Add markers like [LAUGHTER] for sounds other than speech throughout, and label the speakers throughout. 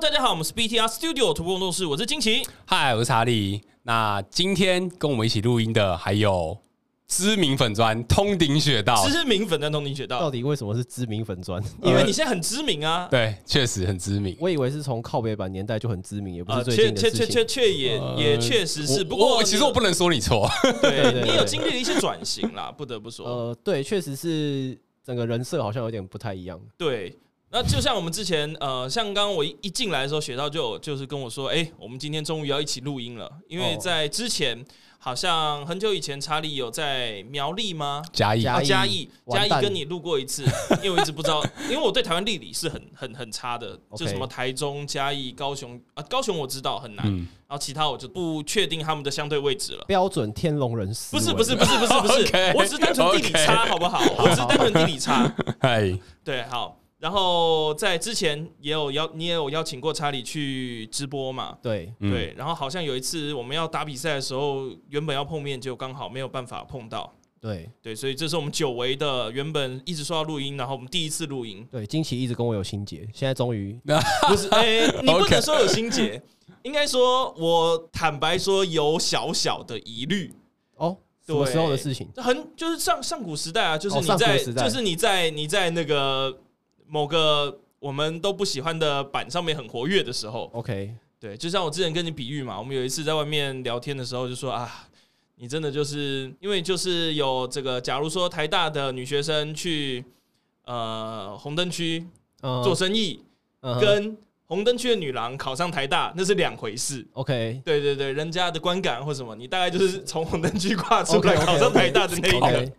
Speaker 1: 大家好，我们是 BTR Studio 徒步工作室，我是金奇。
Speaker 2: 嗨，我是查理。那今天跟我们一起录音的还有知名粉砖通顶雪道，
Speaker 1: 知名粉钻通灵雪
Speaker 3: 到
Speaker 1: 道，
Speaker 3: 底为什么是知名
Speaker 1: [LAUGHS]
Speaker 3: 粉砖？
Speaker 1: 因为你现在很知名啊，
Speaker 2: 对，确实很知名。
Speaker 3: 我以为是从靠北版年代就很知名，也不
Speaker 1: 啊，
Speaker 3: 是最
Speaker 1: 确
Speaker 3: 近的
Speaker 1: 确
Speaker 3: 事
Speaker 1: 确
Speaker 3: 情呃
Speaker 1: 确。确也也确实是，
Speaker 2: 我
Speaker 1: 不过
Speaker 2: 我其实我不
Speaker 1: 能，
Speaker 2: 能说你错，
Speaker 1: [LAUGHS]
Speaker 3: 对
Speaker 1: 对
Speaker 3: 对
Speaker 1: 你也
Speaker 3: 对
Speaker 1: 有经历了一些转型啦， [LAUGHS] 不得不说，
Speaker 3: 呃，对，确实是整个人设好像有点不太一样。
Speaker 1: 对。那就像我们之前，呃，像刚刚我一一进来的时候，雪道就有就是跟我说，哎、我们今天终于要一起录音了，因为
Speaker 3: 哦
Speaker 1: 在之前好像很久以前，查理有在苗栗吗？
Speaker 2: 嘉义
Speaker 3: 嘉
Speaker 1: 啊，
Speaker 3: 义
Speaker 1: 嘉义，嘉
Speaker 3: 完
Speaker 1: 义
Speaker 3: 蛋
Speaker 1: 跟你录过一次，因为我一直不知
Speaker 3: [LAUGHS]
Speaker 1: 道，因为我对台湾地理是很很很差的，
Speaker 3: OK
Speaker 1: 就什么台中、嘉义、高雄啊，高雄我知道很难，
Speaker 2: 嗯，
Speaker 1: 然后其他我就不确定他们的相对位置了。
Speaker 3: 标准天龙人啊思
Speaker 1: 呃不
Speaker 3: 维
Speaker 1: 是不是不是不
Speaker 3: [LAUGHS]
Speaker 1: 是不是
Speaker 2: OK，，
Speaker 1: 我只是单纯地理差，好不好？我只是单纯地理差，
Speaker 2: 嗨，
Speaker 1: 对，好。然后在之前也有邀你也有邀请过查理去直播嘛？
Speaker 3: 对，
Speaker 2: 嗯，
Speaker 1: 对，然后好像有一次我们要打比赛的时候，原本要碰面，就刚好没有办法碰到。
Speaker 3: 对
Speaker 1: 对，所以这是我们久违的，原本一直说要录音，然后我们第一次录
Speaker 3: [LAUGHS]。
Speaker 1: 音
Speaker 3: 对，金奇一直跟我有心结，现在终于
Speaker 1: 不是，哎、你不
Speaker 2: OK
Speaker 1: 能说有心结，应该说我坦白说有小小的疑虑。
Speaker 3: 哦，什
Speaker 1: 对
Speaker 3: 么时候的事情？
Speaker 1: 这很就是上上古时代啊，就是
Speaker 3: 哦
Speaker 1: 你
Speaker 3: 上古
Speaker 1: 在，
Speaker 3: 时代
Speaker 1: 就是你在你在那个某个我们都不喜欢的版上面很活跃的时候，
Speaker 3: OK，
Speaker 1: 对，就像我之前跟你比喻嘛，我们有一次在外面聊天的时候就说啊，你真的就是因为就是有这个，假如说台大的女学生去呃红灯区
Speaker 3: 嗯
Speaker 1: 做生意，
Speaker 3: 嗯哼
Speaker 1: 跟红灯区的女郎考上台大那是两回事。
Speaker 3: OK
Speaker 1: 对对对，人家的观感或什么，你大概就是从红灯区跨出来
Speaker 3: OK，OK，OK
Speaker 1: 考上台大的那一个。
Speaker 3: OK，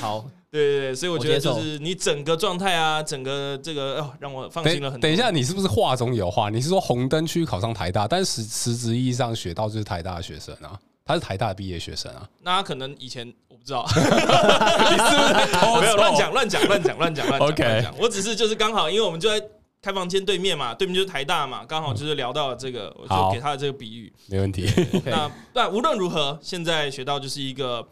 Speaker 3: 好，
Speaker 1: 对对对，所以我觉得
Speaker 3: 我接受
Speaker 1: 就是你整个状态啊，整个这个哦，让我放心了
Speaker 2: 等
Speaker 1: 很多。
Speaker 2: 等一下，你是不是话中有话？你是说红灯区考上台大，但实实质意义上学到就是台大的学生啊，他是台大的毕业学生啊，
Speaker 1: 那他可能以前我不知道，
Speaker 2: 你是不是在偷
Speaker 1: 没有哦乱
Speaker 2: 凑
Speaker 1: 讲，乱讲，乱讲，乱讲，乱讲
Speaker 2: OK
Speaker 1: 乱讲。我只是就是刚好，因为我们就在开房间对面嘛，对面就是台大嘛，刚好就是聊到了这个，我就
Speaker 2: 好
Speaker 1: 给他的这个比喻。
Speaker 2: 没
Speaker 1: [LAUGHS]
Speaker 2: 问题，
Speaker 3: OK，
Speaker 1: 那但无论如何，现在学到就是一个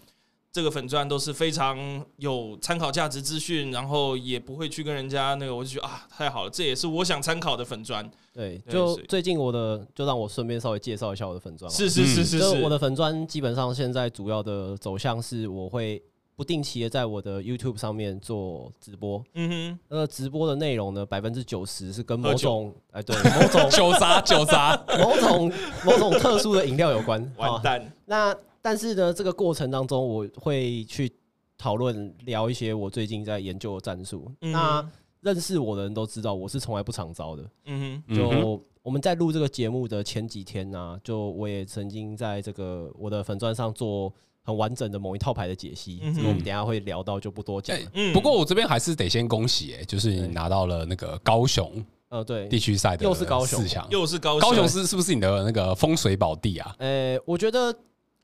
Speaker 1: 这个粉钻都是非常有参考价值资讯，然后也不会去跟人家那个，我就觉得啊，太好了，这也是我想参考的粉钻。
Speaker 3: 对，
Speaker 1: [LAUGHS] 对
Speaker 3: 就
Speaker 1: 所以
Speaker 3: 最近我的，就让我顺便稍微介绍一下我的粉砖。
Speaker 1: 是是是
Speaker 2: 嗯
Speaker 1: 是，
Speaker 3: 就是我的粉砖基本上现在主要的走向是，我会不定期的在我的 YouTube 上面做直播。
Speaker 1: 嗯
Speaker 3: 那个直播的内容呢，百分之九十是跟
Speaker 1: 喝
Speaker 3: 某
Speaker 1: 酒
Speaker 3: 种哎对某种
Speaker 2: 酒渣
Speaker 1: [LAUGHS]
Speaker 2: 酒渣，
Speaker 3: 某种某种特殊的饮料有关。
Speaker 1: 哼，完
Speaker 3: 啊
Speaker 1: 蛋，
Speaker 3: 那但是呢，这个过程当中我会去讨论聊一些我最近在研究的战术。
Speaker 1: 嗯
Speaker 3: 那
Speaker 1: 哼
Speaker 3: 认识我的人都知道，我是从来不常招的。
Speaker 1: 嗯哼，
Speaker 2: 嗯哼
Speaker 3: 就我们在录这个节目的前几天呢、就我也曾经在这个我的粉钻上做很完整的某一套牌的解析，
Speaker 1: 嗯哼
Speaker 3: 这个我们等一下会聊到，就不多讲了。
Speaker 1: 嗯
Speaker 2: 不过我这边还是得先恭喜、欸，就是你拿到了那个高雄
Speaker 3: 呃，对
Speaker 2: 地，区赛的
Speaker 3: 又是高雄
Speaker 2: 四强。
Speaker 1: 又是高
Speaker 2: 高雄是是不是你的那个风水宝地啊
Speaker 3: 呃，我觉得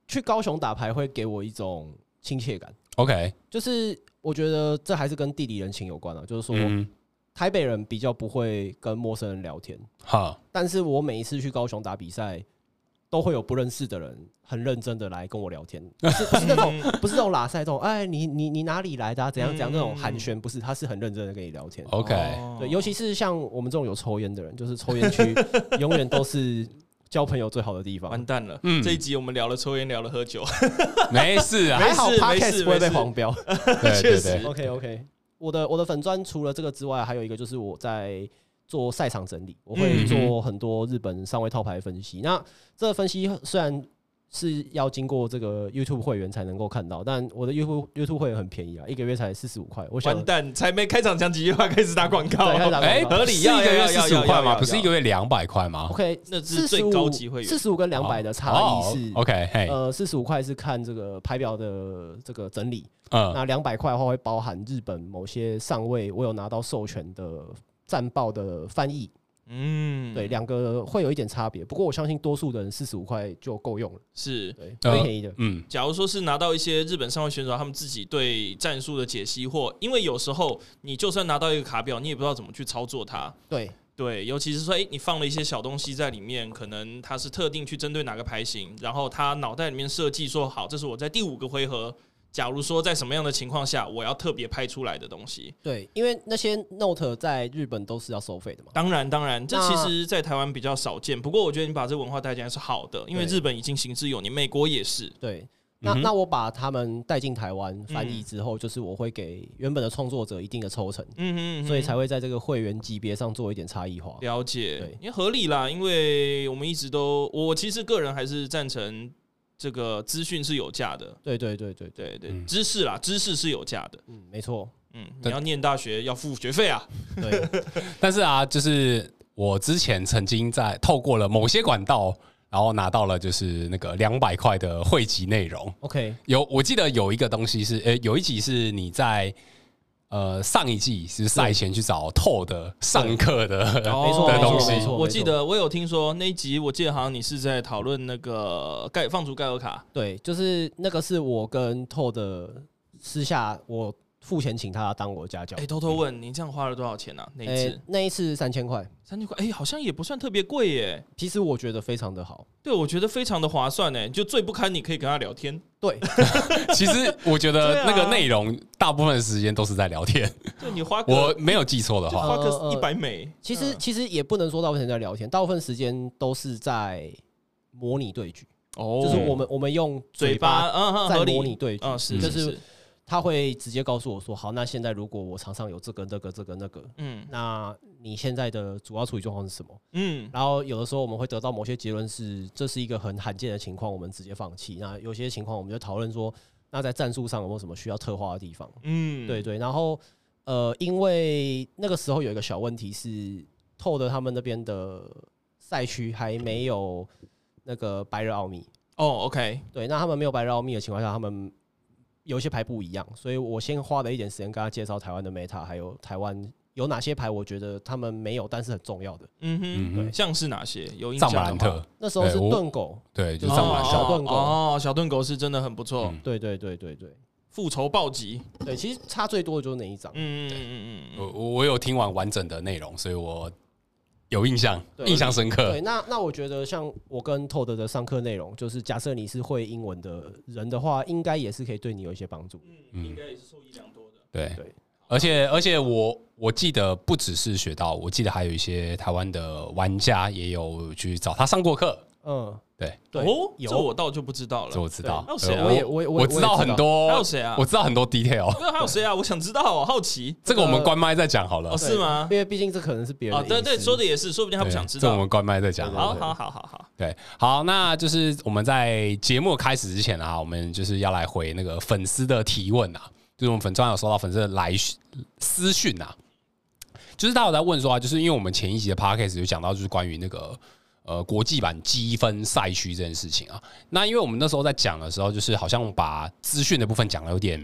Speaker 3: 去高雄打牌会给我一种亲切感，
Speaker 2: ？OK，
Speaker 3: 就是我觉得这还是跟地理人情有关啊，就是说
Speaker 2: 嗯，
Speaker 3: 台北人比较不会跟陌生人聊天，
Speaker 2: 好，
Speaker 3: 但是我每一次去高雄打比赛。都会有不认识的人很认真的来跟我聊天，是不是那种
Speaker 1: 嗯
Speaker 3: 不是那种拉塞这种，哎，你你你哪里来的、啊？怎样怎样
Speaker 1: 嗯
Speaker 3: 那种寒暄，不是，他是很认真的跟你聊天。
Speaker 2: OK
Speaker 1: 哦
Speaker 3: 对，尤其是像我们这种有抽烟的人，就是抽烟
Speaker 1: [LAUGHS]
Speaker 3: 区永远都是交朋友最好的地
Speaker 1: 完
Speaker 3: 方。
Speaker 1: 蛋了，
Speaker 2: 嗯
Speaker 1: 这一集我们聊了抽烟，聊了喝酒，
Speaker 2: 没事
Speaker 1: [LAUGHS]
Speaker 2: 啊，
Speaker 3: 还好
Speaker 1: 没事没事
Speaker 3: podcast 不会被
Speaker 1: 没事
Speaker 3: 黄标。
Speaker 2: 对
Speaker 1: 确
Speaker 2: 对
Speaker 1: 实哦
Speaker 2: 对，
Speaker 3: OK OK，我的我的粉砖除了这个之外，还有一个就是我在做赛场整理，我会
Speaker 1: 嗯
Speaker 3: 做很多日本上位套牌分析。那这个分析虽然是要经过这个 YouTube 会员才能够看到，但我的 YouTube YouTube 会员很便宜啊，一个月才四十五块。我想
Speaker 1: 完蛋，才没开场讲几句话，开始打广告
Speaker 3: 对，开始打广告
Speaker 2: 哎，
Speaker 1: 合理
Speaker 2: 是
Speaker 1: 要
Speaker 2: 一个
Speaker 1: 要
Speaker 2: 月
Speaker 1: 要
Speaker 2: 四
Speaker 1: 要
Speaker 2: 十五
Speaker 1: 要
Speaker 2: 块吗？
Speaker 1: 要
Speaker 2: 不是一个月两百块吗？
Speaker 3: OK，
Speaker 1: 那是
Speaker 3: 四
Speaker 1: 最
Speaker 3: 十五
Speaker 1: 高级会员
Speaker 3: 四十五跟两百的差异是、
Speaker 2: 哦 OK，嘿，
Speaker 3: 呃，四十五块是看这个牌表的这个整理，
Speaker 2: 嗯
Speaker 3: 那两百块的话会包含日本某些上位我有拿到授权的战报的翻译，
Speaker 1: 嗯，
Speaker 3: 对，，两个会有一点差别。不过我相信多数的人四十五块就够用了，
Speaker 1: 是。
Speaker 3: 对，
Speaker 2: 呃
Speaker 3: 最便宜的。
Speaker 2: 嗯，
Speaker 1: 假如说是拿到一些日本上位选手他们自己对战术的解析，或因为有时候你就算拿到一个卡表，你也不知道怎么去操作它。
Speaker 3: 对，
Speaker 1: 对，尤其是说，诶，你放了一些小东西在里面，可能它是特定去针对哪个牌型，然后他脑袋里面设计说，好，这是我在第五个回合假如说在什么样的情况下，我要特别拍出来的东西。
Speaker 3: 对，因为那些 Note 在日本都是要收费的嘛。
Speaker 1: 当然，当然，这
Speaker 3: 那
Speaker 1: 其实在台湾比较少见。不过，我觉得你把这文化带进来是好的，因为
Speaker 3: 对
Speaker 1: 日本已经行之有年，美国也是。
Speaker 3: 对，
Speaker 2: 嗯
Speaker 3: 那、
Speaker 2: 哼
Speaker 3: 那我把他们带进台湾翻译之后，就是我会给原本的创作者一定的抽成，
Speaker 1: 嗯哼嗯哼，
Speaker 3: 所以才会在这个会员级别上做一点差异化。
Speaker 1: 了解
Speaker 3: 对，
Speaker 1: 也合理啦，因为我们一直都，我其实个人还是赞成这个资讯是有价的，
Speaker 3: 对对对对对，
Speaker 1: 对对，
Speaker 2: 嗯
Speaker 1: 知识啦，知识是有价的，
Speaker 3: 嗯，没
Speaker 1: [LAUGHS]
Speaker 3: 错，
Speaker 1: 嗯，你
Speaker 2: 但
Speaker 1: 要念大学要付学费
Speaker 3: [LAUGHS]
Speaker 1: 啊，
Speaker 3: 对
Speaker 2: 但是啊，就是我之前曾经在透过了某些管道，然后拿到了就是那个两百块的汇集内容。
Speaker 3: ，OK，
Speaker 2: 有我记得有一个东西是，呃、有一集是你在呃上一季是赛前去找透的上课的，
Speaker 3: 哦没错
Speaker 2: 的东西
Speaker 1: 没
Speaker 2: 没
Speaker 1: 错
Speaker 3: 错
Speaker 1: 我记得我有听说那一集，我记得好像你是在讨论那个盖放逐盖尔卡，
Speaker 3: 对，就是那个是我跟 Todd 的私下我付钱请他当我的家教
Speaker 1: 哎、，偷偷问你这样花了多少钱啊？那一
Speaker 3: 诶
Speaker 1: 次
Speaker 3: 那一次三千块，
Speaker 1: 三千块，哎、好像也不算特别贵耶，
Speaker 3: 其实我觉得非常的好。
Speaker 1: 对我觉得非常的划算呢，就最不堪你可以跟他聊天， [LAUGHS]
Speaker 3: 对，
Speaker 2: [LAUGHS] 其实我觉
Speaker 1: 对
Speaker 2: 得
Speaker 1: 啊
Speaker 2: 那个内容大部分的时间都是在聊天，
Speaker 1: 就你花个
Speaker 2: 我没有记错的
Speaker 1: 就
Speaker 2: 话，
Speaker 1: 花
Speaker 3: 呃
Speaker 1: 个
Speaker 3: 呃
Speaker 1: 一百美，
Speaker 3: 其实、
Speaker 1: 嗯
Speaker 3: 其实也不能说大部分时间在聊天，大部分时间都是在模拟对局，
Speaker 1: 哦
Speaker 3: 就是我们我们用
Speaker 1: 嘴
Speaker 3: 巴
Speaker 1: 巴，嗯，嗯
Speaker 3: 在
Speaker 1: 合
Speaker 3: 模拟
Speaker 1: 理，
Speaker 3: 对局，
Speaker 1: 嗯，是，
Speaker 3: 就是是他会直接告诉我说，好，那现在如果我场上有这个、那个、这个、那个，
Speaker 1: 嗯
Speaker 3: 那你现在的主要处理状况是什么？
Speaker 1: 嗯，
Speaker 3: 然后有的时候我们会得到某些结论是，这是一个很罕见的情况，我们直接放弃。那有些情况我们就讨论说，那在战术上有没有什么需要特化的地方？
Speaker 1: 嗯，
Speaker 3: 对，对，然后呃，因为那个时候有一个小问题是，透的他们那边的赛区还没有那个白日奥秘，
Speaker 1: 哦，OK，
Speaker 3: 对，那他们没有白日奥秘的情况下，他们有一些牌不一样，所以我先花了一点时间跟他介绍台湾的 Meta，还有台湾有哪些牌，我觉得他们没有但是很重要的。
Speaker 1: 嗯哼，
Speaker 2: 嗯哼
Speaker 1: 对像是哪些有印象的
Speaker 2: 藏
Speaker 1: 话？
Speaker 2: 哦马兰特，
Speaker 3: 那时候是
Speaker 2: 对我
Speaker 3: 盾狗，
Speaker 2: 对，就
Speaker 1: 哦，
Speaker 2: 是藏马兰
Speaker 3: 哦
Speaker 2: 特。
Speaker 3: 小盾狗
Speaker 1: 哦，小盾狗是真的很不错
Speaker 2: 嗯，
Speaker 3: 对对对对对
Speaker 1: 复仇暴击，
Speaker 3: 对，其实差最多的就是那一张。
Speaker 1: 嗯嗯嗯嗯
Speaker 2: 我
Speaker 1: 嗯，
Speaker 2: 我我有听完完整的内容，所以我有印象，
Speaker 3: 对
Speaker 2: 印象深刻
Speaker 3: 对，。那那我觉得像我跟 Todd 的上课内容，就是假设你是会英文的人的话，应该也是可以对你有一些帮助。
Speaker 1: 嗯，应该也是受益良多的。
Speaker 2: 对，
Speaker 3: 对
Speaker 2: 而且而且我我记得不只是学到，我记得还有一些台湾的玩家也有去找他上过课，
Speaker 3: 嗯，
Speaker 2: 对，
Speaker 3: 对，
Speaker 1: 哦，
Speaker 3: 有
Speaker 1: 这我倒就不知道
Speaker 2: 这
Speaker 1: 了。
Speaker 2: 我知道
Speaker 1: 对。
Speaker 2: 对
Speaker 1: 还有谁啊
Speaker 3: 我也我也
Speaker 2: 我
Speaker 3: 也
Speaker 2: 知道很，多，
Speaker 1: 还有谁啊
Speaker 2: 我？知道很多 detail。
Speaker 1: 对，还有谁啊？我想知道哦，好奇
Speaker 2: 这个我们关麦再讲好了
Speaker 1: 哦，。是吗
Speaker 3: 因？为毕竟这可能是别人
Speaker 1: 哦，对对，
Speaker 3: 隐私
Speaker 1: 说的也是，说不定他
Speaker 2: 对
Speaker 1: 们想知
Speaker 2: 这我
Speaker 1: 道。
Speaker 2: 们关麦再讲好了。
Speaker 1: 好好好好好，
Speaker 2: 对，好，那就是我们在节目开始之前啊，我们就是要来回那个粉丝的提问啊，就是我们粉专有收到粉丝的来讯私讯啊，就是他有在问说啊，就是因为我们前一集的 podcast 有讲到就是关于那个呃国际版积分赛区这件事情啊，那因为我们那时候在讲的时候，就是好像把资讯的部分讲的有点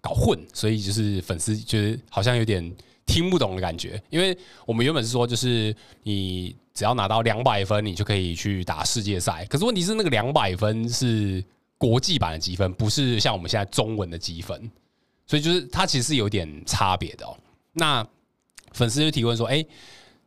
Speaker 2: 搞混，所以就是粉丝就是好像有点听不懂的感觉。因为我们原本是说，就是你只要拿到两百分，你就可以去打世界赛。可是问题是，那个两百分是国际版的积分，不是像我们现在中文的积分，所以就是它其实是有点差别的哦。那粉丝就提问说：“哎、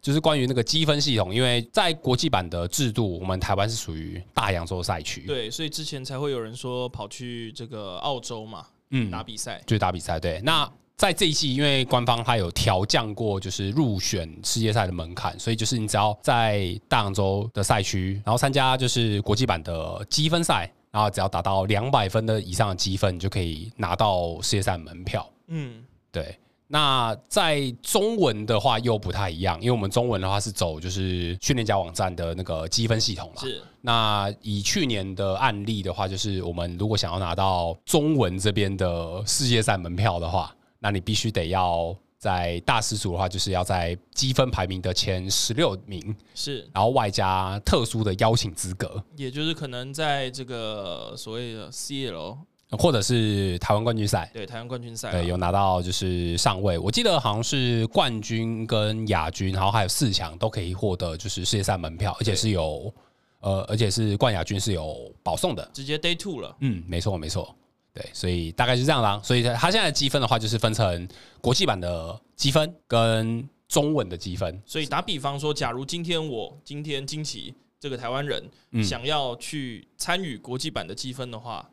Speaker 2: 就是关于那个积分系统，因为在国际版的制度，我们台湾是属于大洋洲赛区，，
Speaker 1: 对，所以之前才会有人说跑去这个澳洲嘛
Speaker 2: 嗯
Speaker 1: 打比赛。
Speaker 2: 就是打比赛。对，那在这一季，因为官方它有调降过，就是入选世界赛的门槛，所以就是你只要在大洋洲的赛区，然后参加就是国际版的积分赛，然后只要达到两百分的以上的积分，你就可以拿到世界赛门票。
Speaker 1: 嗯，
Speaker 2: 对。那在中文的话又不太一样，因为我们中文的话是走就是训练家网站的那个积分系统嘛。
Speaker 1: 是
Speaker 2: 那以去年的案例的话，就是我们如果想要拿到中文这边的世界赛门票的话，那你必须得要在大师组的话，就是要在积分排名的前十六名，
Speaker 1: 是，
Speaker 2: 然后外加特殊的邀请资格，
Speaker 1: 也就是可能在这个所谓的 CL
Speaker 2: 或者是台湾冠军赛。
Speaker 1: 对台湾冠军赛啊，
Speaker 2: 对，有拿到就是上位，我记得好像是冠军跟亚军，然后还有四强都可以获得就是世界赛门票，而且是有呃，而且是冠亚军是有保送的。
Speaker 1: 直接 Day Two 了。
Speaker 2: 嗯，没错没错，对，所以大概就这样啦。所以它现在的积分的话，就是分成国际版的积分跟中文的积分。
Speaker 1: 所以打比方说，假如今天我今天金奇这个台湾人、
Speaker 2: 嗯
Speaker 1: 想要去参与国际版的积分的话，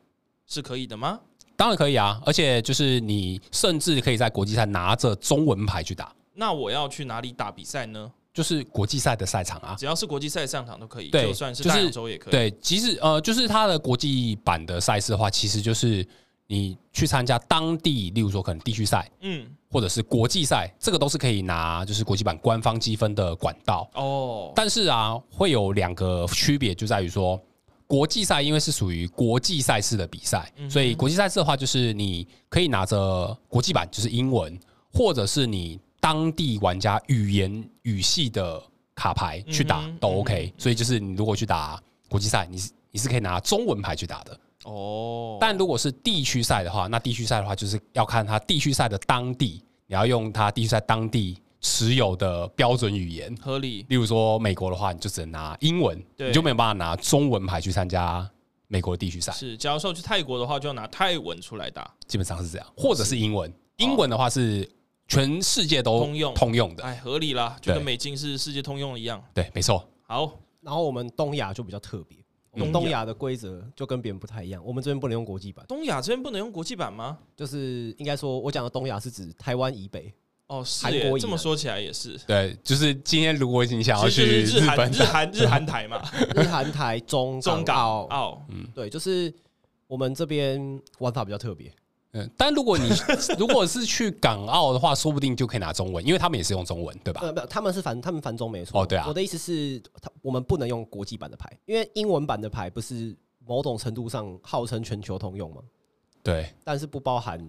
Speaker 1: 是可以的吗？
Speaker 2: 当然可以啊，而且就是你甚至可以在国际赛拿着中文牌去打，
Speaker 1: 那我要去哪里打比赛呢？
Speaker 2: 就是国际赛的赛场啊。
Speaker 1: 只要是国际赛上场都可以，
Speaker 2: 对
Speaker 1: 就算是
Speaker 2: 就是
Speaker 1: 大洋洲也可以。
Speaker 2: 对，其实呃，就是它的国际版的赛事的话，其实就是你去参加当地，例如说可能地区赛
Speaker 1: 嗯，
Speaker 2: 或者是国际赛，这个都是可以拿就是国际版官方积分的管道。
Speaker 1: 哦，
Speaker 2: 但是啊，会有两个区别，就在于说，国际赛因为是属于国际赛事的比赛，
Speaker 1: 嗯哼
Speaker 2: 所以国际赛事的话，就是你可以拿着国际版，就是英文，或者是你当地玩家语言语系的卡牌去打、
Speaker 1: 嗯哼
Speaker 2: 都
Speaker 1: 嗯哼
Speaker 2: OK、所以就是你如果去打国际赛，你是你是可以拿中文牌去打的。
Speaker 1: 哦，
Speaker 2: 但如果是地区赛的话，那地区赛的话就是要看它地区赛的当地，你要用它地区赛当地持有的标准语言。
Speaker 1: 合理
Speaker 2: 例如说美国的话，你就只能拿英文，
Speaker 1: 对
Speaker 2: 你就没有办法拿中文牌去参加美国的地区赛，
Speaker 1: 是。假如说去泰国的话，就要拿泰文出来打。
Speaker 2: 基本上是这样，或者是英文。英文的话是全世界都
Speaker 1: 通用
Speaker 2: 通用的，
Speaker 1: 哎，合理啦，就跟
Speaker 2: 对
Speaker 1: 美金是世界通用一样。
Speaker 2: 对，没错，
Speaker 1: 好，
Speaker 3: 然后我们东亚就比较特别，我们
Speaker 1: 嗯东亚
Speaker 3: 东亚的规则就跟别人不太一样，我们这边不能用国际版，
Speaker 1: 东亚这边不能用国际版吗？
Speaker 3: 就是应该说我讲的东亚是指台湾以北，
Speaker 1: 哦，是
Speaker 3: 韩
Speaker 1: 耶
Speaker 3: 国，以
Speaker 1: 这么
Speaker 3: 南
Speaker 1: 说起来也是。
Speaker 2: 对，就是今天如果你想要
Speaker 1: 其
Speaker 2: 去
Speaker 1: 实就是日韩、
Speaker 2: 本
Speaker 1: 日韩、日韩台
Speaker 2: [LAUGHS]
Speaker 1: 嘛，
Speaker 3: 日韩台 [LAUGHS] 中
Speaker 1: 中
Speaker 3: 港
Speaker 1: 港
Speaker 3: 澳，
Speaker 1: 澳，
Speaker 3: 对，就是我们这边玩法比较特别。
Speaker 2: 嗯，但如果你 [LAUGHS] 如果是去港澳的话，说不定就可以拿中文，因为他们也是用中文，对吧？
Speaker 3: 呃，不，他们是繁，他们繁中没错。
Speaker 2: 哦对啊
Speaker 3: 我的意思是，他我们不能用国际版的牌，因为英文版的牌不是某种程度上号称全球通用嘛，
Speaker 2: 对，
Speaker 3: 但是不包含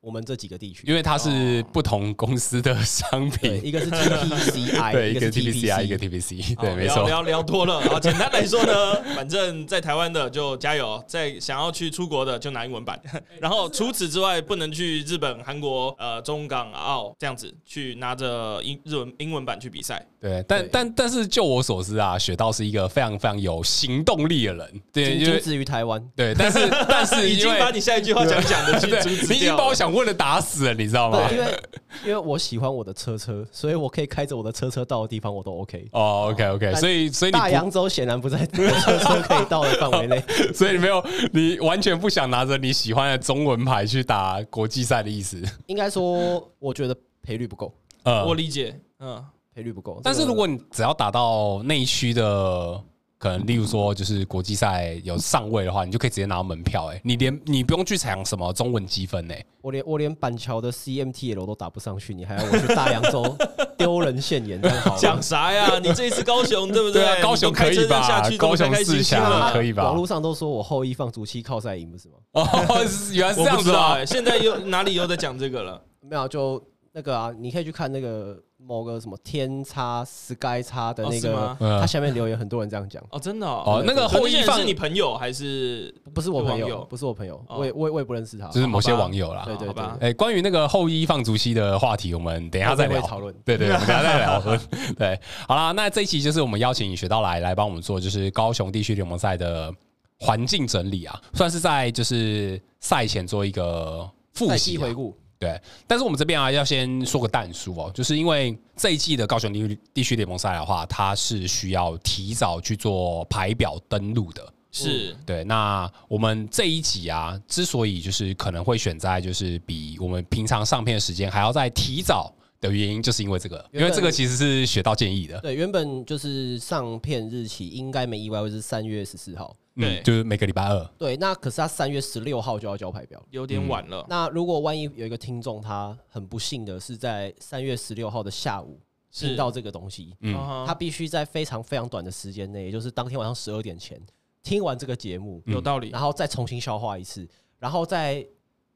Speaker 3: 我们这几个地区。
Speaker 2: 因为它是
Speaker 1: 哦
Speaker 2: 不同公司的商
Speaker 3: 对，
Speaker 2: 品，
Speaker 3: 一个
Speaker 2: [LAUGHS]
Speaker 3: 是 TPCI，
Speaker 2: 对，一个
Speaker 3: 是
Speaker 2: TPCI，一个啊 TPC，
Speaker 1: 好
Speaker 2: 对，没
Speaker 1: 聊
Speaker 2: 错，
Speaker 1: 聊聊多了啊。简单来说呢， [LAUGHS] 反正在台湾的就加油，在想要去出国的就拿英文版， [LAUGHS] 然后除此之外不能去日本、韩国、呃中港、澳这样子去拿着英日文英文版去比赛。
Speaker 2: 对，但
Speaker 3: 对但
Speaker 2: 但但是，就我所知啊，雪道是一个非常非常有行动力的人，对，
Speaker 3: 仅
Speaker 2: 因
Speaker 3: 仅
Speaker 2: 为
Speaker 3: 止于台湾。
Speaker 2: 对，
Speaker 1: [LAUGHS]
Speaker 2: 但是但是
Speaker 1: 已
Speaker 2: 因
Speaker 1: 经
Speaker 2: 为
Speaker 1: 把你下一句话讲讲的去
Speaker 2: [LAUGHS] 对，
Speaker 1: 阻止
Speaker 2: 你已经
Speaker 1: 掉
Speaker 2: 把我
Speaker 1: 了。
Speaker 2: 想问的打死了，你知道吗
Speaker 3: 对，？因为因为我喜欢我的车车，所以我可以开着我的车车到的地方我都 OK。
Speaker 2: 哦，OK OK，
Speaker 3: 但
Speaker 2: 所以所以你
Speaker 3: 大
Speaker 2: 不，
Speaker 3: 洋洲显然不在我车车可以到的范围内。 [LAUGHS]
Speaker 2: 所以你没有，你完全不想拿着你喜欢的中文牌去打国际赛的意思。
Speaker 3: 应该说，我觉得赔率不够，
Speaker 2: 呃
Speaker 1: 我，理解，嗯，
Speaker 3: 赔率不够。
Speaker 2: [LAUGHS] 但是
Speaker 3: 这个
Speaker 2: 如果你只要打到内区的，可能例如说就是国际赛有上位的话，你就可以直接拿到门票。哎，你连你不用去抢什么中文积分呢？欸
Speaker 3: 我连我连板桥的 CMTL 都打不上去，你还要我去大洋
Speaker 2: [LAUGHS]
Speaker 3: 洲丢人现眼，这样好吗
Speaker 1: 讲？啥呀？你这一次高雄对不
Speaker 2: 对啊高雄
Speaker 1: 你都开车
Speaker 2: 可以吧
Speaker 1: 这样下去
Speaker 2: 高雄
Speaker 1: 这么开心
Speaker 2: 四
Speaker 1: 心
Speaker 2: 强
Speaker 1: 了
Speaker 2: 啊可以吧
Speaker 3: 网络上都说我后羿放竹七靠赛赢，不是吗？
Speaker 2: 哦， [LAUGHS] 是原
Speaker 1: [LAUGHS]
Speaker 2: 来是
Speaker 1: 我
Speaker 2: 这
Speaker 1: 不
Speaker 2: 样
Speaker 1: 知
Speaker 2: 子
Speaker 1: 道
Speaker 2: 啊
Speaker 1: 哎，。现在又哪里又在讲这个了？
Speaker 3: 没有，就那个啊，你可以去看那个某个什么天差 Sky 差的
Speaker 1: 哦
Speaker 3: 那
Speaker 1: 是吗
Speaker 3: 个，
Speaker 2: 嗯
Speaker 3: 他下面留言很多人这样讲，
Speaker 1: 哦，真的
Speaker 2: 哦，那个后
Speaker 1: 后
Speaker 2: 羿
Speaker 1: 羿
Speaker 2: 放
Speaker 1: 是你朋友还是
Speaker 3: 不是我朋
Speaker 1: 是网友
Speaker 3: 友，不是我朋友，
Speaker 1: 哦
Speaker 3: 我也我也我也不认识他，
Speaker 2: 就是某些
Speaker 1: 好吧
Speaker 2: 网友啦。
Speaker 3: 对对
Speaker 1: 好
Speaker 3: 对
Speaker 1: 吧，
Speaker 2: 哎、关于那个后羿放逐期的话题，我们等一下再聊
Speaker 3: 后面会讨论
Speaker 2: 对对，对我们等一下再
Speaker 3: [LAUGHS]
Speaker 2: 聊。 [LAUGHS] 对，好啦，那这一期就是我们邀请雪道来来帮我们做，就是高雄地区联盟赛的环境整理啊，算是在就是赛前做一个复
Speaker 3: 赛
Speaker 2: 习
Speaker 3: 季
Speaker 2: 啊、
Speaker 3: 回顾，
Speaker 2: 对，但是我们这边啊，要先说个淡书哦，就是因为这一季的高雄地区地区联盟赛的话，它是需要提早去做排表登录的。
Speaker 1: 是
Speaker 2: 对，那我们这一集啊，之所以就是可能会选在就是比我们平常上片的时间还要再提早的原因，就是因为这个，因
Speaker 3: 原本
Speaker 2: 为这个其实是学到建议的，
Speaker 3: 对，原本就是上片日期应该没意外会是三月十四号，
Speaker 1: 对
Speaker 2: 嗯，就是每个礼拜二，
Speaker 3: 对，那可是他三月十六号就要交牌表。
Speaker 1: 有点晚了？
Speaker 3: 嗯那如果万一有一个听众他很不幸的是在三月十六号的下午
Speaker 1: 是
Speaker 3: 听到这个东西，
Speaker 2: 嗯，
Speaker 1: 啊哈
Speaker 3: 他必须在非常非常短的时间内，也就是当天晚上十二点前听完这个节目，
Speaker 2: 嗯
Speaker 1: 有道理
Speaker 3: 然后再重新消化一次，然后再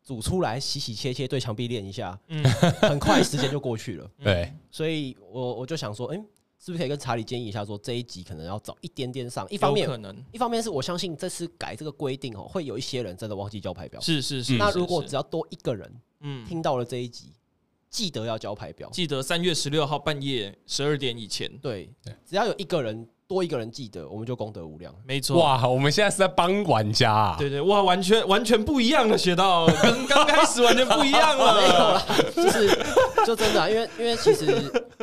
Speaker 3: 煮出来洗洗切切对墙壁练一下，
Speaker 1: 嗯
Speaker 3: 很快时间就过去了。
Speaker 2: 对，
Speaker 3: 所以我我就想说，嗯，是不是可以跟查理建议一下，说这一集可能要早一点点上？一方面
Speaker 1: 有可，能
Speaker 3: 一方面是我相信这次改这个规定哦，会有一些人真的忘记交牌表。
Speaker 1: 是
Speaker 2: 嗯
Speaker 1: 是是。
Speaker 3: 那
Speaker 1: 是
Speaker 3: 如果
Speaker 1: 是
Speaker 3: 只要多一个人
Speaker 1: 嗯，
Speaker 3: 听到了这一集，记得要交牌表。
Speaker 1: 记得三月十六号半夜十二点以前，
Speaker 3: 对
Speaker 2: 对，
Speaker 3: 只要有一个人多一个人记得，我们就功德无
Speaker 1: [LAUGHS]
Speaker 3: 量。
Speaker 1: 没错。
Speaker 2: 哇，我们现在是在帮玩家啊，
Speaker 1: 对对，哇，完全完全不一样了，学到 [LAUGHS] 跟刚开
Speaker 2: [LAUGHS]
Speaker 1: 始完全不一样
Speaker 3: 没有
Speaker 1: 了。
Speaker 3: 啦，就是就真的啊、因为因为其实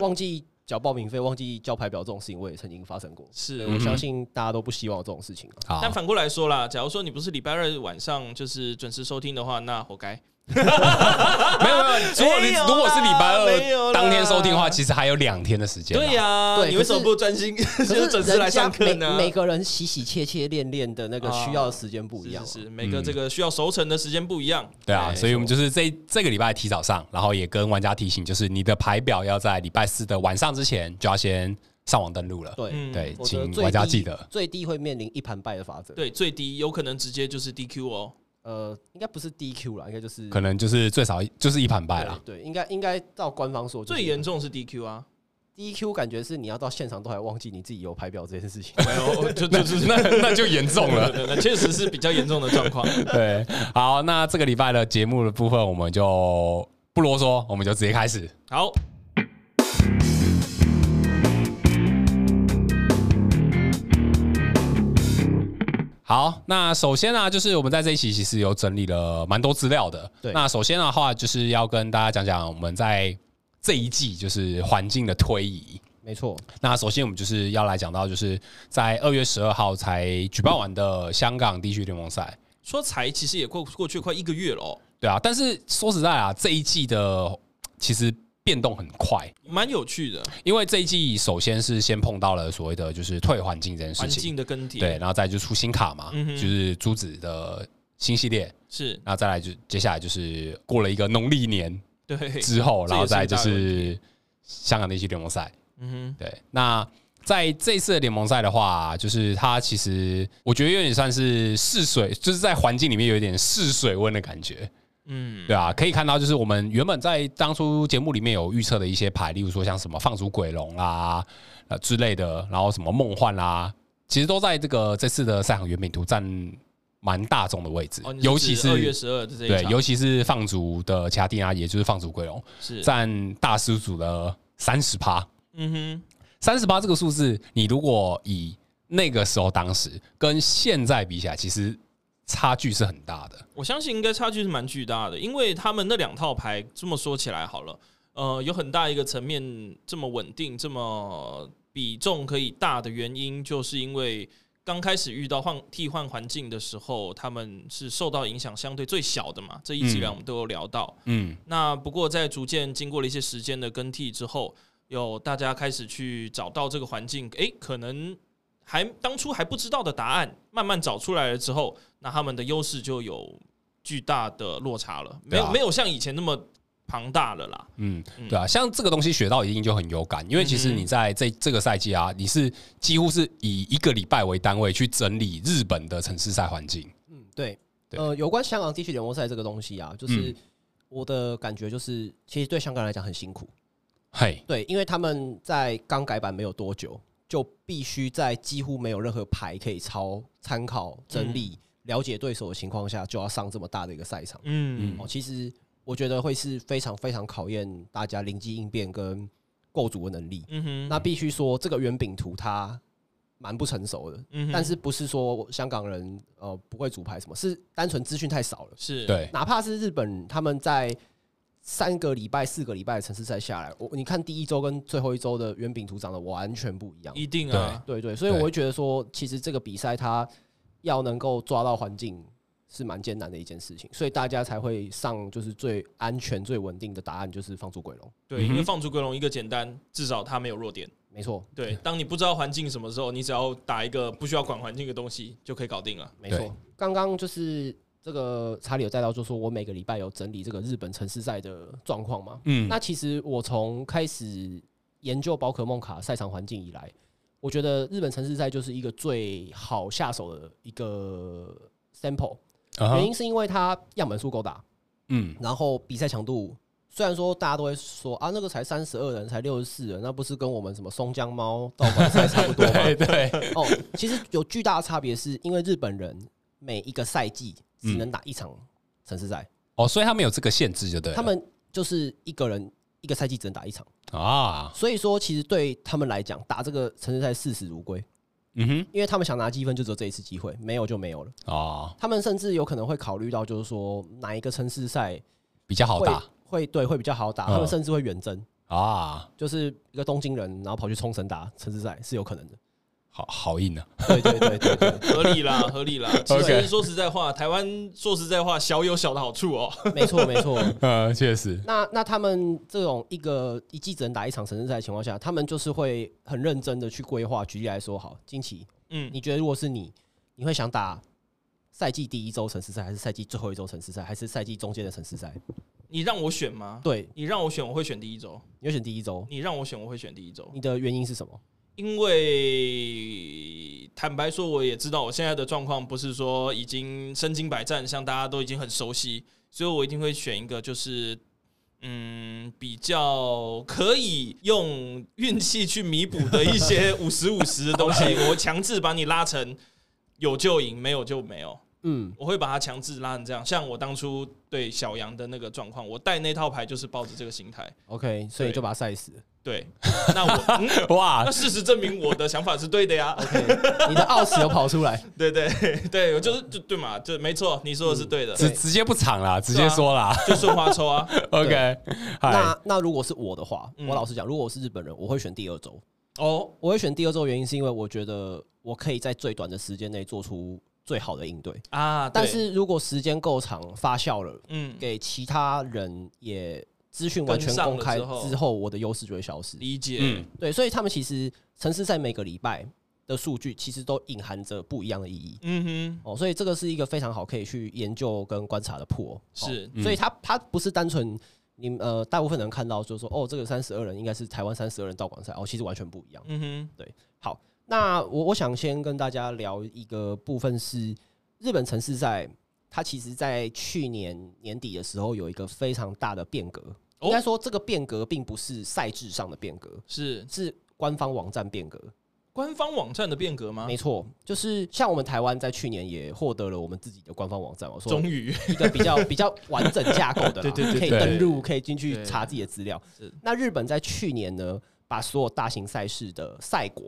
Speaker 3: 忘记缴报名费忘记交牌表这种事情，我也曾经发生过。
Speaker 1: 是
Speaker 3: 对，
Speaker 2: 嗯
Speaker 3: 我相信大家都不希望有这种事情啊。
Speaker 2: 好
Speaker 1: 但，反过来说啦，假如说你不是礼拜二晚上就是准时收听的话，那活该。
Speaker 2: 没有
Speaker 1: [LAUGHS]
Speaker 2: 没有，如果
Speaker 1: 没
Speaker 2: 你
Speaker 1: 有啦
Speaker 2: 如果是礼拜
Speaker 1: 没有
Speaker 2: 二
Speaker 1: 啦
Speaker 2: 当天收听的话，其实还有两天的时间啦。啊
Speaker 1: 对呀，
Speaker 3: 对
Speaker 1: 你为什么
Speaker 3: 可是
Speaker 1: 不专心 [LAUGHS] 就是准
Speaker 3: 人
Speaker 1: 时
Speaker 3: 家
Speaker 1: 来上课呢
Speaker 3: 每？每个人喜喜切切练练的那个需要的时间不一样、啊，
Speaker 1: 哦
Speaker 2: 嗯
Speaker 1: 是是是，每个这个需要熟成的时间不一样。
Speaker 2: 对啊，
Speaker 1: 哎
Speaker 2: 所以我们就是这这个礼拜提早上，然后也跟玩家提醒，就是你的牌表要在礼拜四的晚上之前就要先上网登录了。
Speaker 3: 对，
Speaker 1: 嗯
Speaker 2: 对，
Speaker 3: 我觉得
Speaker 2: 请
Speaker 3: 最
Speaker 2: 玩家
Speaker 3: 低
Speaker 2: 记得，
Speaker 3: 最低会面临一盘败的法则。
Speaker 1: 对，最低有可能直接就是 DQ 哦。
Speaker 3: 呃，应该不是 DQ 啦，应该就是
Speaker 2: 可能就是最少一就是一盘败了。
Speaker 3: 对，对应该应该到官方说
Speaker 1: 最严重是 DQ 啊，
Speaker 3: DQ，感觉是你要到现场都还忘记你自己有牌表这
Speaker 2: [LAUGHS]
Speaker 3: 件事情。
Speaker 1: 没有，就
Speaker 2: 那
Speaker 1: 就是
Speaker 2: 那那就严重
Speaker 1: [LAUGHS]
Speaker 2: 了。
Speaker 1: 对对对确实是比较严重的状况。 [LAUGHS]
Speaker 2: 对，好，那这个礼拜的节目的部分我们就不啰嗦，我们就直接开始。
Speaker 1: 好，
Speaker 2: 好，那首先呢、就是我们在这一期其实有整理了蛮多资料的。
Speaker 3: 对
Speaker 2: 那首先的话，就是要跟大家讲讲我们在这一季就是环境的推移。
Speaker 3: 没错，
Speaker 2: 那首先我们就是要来讲到，就是在二月十二号才举办完的香港地区联盟赛。
Speaker 1: 说才其实也过过去快一个月了、哦，
Speaker 2: 对啊，但是说实在啊，这一季的其实变动很快，
Speaker 1: 蛮有趣的
Speaker 2: 因为这一季首先是先碰到了所谓的就是退环境这件事
Speaker 1: 环
Speaker 2: 情，
Speaker 1: 境的更迭。
Speaker 2: 对，，然后再就出新卡嘛，
Speaker 1: 嗯哼
Speaker 2: 就是珠子的新系列，
Speaker 1: 是，
Speaker 2: 然后再来就接下来就是过了一个农历年
Speaker 1: 对，
Speaker 2: 之后，
Speaker 1: 这也
Speaker 2: 然
Speaker 1: 是
Speaker 2: 后
Speaker 1: 一大
Speaker 2: 再就是
Speaker 1: 问
Speaker 2: 香港地区联盟赛。
Speaker 1: 嗯
Speaker 2: 对，那在这次的联盟赛的话，就是它其实我觉得有点算是试水，就是在环境里面有一点试水温的感觉。
Speaker 1: 哼，嗯，
Speaker 2: 对啊，可以看到，就是我们原本在当初节目里面有预测的一些牌，例如说像什么放逐鬼龙啦、呃之类的，然后什么梦幻啦，其实都在这个这次的赛场原品图占蛮大众的位置，
Speaker 1: 哦，你
Speaker 2: 尤其
Speaker 1: 二月
Speaker 2: 是
Speaker 1: 十二的这一
Speaker 2: 对，
Speaker 1: 场，
Speaker 2: 尤其是放逐的其他地啊，也就是放逐鬼龙
Speaker 1: 是，
Speaker 2: 占大师组的三十趴，
Speaker 1: 嗯
Speaker 2: 三十八这个数字，你如果以那个时候当时跟现在比起来，其实差距是很大的
Speaker 1: 哼，。我相信应该差距是蛮巨大的，因为他们那两套牌，这么说起来好了，呃，有很大一个层面这么稳定，这么比重可以大的原因，就是因为。刚开始遇到换替换环境的时候，他们是受到影响相对最小的嘛。这一集
Speaker 2: 嗯
Speaker 1: 来我们都有聊到，
Speaker 2: 嗯，
Speaker 1: 那不过在逐渐经过了一些时间的更替之后，有大家开始去找到这个环境，诶，可能还当初还不知道的答案，慢慢找出来了之后，那他们的优势就有巨大的落差了，没
Speaker 2: 对
Speaker 1: 有、
Speaker 2: 啊
Speaker 1: 没有像以前那么庞大了啦。
Speaker 2: 嗯
Speaker 1: 嗯，
Speaker 2: 对啊，像这个东西学到一定就很有感，因为其
Speaker 3: 嗯
Speaker 2: 实你在这这个赛季啊，你是几乎是以一个礼拜为单位去整理日本的城市赛环境。
Speaker 3: 嗯，对，
Speaker 2: 对
Speaker 3: 呃，有关香港地区联盟赛这个东西啊，就是
Speaker 2: 嗯
Speaker 3: 我的感觉就是，其实对香港人来讲很辛苦，
Speaker 2: 嘿，
Speaker 3: 对，因为他们在刚改版没有多久，就必须在几乎没有任何牌可以抄、参考、整
Speaker 2: 嗯
Speaker 3: 理、了解对手的情况下，就要上这么大的一个赛场。
Speaker 1: 嗯
Speaker 2: 嗯
Speaker 3: 哦，其实我觉得会是非常非常考验大家灵机应变跟构筑的能力。
Speaker 1: 嗯哼，
Speaker 3: 那必须说，这个圆饼图它蛮不成熟的，
Speaker 1: 嗯哼
Speaker 3: 但是不是说香港人呃不会组牌什么，是单纯资讯太少了。
Speaker 1: 是，
Speaker 2: 对，
Speaker 3: 哪怕是日本，他们在三个礼拜、四个礼拜的城市赛下来，我你看第一周跟最后一周的圆饼图长得完全不一样。
Speaker 1: 一定啊，
Speaker 3: 对对，所以
Speaker 2: 对
Speaker 3: 我会觉得说，其实这个比赛它要能够抓到环境是蛮艰难的一件事情，所以大家才会上就是最安全、最稳定的答案就是放出鬼龙。
Speaker 1: 对，
Speaker 2: 嗯哼
Speaker 1: 因为放逐归龙一个简单，至少它没有弱点。
Speaker 3: 没错，
Speaker 1: 对，当你不知道环境什么时候，你只要打一个不需要管环境的东西就可以搞定了。
Speaker 3: 没
Speaker 2: 对
Speaker 3: 错。刚刚就是这个查理有带到，就说我每个礼拜有整理这个日本城市赛的状况嘛，
Speaker 2: 嗯，
Speaker 3: 那其实我从开始研究宝可梦卡赛场环境以来，我觉得日本城市赛就是一个最好下手的一个 sample。
Speaker 2: 嗯
Speaker 3: 原
Speaker 2: 哼
Speaker 3: 因是因为它样本数够大，
Speaker 2: 嗯，
Speaker 3: 然后比赛强度虽然说大家都会说啊，那个才三十二人，才六十四人，那不是跟我们什么松江猫道馆赛差不多吗？
Speaker 2: 对对，
Speaker 3: 哦，其实有巨大的差别，是因为日本人每一个赛季只
Speaker 2: 嗯
Speaker 3: 能打一场城市赛，
Speaker 2: 哦，所以他们有这个限制就对了，
Speaker 3: 他们就是一个人一个赛季只能打一场。
Speaker 2: 啊，
Speaker 3: 所以说，其实对他们来讲，打这个城市赛视死如归，
Speaker 2: 嗯哼，
Speaker 3: 因为他们想拿积分就只有这一次机会，没有就没有了。
Speaker 2: 哦，
Speaker 3: 他们甚至有可能会考虑到，就是说哪一个城市赛
Speaker 2: 比较好
Speaker 3: 会
Speaker 2: 打，
Speaker 3: 会对会比较好打，
Speaker 2: 嗯
Speaker 3: 他们甚至会远征。
Speaker 2: 啊，
Speaker 3: 就是一个东京人，然后跑去冲绳打城市赛是有可能的。
Speaker 2: 好好硬啊！
Speaker 3: 对对对对对
Speaker 1: 合理啦，合理啦。其
Speaker 2: OK
Speaker 1: 实说实在话，台湾说实在话，小有小的好处哦。
Speaker 3: 没错没错。
Speaker 2: 呃，确实，
Speaker 3: 那那他们这种一个一季只能打一场城市赛的情况下，他们就是会很认真的去规划。举例来说，好，近期
Speaker 1: 嗯，
Speaker 3: 你觉得如果是你，你会想打赛季第一周城市赛，还是赛季最后一周城市赛，还是赛季中间的城市赛？
Speaker 1: 你让我选吗？
Speaker 3: 对，
Speaker 1: 你让我选，我会选第一周。
Speaker 3: 你会选第一周，
Speaker 1: 你让我选，我会选第一周，
Speaker 3: 你的原因是什么？
Speaker 1: 因为坦白说，我也知道我现在的状况不是说已经身经百战，像大家都已经很熟悉，所以我一定会选一个就是。嗯，比较可以用运气去弥补的一些五十五十的东西，我强制把你拉成有就赢，没有就没有。
Speaker 3: 嗯，
Speaker 1: 我会把它强制拉成这样。像我当初对小杨的那个状况，我带那套牌就是抱着这个心态。
Speaker 3: OK，所以就把他晒死。
Speaker 1: 对，那
Speaker 3: [LAUGHS]
Speaker 1: 我、嗯、
Speaker 2: 哇
Speaker 1: 那，事实证明我的想法是对的呀。
Speaker 3: OK，你的傲气又跑出来。
Speaker 1: [LAUGHS] 对对对，我就是就对嘛，就没错，你说的是
Speaker 3: 嗯
Speaker 1: 对的，
Speaker 2: 直直接不抢啦，直接说啦。
Speaker 1: 就顺花抽
Speaker 3: [LAUGHS]
Speaker 1: 啊。
Speaker 2: [LAUGHS] OK，嗨，
Speaker 3: 啊那那如果是我的话，
Speaker 1: 嗯
Speaker 3: 我老实讲，如果我是日本人，我会选第二周。
Speaker 1: 哦，
Speaker 3: 我会选第二周的原因是因为我觉得我可以在最短的时间内做出最好的应对。
Speaker 1: 啊，
Speaker 3: 但
Speaker 1: 对
Speaker 3: 是如果时间够长发酵了，
Speaker 1: 嗯，
Speaker 3: 给其他人也资讯完全
Speaker 1: 跟上了
Speaker 3: 公开
Speaker 1: 之后
Speaker 3: 之后，我的优势就会消失。
Speaker 1: 理解，
Speaker 2: 嗯，
Speaker 3: 对，所以他们其实城市赛每个礼拜的数据其实都隐含着不一样的意义。
Speaker 1: 嗯
Speaker 3: 哦，所以这个是一个非常好可以去研究跟观察的破、哦。
Speaker 1: 哼，是，
Speaker 2: 嗯
Speaker 3: 所以它它不是单纯你们呃大部分人看到就是说哦这个三十二人应该是台湾三十二人道馆赛哦，其实完全不一样。
Speaker 1: 嗯哼，
Speaker 3: 那我我想先跟大家聊一个部分是日本城市赛，它其实在去年年底的时候有一个非常大的变革。
Speaker 1: 哦
Speaker 3: 应该说这个变革并不是赛制上的变革，
Speaker 1: 是
Speaker 3: 是官方网站变革。
Speaker 1: 官方网站的变革吗
Speaker 3: 没？错，就是像我们台湾在去年也获得了我们自己的官方网站嘛，我说
Speaker 1: 终于， [LAUGHS]
Speaker 3: 一个比较比较完整架构的啦，
Speaker 1: 对对对
Speaker 3: 可以
Speaker 2: 对
Speaker 3: 登录，可以进
Speaker 1: 对
Speaker 3: 去查自己的资料
Speaker 1: 是。
Speaker 3: 那日本在去年呢，把所有大型赛事的赛果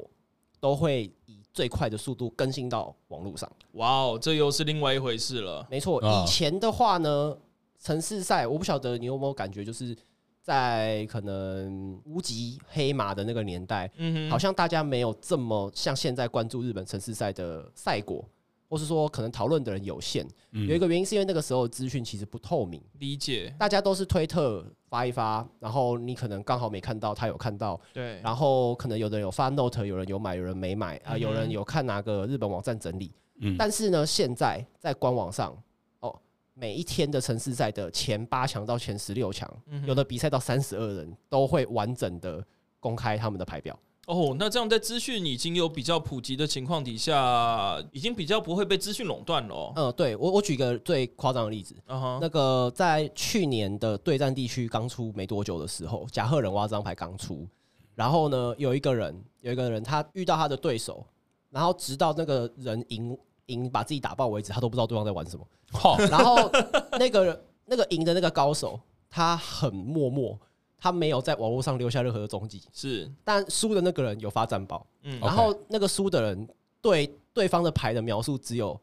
Speaker 3: 都会以最快的速度更新到网络上。
Speaker 1: 哇哦，这又是另外一回事了。
Speaker 3: 没错，
Speaker 2: 啊
Speaker 3: 以前的话呢，城市赛我不晓得你有没有感觉，就是在可能无极黑马的那个年代，
Speaker 1: 嗯哼，
Speaker 3: 好像大家没有这么像现在关注日本城市赛的赛果，或是说可能讨论的人有限。有一
Speaker 2: 嗯，
Speaker 3: 个原因是因为那个时候资讯其实不透明。
Speaker 1: 理解，
Speaker 3: 大家都是推特发一发，然后你可能刚好没看到，他有看到，
Speaker 1: 对，
Speaker 3: 然后可能有的人有发 Note，有人有买，有人没买啊、
Speaker 1: 嗯哼
Speaker 3: 有人有看哪个日本网站整理。
Speaker 2: 嗯
Speaker 3: 但是呢，现在在官网上，哦，每一天的城市赛的前八强到前十六强，
Speaker 1: 嗯哼
Speaker 3: 有的比赛到三十二人都会完整的公开他们的排表。
Speaker 1: 哦，那这样在资讯已经有比较普及的情况底下，已经比较不会被资讯垄断了哦。
Speaker 3: 嗯、对我我举个最夸张的例子。
Speaker 1: 嗯哼，
Speaker 3: 那个在去年的对战地区刚出没多久的时候，甲贺忍蛙这张牌刚出，然后呢，有一个人，有一个人他遇到他的对手，然后直到那个人赢赢把自己打爆为止，他都不知道对方在玩什么。
Speaker 2: 好，
Speaker 3: 然后那个那个赢的那个高手，他很默默，他没有在网络上留下任何的踪迹，
Speaker 1: 是，
Speaker 3: 但输的那个人有发战报，
Speaker 1: 嗯，
Speaker 2: 哦
Speaker 3: 然后那个输的人对对方的牌的描述只有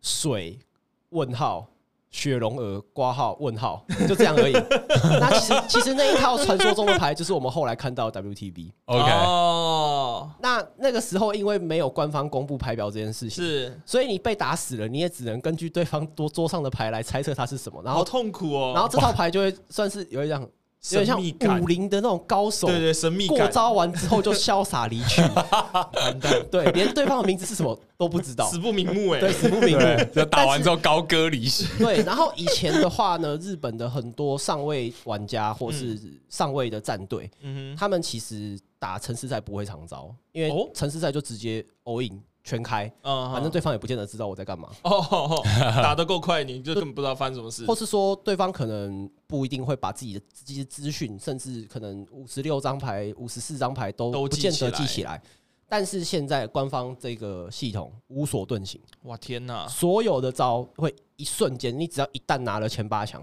Speaker 3: 水问号。雪龙鹅挂号问号 [LAUGHS] 就这样
Speaker 1: [LAUGHS]
Speaker 3: 而已。那其实其实那一套传说中的牌就是我们后来看到的 WTB。
Speaker 2: OK，
Speaker 1: 哦，
Speaker 3: 那那个时候因为没有官方公布牌表这件事情，
Speaker 1: 是，
Speaker 3: 所以你被打死了，你也只能根据对方桌桌上的牌来猜测它是什么。然
Speaker 1: 好
Speaker 3: 后
Speaker 1: 痛苦哦，
Speaker 3: 然后这套牌就会算是有一点有
Speaker 1: 神
Speaker 3: 点像
Speaker 1: 秘感
Speaker 3: 武，林的那种高手，
Speaker 1: 对对，神秘
Speaker 3: 过
Speaker 1: 感，
Speaker 3: 招完之后就潇洒离去，对，连对方的名字是什么都不知道
Speaker 1: 死，不瞑目哎
Speaker 3: 对，，死不明
Speaker 2: 对
Speaker 3: 目。，
Speaker 2: 就打完之后高歌离席。
Speaker 3: 对，然后以前的话呢，日本的很多上位玩家或是上位的战队，
Speaker 1: 嗯嗯哼，
Speaker 3: 他们其实打城市赛不会常招，因
Speaker 1: 哦
Speaker 3: 为城市赛就直接 all in 全开，
Speaker 1: 嗯，
Speaker 3: 反正对方也不见得知道我在干嘛，
Speaker 1: 哦，哦，哦打得够快，你就根本不知道发生什么事
Speaker 3: 或，是说对方可能不一定会把自己的这些资讯，甚至可能五十六张牌、五十四张牌都
Speaker 1: 都
Speaker 3: 不
Speaker 1: 记
Speaker 3: 见
Speaker 1: 起
Speaker 3: 得
Speaker 1: 来
Speaker 3: 记起来。但是现在官方这个系统无所遁形，
Speaker 1: 哇天哪，
Speaker 3: 所有的招会一瞬间，你只要一旦拿了前八强，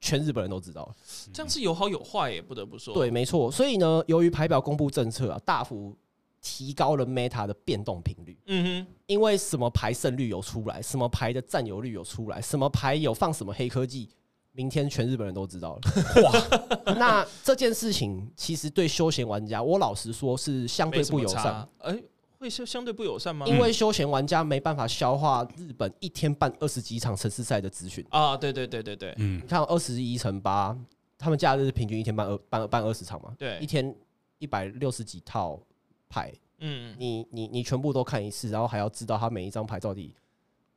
Speaker 3: 全日本人都知道了。
Speaker 1: 这样是哦有好有坏耶，不得不说，
Speaker 3: 对，，没错。所以呢，由于牌表公布政策啊，大幅提高了 Meta 的变动频率。
Speaker 1: 嗯哼，
Speaker 3: 因为什么牌胜率有出来，什么牌的占有率有出来，什么牌有放什么黑科技，明天全日本人都知道了。哇， [LAUGHS] 那这件事情其实对休闲玩家，我老实说是相对
Speaker 1: 没什
Speaker 3: 不
Speaker 1: 么
Speaker 3: 友善
Speaker 1: 差，。哎，会相相对不友善吗？
Speaker 3: 因为休闲玩家没办法消化日本一天办二十几场城市赛的资讯。
Speaker 1: 啊，对对对对对
Speaker 2: 嗯
Speaker 3: 你看二十一乘八，他们假日平均一天办二办办二十场嘛，一
Speaker 1: 对，
Speaker 3: 天一百六十几套牌，
Speaker 1: 嗯，
Speaker 3: 你你你全部都看一次，然后还要知道它每一张牌到底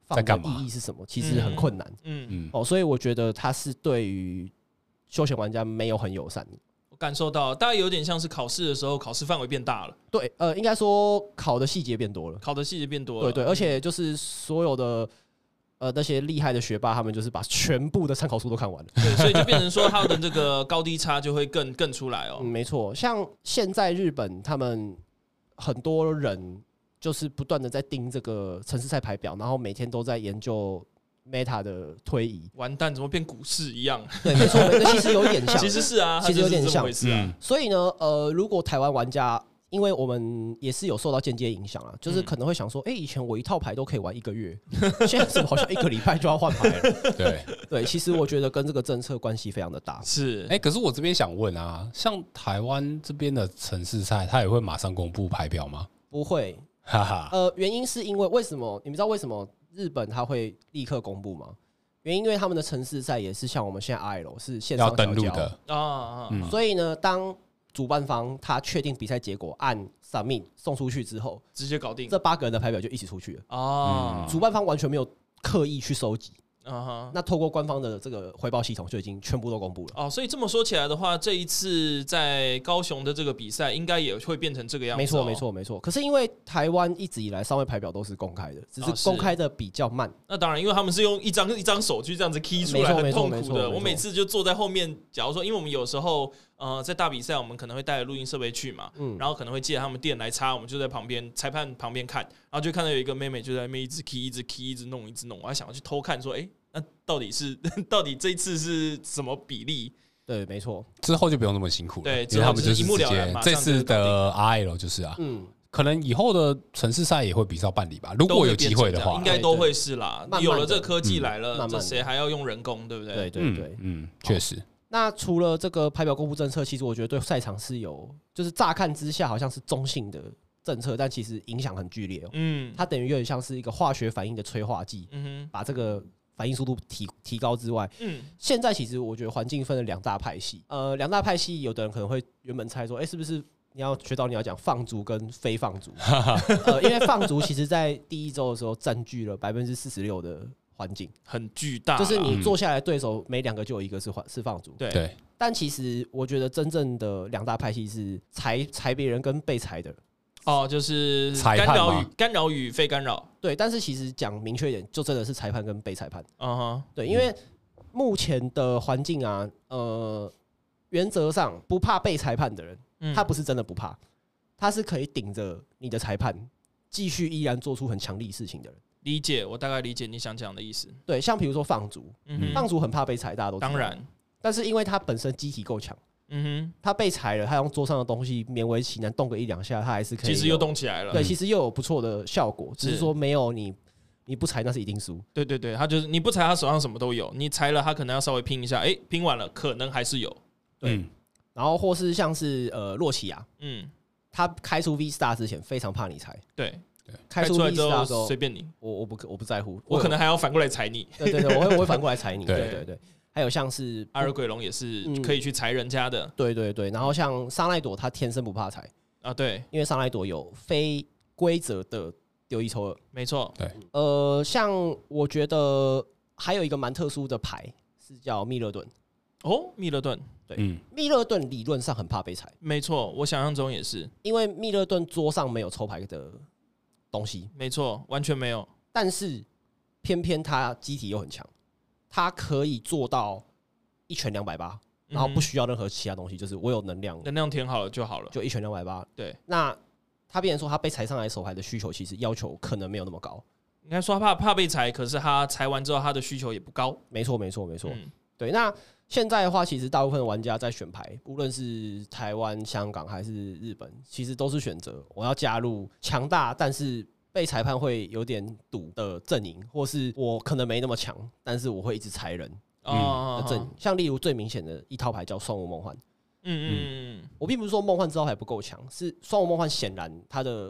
Speaker 3: 放
Speaker 2: 在
Speaker 3: 的
Speaker 2: 干嘛
Speaker 3: 意义是什么，其实很困难。
Speaker 1: 嗯，
Speaker 2: 嗯，
Speaker 3: 哦，所以我觉得它是对于休闲玩家没有很友善。
Speaker 1: 我感受到，大概有点像是考试的时候，考试范围变大了，
Speaker 3: 对，呃，应该说考的细节变多了。
Speaker 1: 考的细节变多了。
Speaker 3: 对对，而且就是所有的呃那些厉害的学霸，他们就是把全部的参考书都看完了。
Speaker 1: 对，所以就变成说它的这个高低差就会更更出来哦
Speaker 3: 嗯，。没错，像现在日本他们很多人就是不断的在盯这个城市赛牌表，然后每天都在研究 Meta 的推移。
Speaker 1: 完蛋，怎么变股市一样？
Speaker 3: 对，没错，那 [LAUGHS] 其实有点像。
Speaker 1: 其实是 [LAUGHS] 啊，它
Speaker 3: 其实
Speaker 1: 就
Speaker 3: 有
Speaker 1: 是
Speaker 3: 点
Speaker 1: 这么
Speaker 3: 像
Speaker 1: 回事啊。
Speaker 3: 所以呢，呃，如果台湾玩家，因为我们也是有受到间接影响啊，就是
Speaker 1: 嗯
Speaker 3: 可能会想说，哎、以前我一套牌都可以玩一个月， [LAUGHS] 现在怎么好像一个礼拜就要换牌
Speaker 2: [LAUGHS]
Speaker 3: 了？
Speaker 2: 嗯
Speaker 1: [LAUGHS]
Speaker 2: 对。
Speaker 3: 对，其实我觉得跟这个政策关系非常的大。
Speaker 1: 是
Speaker 2: 哎、，可是我这边想问啊，像台湾这边的城市赛，它也会马上公布排表吗？
Speaker 3: 不会，
Speaker 2: 哈哈，
Speaker 3: 呃，原因是因为为什么？你们知道为什么日本它会立刻公布吗？原因因为他们的城市赛也是像我们现在 IL 是线上
Speaker 2: 要登录
Speaker 3: 小交
Speaker 2: 的，
Speaker 1: 啊啊，啊
Speaker 2: 嗯
Speaker 3: 所以呢，当主办方他确定比赛结果，按 submit 送出去之后，
Speaker 1: 直接搞定
Speaker 3: 这八个人的牌表就一起出去了。
Speaker 1: 啊
Speaker 2: 嗯
Speaker 3: 主办方完全没有刻意去收集，
Speaker 1: 啊哈。
Speaker 3: 那透过官方的这个汇报系统就已经全部都公布了。
Speaker 1: 哦，所以这么说起来的话，这一次在高雄的这个比赛，应该也会变成这个样子、哦
Speaker 3: 没错，没。错，没错。可是因为台湾一直以来上位牌表都是公开的，只
Speaker 1: 啊
Speaker 3: 是
Speaker 1: 是
Speaker 3: 公开的比较慢。
Speaker 1: 那当然，因为他们是用一张一张手去这样子 key 出来，很
Speaker 3: 没错
Speaker 1: 痛
Speaker 3: 没
Speaker 1: 苦
Speaker 3: 错没
Speaker 1: 的。
Speaker 3: 错
Speaker 1: 我每次就坐在后面，假如说，因为我们有时候呃在大比赛，我们可能会带录音设备去嘛，
Speaker 3: 嗯，
Speaker 1: 然后可能会借他们店来插，我们就在旁边裁判旁边看，然后就看到有一个妹妹就在那边一直 key 一直 key 一直弄一直弄，我还想要去偷看说，哎、那到底是 [LAUGHS] 到底这一次是什么比例？
Speaker 3: 对，没错。
Speaker 2: 之后就不用那么辛苦了，
Speaker 1: 对
Speaker 2: 因为他们
Speaker 1: 之后就是
Speaker 2: 是
Speaker 1: 一目
Speaker 2: 直
Speaker 1: 了然
Speaker 2: 接
Speaker 1: 马上
Speaker 2: 这
Speaker 1: 就
Speaker 2: 次
Speaker 1: 搞定
Speaker 2: 的 RL 就是啊，
Speaker 3: 嗯，
Speaker 2: 可能以后的城市赛也会比照办理吧，如
Speaker 1: 都
Speaker 2: 果
Speaker 1: 会
Speaker 2: 有
Speaker 1: 变
Speaker 2: 机
Speaker 1: 成
Speaker 2: 会的
Speaker 1: 这样
Speaker 2: 话
Speaker 1: 应，该都会是啦。
Speaker 3: 哎对对
Speaker 1: 有了这科技来了，
Speaker 3: 慢慢
Speaker 1: 这
Speaker 3: 的
Speaker 1: 谁还要用人工，对不对？哦
Speaker 3: 对对
Speaker 2: 嗯
Speaker 3: 对。
Speaker 2: 嗯，确实，
Speaker 3: 那除了这个牌表公布政策，其实我觉得对赛场是有，就是乍看之下好像是中性的政策，但其实影响很剧烈哦。
Speaker 1: 嗯，
Speaker 3: 它等于有点像是一个化学反应的催化剂，
Speaker 1: 嗯
Speaker 3: 把这个反应速度提提高之外，
Speaker 1: 哼，嗯，
Speaker 3: 现在其实我觉得环境分了两大派系。呃，两大派系，有的人可能会原本猜说，哎、是不是你要学到你要讲放逐跟非放
Speaker 1: [LAUGHS]
Speaker 3: 逐？呃，因为放逐其实在第一周的时候占据了百分之四十六的环境，
Speaker 1: 很巨大啦，
Speaker 3: 就是你坐下来对手每两个就有一个是放是放逐。
Speaker 1: 啊嗯对
Speaker 2: 对，
Speaker 3: 但其实我觉得真正的两大派系是裁裁别人跟被裁的，
Speaker 1: 哦，就是
Speaker 2: 裁
Speaker 1: 干
Speaker 2: 判
Speaker 1: 扰
Speaker 2: 吗
Speaker 1: 与干扰与非干扰，
Speaker 3: 对。但是其实讲明确一点，就真的是裁判跟被裁判，
Speaker 1: 嗯哼，
Speaker 3: 对，因为目前的环境啊，呃，原则上不怕被裁判的人，
Speaker 1: 嗯
Speaker 3: 他不是真的不怕，他是可以顶着你的裁判，继续依然做出很强力事情的人。
Speaker 1: 理解，我大概理解你想讲的意思。
Speaker 3: 对，像比如说放逐，
Speaker 1: 嗯
Speaker 3: 放
Speaker 1: 哼，
Speaker 3: 逐很怕被裁，大家都知道
Speaker 1: 当，然，
Speaker 3: 但是因为他本身机体够强，
Speaker 1: 嗯
Speaker 3: 他被裁了，他用桌上的东西勉为其难动个一两下，他还是
Speaker 1: 哼，
Speaker 3: 可以。
Speaker 1: 其实又，动起来了。
Speaker 3: 对，其实又有不错的效果，只是
Speaker 1: 是
Speaker 3: 说没有你你不裁那是一定输。
Speaker 1: 对对对，他就是你不裁，他手上什么都有；你裁了，他可能要稍微拼一下。哎，拼完了，可能还是有。
Speaker 3: 对
Speaker 2: 嗯
Speaker 3: 然后或是像是呃洛奇亚，
Speaker 1: 嗯，
Speaker 3: 他开出 V Star 之前非常怕你裁，
Speaker 1: 对，
Speaker 3: 开
Speaker 1: 开
Speaker 3: 出
Speaker 1: 出
Speaker 3: V
Speaker 1: 来之
Speaker 3: Star 的时
Speaker 1: 后
Speaker 3: 候
Speaker 1: 随，便你，
Speaker 3: 我我不我不在乎，
Speaker 1: 我可
Speaker 3: 能
Speaker 1: 能还要反过来裁你。
Speaker 3: 对对对，我会我会反过
Speaker 1: [LAUGHS]
Speaker 3: 来裁你。
Speaker 2: 对
Speaker 3: 对对对，还有像是
Speaker 1: 阿尔鬼龙也是
Speaker 3: 嗯
Speaker 1: 可以去裁人家的
Speaker 3: 对对对，然后像沙奈朵，他天生不怕踩，
Speaker 1: 啊，对，
Speaker 3: 因为沙奈朵有非规则的丢一抽二。
Speaker 1: 没错，
Speaker 3: 呃，像我觉得还有一个蛮特殊的牌是叫密勒顿，
Speaker 1: 哦，密勒顿，
Speaker 3: 对
Speaker 2: 嗯
Speaker 3: 密勒顿理论上很怕被踩，
Speaker 1: 没错，我想象中也是，
Speaker 3: 因为密勒顿桌上没有抽牌的东西，
Speaker 1: 没错，完全没有，
Speaker 3: 但是偏偏他机体又很强，他可以做到一拳两百八，然后
Speaker 1: 嗯
Speaker 3: 不需要任何其他东西，就是我有能量
Speaker 1: 能量填好了就好了。
Speaker 3: 就一拳两百八。
Speaker 1: 对，
Speaker 3: 那他变成说他被踩上来手牌的需求其实要求可能没有那么高。
Speaker 1: 应该说他怕怕被裁，可是他裁完之后他的需求也不高。
Speaker 3: 没错，没错，没错。
Speaker 1: 嗯
Speaker 3: 对，那现在的话，其实大部分玩家在选牌，无论是台湾、香港还是日本，其实都是选择我要加入强大，但是被裁判会有点赌的阵营，或是我可能没那么强，但是我会一直裁人。
Speaker 1: 哦
Speaker 3: 的阵营。像例如最明显的一套牌叫双无梦幻，
Speaker 1: 嗯嗯嗯，
Speaker 3: 我并不是说梦幻这套牌不够强，是双无梦幻显然它的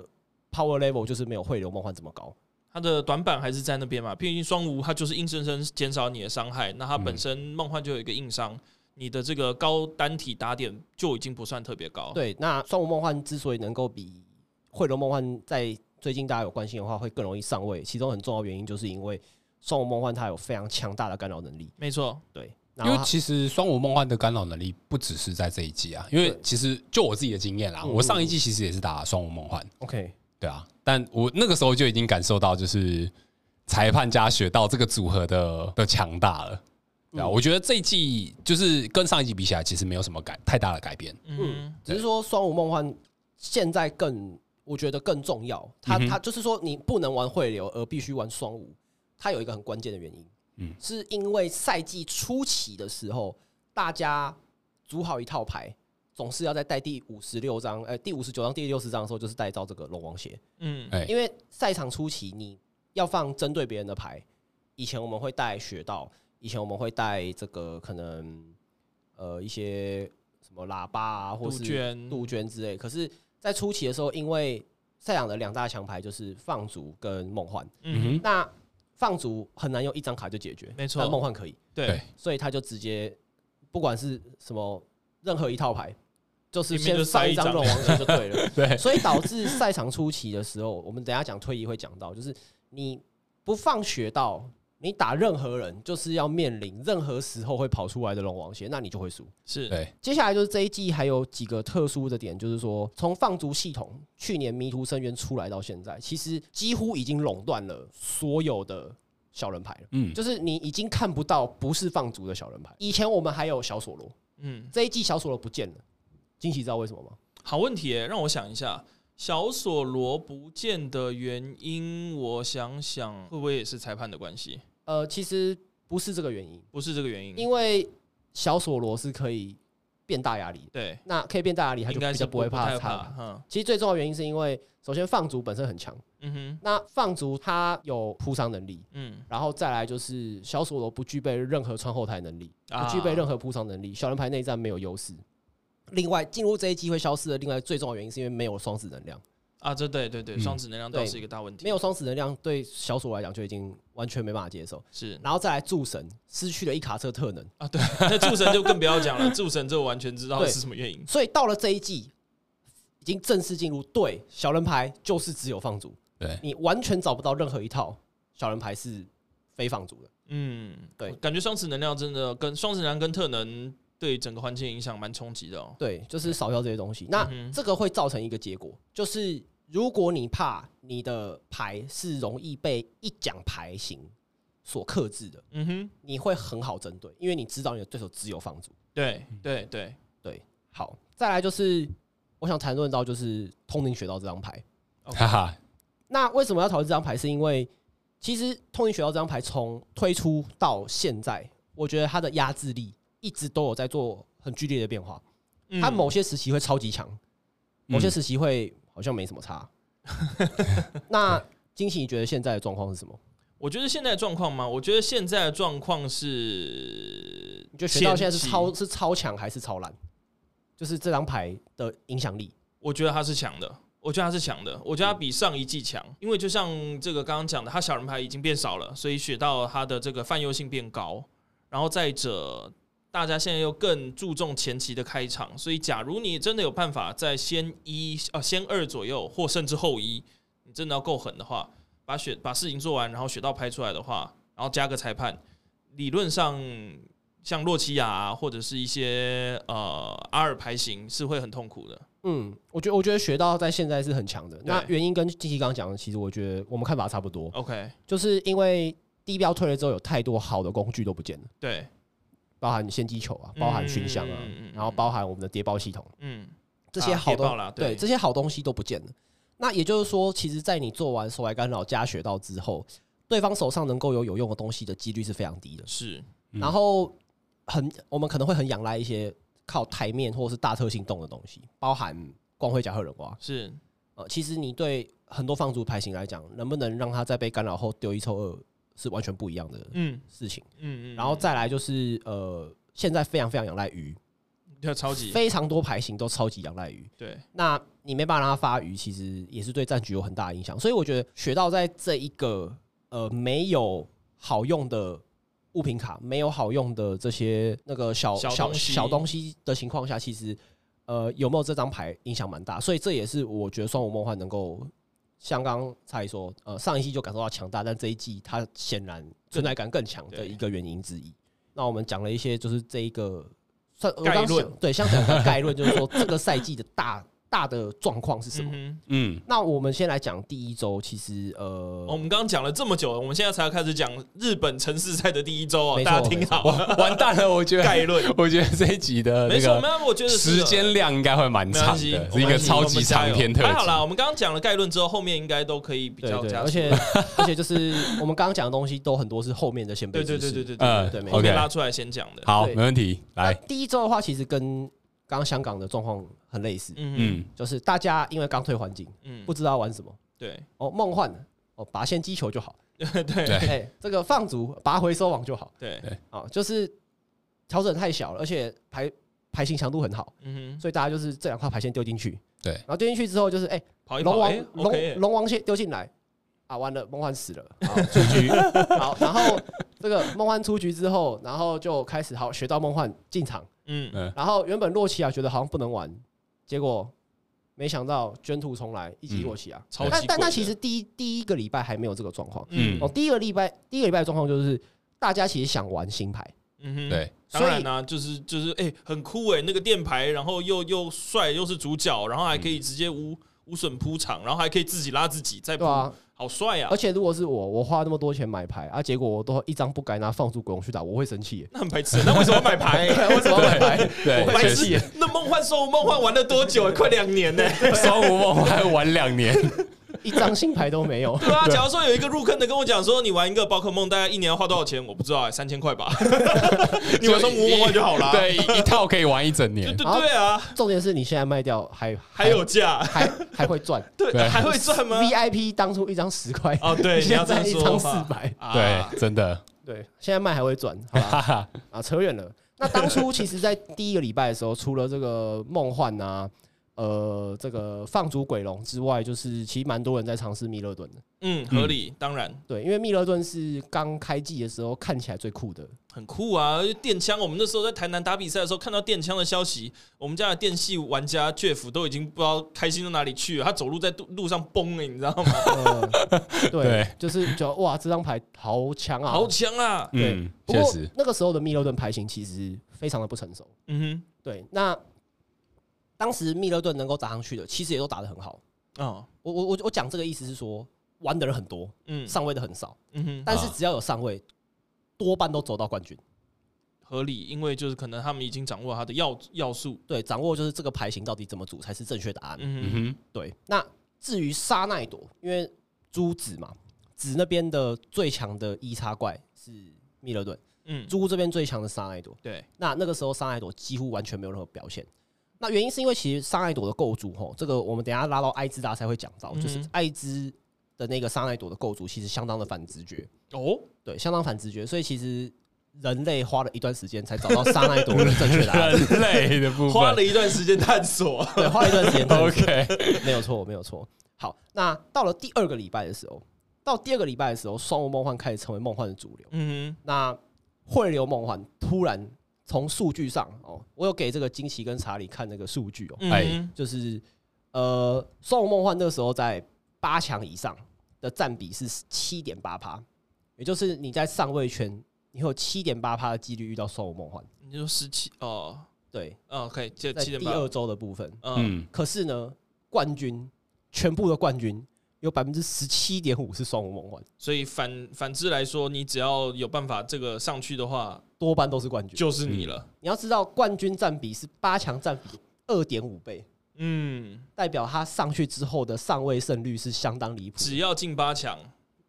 Speaker 3: power level 就是没有汇流梦幻这么高。
Speaker 1: 它的短板还是在那边嘛，毕竟双无它就是硬生生减少你的伤害，那它本身梦幻就有一个硬伤，你的这个高单体打点就已经不算特别
Speaker 2: 哦
Speaker 1: 高。，
Speaker 3: 对，那双无梦幻之所以能够比汇流梦幻在最近大家有关心的话会更容易上位，其中很重要原因就是因为双无梦幻它有非常强大的干扰能力。
Speaker 1: 没错，
Speaker 3: 对，
Speaker 2: 因
Speaker 3: 然后
Speaker 2: 为
Speaker 3: 它
Speaker 2: 其实双无梦幻的干扰能力不只是在这一季啊，因为
Speaker 3: 对
Speaker 2: 其实就我自己的经验啦，
Speaker 3: 嗯
Speaker 2: 我上一季其实也是打双无梦幻，
Speaker 3: OK，
Speaker 2: 对啊，但我那个时候就已经感受到就是裁判加雪道这个组合的的强大了。对啊，
Speaker 3: 嗯
Speaker 2: 我觉得这一季就是跟上一季比起来，其实没有什么改太大的改变。
Speaker 1: 嗯
Speaker 3: 只是说双无梦幻现在更，我觉得更重要。它
Speaker 2: 嗯哼
Speaker 3: 它就是说，你不能玩汇流，而必须玩双无。它有一个很关键的原因，
Speaker 2: 嗯
Speaker 3: 是因为赛季初期的时候，大家组好一套牌，总是要在带第五十六张、呃第五十九张、第六十张的时候，就是带到这个龙王鞋，
Speaker 1: 嗯
Speaker 2: 哎，
Speaker 3: 因为赛场初期你要放针对别人的牌。以前我们会带雪道，以前我们会带这个可能呃一些什么喇叭啊，或
Speaker 1: 杜
Speaker 3: 是
Speaker 1: 鹃，
Speaker 3: 杜鹃之类。可是，在初期的时候，因为赛场的两大强牌就是放逐跟梦幻，
Speaker 2: 嗯
Speaker 1: 嗯，
Speaker 2: 哼，
Speaker 3: 那放逐很难用一张卡就解决，
Speaker 1: 没错
Speaker 3: 但梦幻可以，
Speaker 1: 对
Speaker 2: 对，
Speaker 3: 所以他就直接不管是什么任何一套牌，就是
Speaker 1: 里面
Speaker 3: 先
Speaker 1: 就
Speaker 3: 放
Speaker 1: 塞
Speaker 3: 一
Speaker 1: 一张
Speaker 3: 张龙王钱就对了。
Speaker 2: 对，
Speaker 3: 所以导致赛场初期的时候，我们等一下讲推移会讲到，就是你不放学到。你打任何人，就是要面临任何时候会跑出来的龙王鞋，那你就会输。 [LAUGHS]
Speaker 1: 是，
Speaker 2: 对，
Speaker 3: 接下来就是这一季还有几个特殊的点，就是说从放逐系统去年迷途深渊出来到现在，其实几乎已经垄断了所有的小人牌了。
Speaker 2: 嗯，
Speaker 3: 就是你已经看不到不是放逐的小人牌。以前我们还有小索罗，
Speaker 1: 嗯，
Speaker 3: 这一季小索罗不见了，惊喜知道为什么吗？
Speaker 1: 好问题耶，让我想一下。小索罗不见的原因，我想想，会不会也是裁判的关系？
Speaker 3: 呃，其实不是这个原因，
Speaker 1: 不是这个原因，
Speaker 3: 因为小索罗是可以变大压力的，
Speaker 1: 对，
Speaker 3: 那可以变大压力，他
Speaker 1: 应
Speaker 3: 就
Speaker 1: 该
Speaker 3: 比
Speaker 1: 是
Speaker 3: 较不会怕
Speaker 1: 太
Speaker 3: 菜
Speaker 1: 怕
Speaker 3: 了。，
Speaker 1: 嗯
Speaker 3: 其实最重要的原因是因为，首先放逐本身很强，
Speaker 1: 嗯哼，
Speaker 3: 那放逐它有扑伤能力，
Speaker 1: 嗯，
Speaker 3: 然后再来就是小索罗不具备任何穿后台能力，
Speaker 1: 啊
Speaker 3: 不具备任何扑伤能力，小人牌内战没有优势。另外，进入这一季会消失的另外最重要的原因是因为没有双子能量，
Speaker 1: 啊，这对对对，
Speaker 2: 嗯
Speaker 1: 双子能量倒
Speaker 3: 对
Speaker 1: 是一个大问题，
Speaker 3: 没有双子能量对小索罗来讲就已经完全没办法接受。
Speaker 1: 是
Speaker 3: 然后再来助神失去了一卡车特能，
Speaker 1: 啊，对，那祝神就更不要讲
Speaker 3: [LAUGHS]
Speaker 1: 了，祝神这我完全知道
Speaker 3: 对
Speaker 1: 是什么原因，
Speaker 3: 所以到了这一季，已经正式进入对小人牌就是只有放逐，
Speaker 2: 对，
Speaker 3: 你完全找不到任何一套小人牌是非放逐的。
Speaker 1: 嗯，
Speaker 3: 对
Speaker 1: 感觉双子能量真的跟双子能量跟特能对整个环境影响蛮冲击的哦，
Speaker 3: 对，就是少掉这些东西。那
Speaker 1: 嗯哼
Speaker 3: 这个会造成一个结果，就是如果你怕你的牌是容易被一奖牌型所克制的，
Speaker 1: 嗯哼，
Speaker 3: 你会很好针对，因为你知道你的对手只有放逐。
Speaker 1: 对对对，
Speaker 3: 对，好，再来就是我想谈论到就是通灵学到这张牌。
Speaker 2: 哈哈，
Speaker 3: 那为什么要讨论这张牌？是因为其实通灵学到这张牌从推出到现在，我觉得它的压制力一直都有在做很剧烈的变化。
Speaker 1: 嗯
Speaker 3: 它某些时期会超级强，某些
Speaker 2: 嗯
Speaker 3: 时期会好像没什么差。 [LAUGHS] 那惊喜，你觉得现在的状况是什么？
Speaker 1: 我觉得现在的状况吗？我觉得现在的状况是，
Speaker 3: 你觉得学到现在是
Speaker 1: 前期
Speaker 3: 超是超强还是超烂？就是这张牌的影响力。
Speaker 1: 我觉得他是强的，我觉得他是强的，我觉得他比上一季强，因为就像这个刚刚讲的，他小人牌已经变少了，所以雪道他的这个泛用性变高，然后再者。大家现在又更注重前期的开场，所以假如你真的有办法在先一啊先二左右，或甚至后一，你真的要够狠的话，把雪把事情做完，然后雪道拍出来的话，然后加个裁判，理论上像洛奇亚、啊、或者是一些呃阿尔牌型是会很痛苦的。
Speaker 3: 嗯，我觉得我觉得学到在现在是很强的。那
Speaker 1: 对
Speaker 3: 原因跟惊喜刚刚讲的，其实我觉得我们看法差不多，
Speaker 1: OK，
Speaker 3: 就是因为低标退了之后，有太多好的工具都不见了，
Speaker 1: 对，
Speaker 3: 包含先机球啊，包含熏香啊
Speaker 1: 嗯嗯嗯嗯，嗯
Speaker 3: 然后包含我们的谍报系统。
Speaker 1: 嗯，
Speaker 3: 这些
Speaker 1: 啊
Speaker 3: 好
Speaker 1: 谍
Speaker 3: 东
Speaker 1: 报啦
Speaker 3: 对
Speaker 1: 对
Speaker 3: 这些好东西都不见了。那也就是说，其实，在你做完手外干扰加学到之后，对方手上能够有有用的东西的几率是非常低的。
Speaker 1: 是，
Speaker 2: 嗯
Speaker 3: 然后很，我们可能会很仰赖一些靠台面或者是大特性动的东西，包含光辉甲贺人蛙。
Speaker 1: 是，
Speaker 3: 呃，其实你对很多放逐牌型来讲，能不能让他在被干扰后丢一抽二是完全不一样的
Speaker 1: 嗯
Speaker 3: 事情。
Speaker 1: 嗯嗯，
Speaker 3: 然后再来就是呃，现在非常非常仰赖鱼，
Speaker 1: 要超级
Speaker 3: 非常多牌型都超级仰赖鱼。
Speaker 1: 对，
Speaker 3: 那你没办法让它发鱼，其实也是对战局有很大的影响。所以我觉得学到在这一个呃没有好用的物品卡，没有好用的这些那个小
Speaker 1: 小
Speaker 3: 小
Speaker 1: 东西
Speaker 3: 小东西的情况下，其实呃有没有这张牌影响蛮大。所以这也是我觉得双无梦幻能够像刚刚蔡姨说，呃上一季就感受到强大，但这一季它显然存在感更强的
Speaker 1: 对
Speaker 3: 一个原因之一。那我们讲了一些就是这一个算我
Speaker 1: 概
Speaker 3: 刚
Speaker 1: 论
Speaker 3: 想对，像讲的概论就是说这个赛季的大大的状况是什么？
Speaker 1: 嗯
Speaker 2: 嗯，
Speaker 3: 那我们先来讲第一周，其实
Speaker 1: 哼，我
Speaker 3: 呃，
Speaker 1: 们刚刚讲了这么久了，我们现在才要开始讲日本城市赛的第一周哦，
Speaker 3: 没错
Speaker 1: 大家听好，
Speaker 2: 完蛋了，我觉
Speaker 1: 概
Speaker 2: 得，
Speaker 1: 论。
Speaker 2: 我觉得这一集的
Speaker 1: 没
Speaker 2: 那
Speaker 1: 错，我
Speaker 2: 个
Speaker 1: 们我觉得是
Speaker 2: 时间量应该会蛮
Speaker 1: 没
Speaker 2: 长
Speaker 1: 关系，
Speaker 2: 的，
Speaker 1: 我们
Speaker 2: 是一个
Speaker 1: 加油
Speaker 2: 超级长篇特
Speaker 1: 还好啦，
Speaker 2: 辑。
Speaker 1: 我们刚刚讲了概论之后，后面应该都可以比
Speaker 3: 对
Speaker 1: 较
Speaker 3: 对，
Speaker 1: 加
Speaker 3: 而且而且就是我们刚刚讲的东西都很多是后面的先辈
Speaker 1: 对对
Speaker 3: 知识。
Speaker 1: 对对对
Speaker 2: 嗯
Speaker 1: 对，
Speaker 3: 对
Speaker 1: 后面
Speaker 2: OK
Speaker 1: 拉出来先讲的。
Speaker 2: 好，
Speaker 3: 对
Speaker 2: 没问题，
Speaker 3: 那
Speaker 2: 来，
Speaker 3: 第一周的话，其实跟刚刚香港的状况很类似，
Speaker 1: 嗯
Speaker 2: 嗯
Speaker 1: 哼，
Speaker 3: 就是大家因为刚退环境，
Speaker 1: 嗯，
Speaker 3: 不知道玩什么
Speaker 1: 对
Speaker 3: 哦，梦幻哦，拔先击球就好，
Speaker 1: 对
Speaker 2: 嗯
Speaker 1: [LAUGHS]
Speaker 2: 对
Speaker 3: 哎，这个放逐拔回收网就好
Speaker 1: 对，
Speaker 3: 啊，哦就是调整太小了，而且排排型强度很好。
Speaker 1: 嗯哼，
Speaker 3: 所以大家就是这两块牌先丢进去，
Speaker 2: 对
Speaker 3: 然后丢进去之后就是哎，
Speaker 1: 跑一
Speaker 3: 龙
Speaker 1: 跑，
Speaker 3: 王
Speaker 1: 哎
Speaker 3: 龙
Speaker 1: ，OK，
Speaker 3: 龙王先丢进来，啊，完了，梦幻死了，好出局，好，然后这个梦幻出局之后，然后就开始好学到梦幻进场，
Speaker 1: 嗯
Speaker 2: 嗯
Speaker 3: 然后原本洛奇亚觉得好像不能玩，结果没想到卷土重来，一级
Speaker 2: 嗯
Speaker 3: 洛奇亚，
Speaker 1: 超级
Speaker 3: 但但
Speaker 1: 贵
Speaker 3: 但
Speaker 1: 的
Speaker 3: 其实第一第一个礼拜还没有这个状况，
Speaker 1: 嗯
Speaker 3: 哦，第一个礼拜第一个礼拜的状况就是大家其实想玩新牌，
Speaker 1: 嗯哼，。 [LAUGHS]
Speaker 2: 对，
Speaker 1: 当然啦、就是就是哎、很酷哎、那个电牌，然后又又帅，又是主角，然后还
Speaker 3: 嗯
Speaker 1: 可以直接无、无损铺场，然后还可以自己拉自己再铺，
Speaker 3: 对啊，
Speaker 1: 好帅啊。
Speaker 3: 而！且如果是我，我花那么多钱买牌啊，结果我都一张不该拿放出鬼龙去打，我会生气耶
Speaker 1: 那很白痴，那为什么要买
Speaker 3: [LAUGHS]
Speaker 1: 牌、
Speaker 3: 为什么要买牌？
Speaker 2: 对，
Speaker 3: 我
Speaker 1: 白
Speaker 2: 确
Speaker 3: 白
Speaker 2: 实
Speaker 3: 痴
Speaker 1: 痴，那梦幻兽梦幻玩了多久、欸快两年呢、
Speaker 2: 双无梦幻玩两年，
Speaker 3: 一张新牌都没有。 [LAUGHS]
Speaker 1: 对啊，假如说有一个入坑的跟我讲说，你玩一个宝可梦，大概一年要花多少钱？我不知道、哎，三千块
Speaker 3: [LAUGHS]
Speaker 1: 吧。你玩双无梦幻就好啦。啊
Speaker 2: [LAUGHS] 对，一套可以玩一整
Speaker 1: 对
Speaker 2: 年，
Speaker 1: 对
Speaker 3: 好
Speaker 1: 对啊，
Speaker 3: 重点是你现在卖掉还
Speaker 1: 还有价，
Speaker 3: 还还会赚
Speaker 1: 对，
Speaker 2: 对
Speaker 1: 还会赚吗？
Speaker 3: VIP 当初一张十块
Speaker 1: 哦，对，你
Speaker 3: 现
Speaker 1: 要这
Speaker 3: 在
Speaker 1: 样
Speaker 3: 一
Speaker 1: 说
Speaker 3: 张
Speaker 1: 的
Speaker 3: 四
Speaker 1: 话
Speaker 3: 百，
Speaker 1: 啊
Speaker 2: 对，真的，
Speaker 3: 对，现在卖还会赚，好吧？
Speaker 1: [LAUGHS]
Speaker 2: 哈哈，
Speaker 3: 啊，扯远了。那当初其实，在第一个礼拜的时候，除了这个梦幻啊，呃，这个放逐鬼龙之外，就是其实蛮多人在尝试密勒顿的。
Speaker 1: 嗯，合理，当然。
Speaker 3: 对，因为密勒顿是刚开季的时候看起来最酷的，
Speaker 1: 很酷啊！电枪，我们那时候在台南打比赛的时候，看到电枪的消息，我们家的电系玩家 Jeff 都已经不知道开心到哪里去了。他走路在路路上崩了、你知道吗？
Speaker 3: 呃， [LAUGHS] 对，
Speaker 2: 对
Speaker 3: 就是觉得哇，这张牌好强啊！
Speaker 1: 好强啊！
Speaker 2: 嗯，
Speaker 3: 不
Speaker 2: 确
Speaker 3: 过
Speaker 2: 实，
Speaker 3: 那个时候的密勒顿牌型其实非常的不成熟。
Speaker 1: 嗯
Speaker 3: 对，那当时密勒顿能够打上去的，其实也都打得很好。
Speaker 1: 哼，哦，
Speaker 3: 我我我我讲这个意思是说，玩的人很多，
Speaker 1: 嗯
Speaker 3: 上位的很少，
Speaker 1: 嗯哼，
Speaker 3: 但
Speaker 2: 啊
Speaker 3: 是只要有上位，多半都走到冠军。
Speaker 1: 合理，因为就是可能他们已经掌握他的要要素。
Speaker 3: 对，掌握就是这个牌型到底怎么组才是正确答案。
Speaker 1: 嗯哼，
Speaker 2: 嗯
Speaker 3: 对，那至于沙奈朵，因为朱子嘛，子那边的最强的一叉怪是密勒顿，
Speaker 1: 嗯，
Speaker 3: 朱这边最强的沙奈朵。
Speaker 1: 对，
Speaker 3: 那那个时候沙奈朵几乎完全没有任何表现。那原因是因为其实沙奈朵的构筑吼，这个我们等一下拉到艾兹大赛会讲到，
Speaker 1: 嗯
Speaker 3: 就是艾兹的那个沙奈朵的构筑其实相当的反直觉，
Speaker 1: 哦，
Speaker 3: 对，相当反直觉，所以其实人类花了一段时间才找到沙奈朵的正确答
Speaker 1: [LAUGHS]
Speaker 3: 案，
Speaker 2: 嗯哼，人类的部
Speaker 1: 花
Speaker 2: 分
Speaker 1: 了一段时间探索。
Speaker 3: 对，花了一段时间探索
Speaker 2: ，OK，
Speaker 3: 没有错，没有错。好，那到了第二个礼拜的时候，到第二个礼拜的时候，双无梦幻开始成为梦幻的主流。
Speaker 1: 嗯
Speaker 3: 那汇流梦幻突然从数据上哦，我有给这个惊奇跟查理看那个数据哦，
Speaker 1: 哼，
Speaker 2: 哎
Speaker 1: 嗯
Speaker 3: 就是呃，双无梦幻那时候在八强以上的占比是七点八趴，也就是你在上位圈，你会有七点八趴的几率遇到双无梦幻。
Speaker 1: 哼，你就十七哦，
Speaker 3: 对，
Speaker 1: 哦，可以，这
Speaker 3: 在
Speaker 1: 七点
Speaker 3: 第
Speaker 1: 八，
Speaker 3: 二周的部分，
Speaker 1: 嗯，
Speaker 2: 嗯，
Speaker 3: 可是呢，冠军全部的冠军有百分之十七点五是双无梦幻，
Speaker 1: 所以反反之来说，你只要有办法这个上去的话，
Speaker 3: 多半都是冠军。
Speaker 1: 就是你了。
Speaker 3: 你要知道，冠军占比是八强占比二点五倍，
Speaker 1: 嗯，
Speaker 3: 代表他上去之后的上位胜率是相当离谱。
Speaker 1: 只要进八强，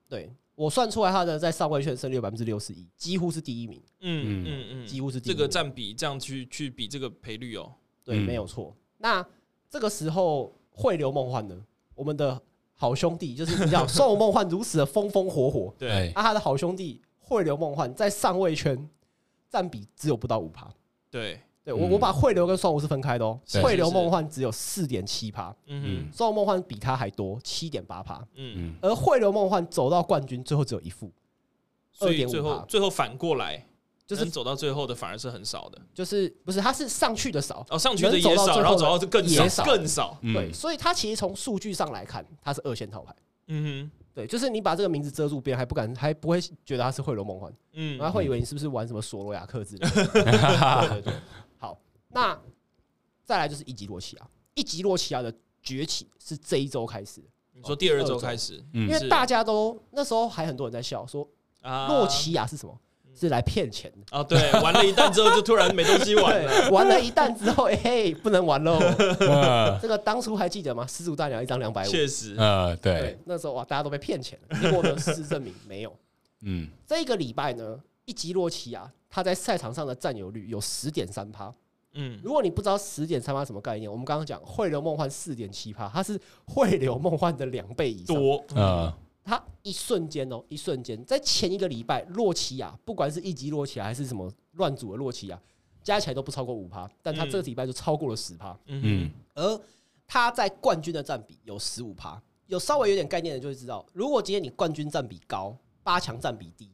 Speaker 3: 对我算出来，他的在上位圈胜率有百分之六十一，几乎是第一名，
Speaker 1: 嗯
Speaker 2: 嗯
Speaker 1: 嗯
Speaker 3: 几
Speaker 1: 嗯，
Speaker 3: 乎是第一
Speaker 1: 这
Speaker 3: 名
Speaker 1: 个占比这样去去比这个赔率哦，
Speaker 3: 对，
Speaker 2: 嗯
Speaker 3: 没有错。那这个时候汇流梦幻呢，我们的好兄弟，就是你知道寿梦幻如此的风风火
Speaker 2: [LAUGHS]
Speaker 3: 火，
Speaker 1: 对
Speaker 2: 哎
Speaker 3: 啊，他的好兄弟汇流梦幻在上位圈占比只有不到五趴。
Speaker 1: 对，
Speaker 3: 对我，
Speaker 2: 嗯
Speaker 3: 我把汇流跟双无是分开的哦
Speaker 2: 是。
Speaker 3: 汇
Speaker 1: 是
Speaker 3: 流
Speaker 1: 是
Speaker 3: 梦幻只有四点七趴，
Speaker 1: 嗯
Speaker 3: 寿梦幻比它还多，七点八趴。
Speaker 1: 哼嗯，
Speaker 2: 嗯，
Speaker 3: 而汇流梦幻走到冠军，最后只有一副，
Speaker 1: 所以最
Speaker 3: 2.5
Speaker 1: 后
Speaker 3: 吧
Speaker 1: 最后反过来，
Speaker 3: 就
Speaker 1: 能
Speaker 3: 是
Speaker 1: 走到最后的反而是很少的。
Speaker 3: 就是不是，它是上去的少，
Speaker 1: 哦，上去的
Speaker 3: 能走
Speaker 1: 也
Speaker 3: 到
Speaker 1: 少，
Speaker 3: 最
Speaker 1: 然后
Speaker 3: 后
Speaker 1: 走
Speaker 3: 的
Speaker 1: 到更
Speaker 3: 也
Speaker 1: 少
Speaker 3: 少
Speaker 1: 更少。
Speaker 2: 嗯
Speaker 3: 对，，所以它其实从数据上来看，它是二线套牌。
Speaker 1: 嗯
Speaker 3: 对，就是你把这个名字遮住，别人还不敢，还不会觉得它是汇流梦幻，
Speaker 1: 哼，嗯
Speaker 3: 然后会以为你是不是玩什么索罗亚克之类的。
Speaker 1: [LAUGHS]
Speaker 3: 对对对，好，那再来就是一级洛奇亚，一级洛奇亚的崛起是这一周开始的，
Speaker 1: 你说第二
Speaker 3: 第
Speaker 1: 周
Speaker 3: 二周
Speaker 1: 开始
Speaker 2: 嗯
Speaker 3: 因
Speaker 1: 是
Speaker 3: 为大家都那时候还很多人在笑说
Speaker 1: 啊，嗯
Speaker 3: 洛奇亚是什么？是来骗钱的。
Speaker 1: 啊，对，玩了一弹之后就突然没东西玩
Speaker 3: [LAUGHS]
Speaker 1: 了。
Speaker 3: 对，玩了一弹之后，哎嘿，不能
Speaker 1: [LAUGHS]
Speaker 3: 玩喽。
Speaker 2: 呃
Speaker 3: 这个当初还记得吗？始祖大鸟一张两百五，
Speaker 1: 确实，
Speaker 2: 呃，对
Speaker 3: 对，，那时候哇，大家都被骗钱了。结果呢，事实证明没有。 [LAUGHS]
Speaker 2: 嗯，
Speaker 3: 这个礼拜呢，一级洛奇亚啊他在赛场上的占有率有十点三趴。
Speaker 1: 嗯，
Speaker 3: 如果你不知道十点三趴什么概念，我们刚刚讲汇流梦幻四点七趴，它是汇流梦幻的两倍以上。
Speaker 1: 多，
Speaker 2: 呃，
Speaker 3: 它一瞬间哦，一瞬间，在前一个礼拜，洛奇亚不管是一级洛奇亚还是什么乱组的洛奇亚，加起来都不超过五趴，但他
Speaker 1: 嗯
Speaker 3: 这个礼拜就超过了十趴，
Speaker 1: 嗯
Speaker 2: 嗯，
Speaker 3: 而他在冠军的占比有十五趴，有稍微有点概念的就会知道，如果今天你冠军占比高，八强占比低，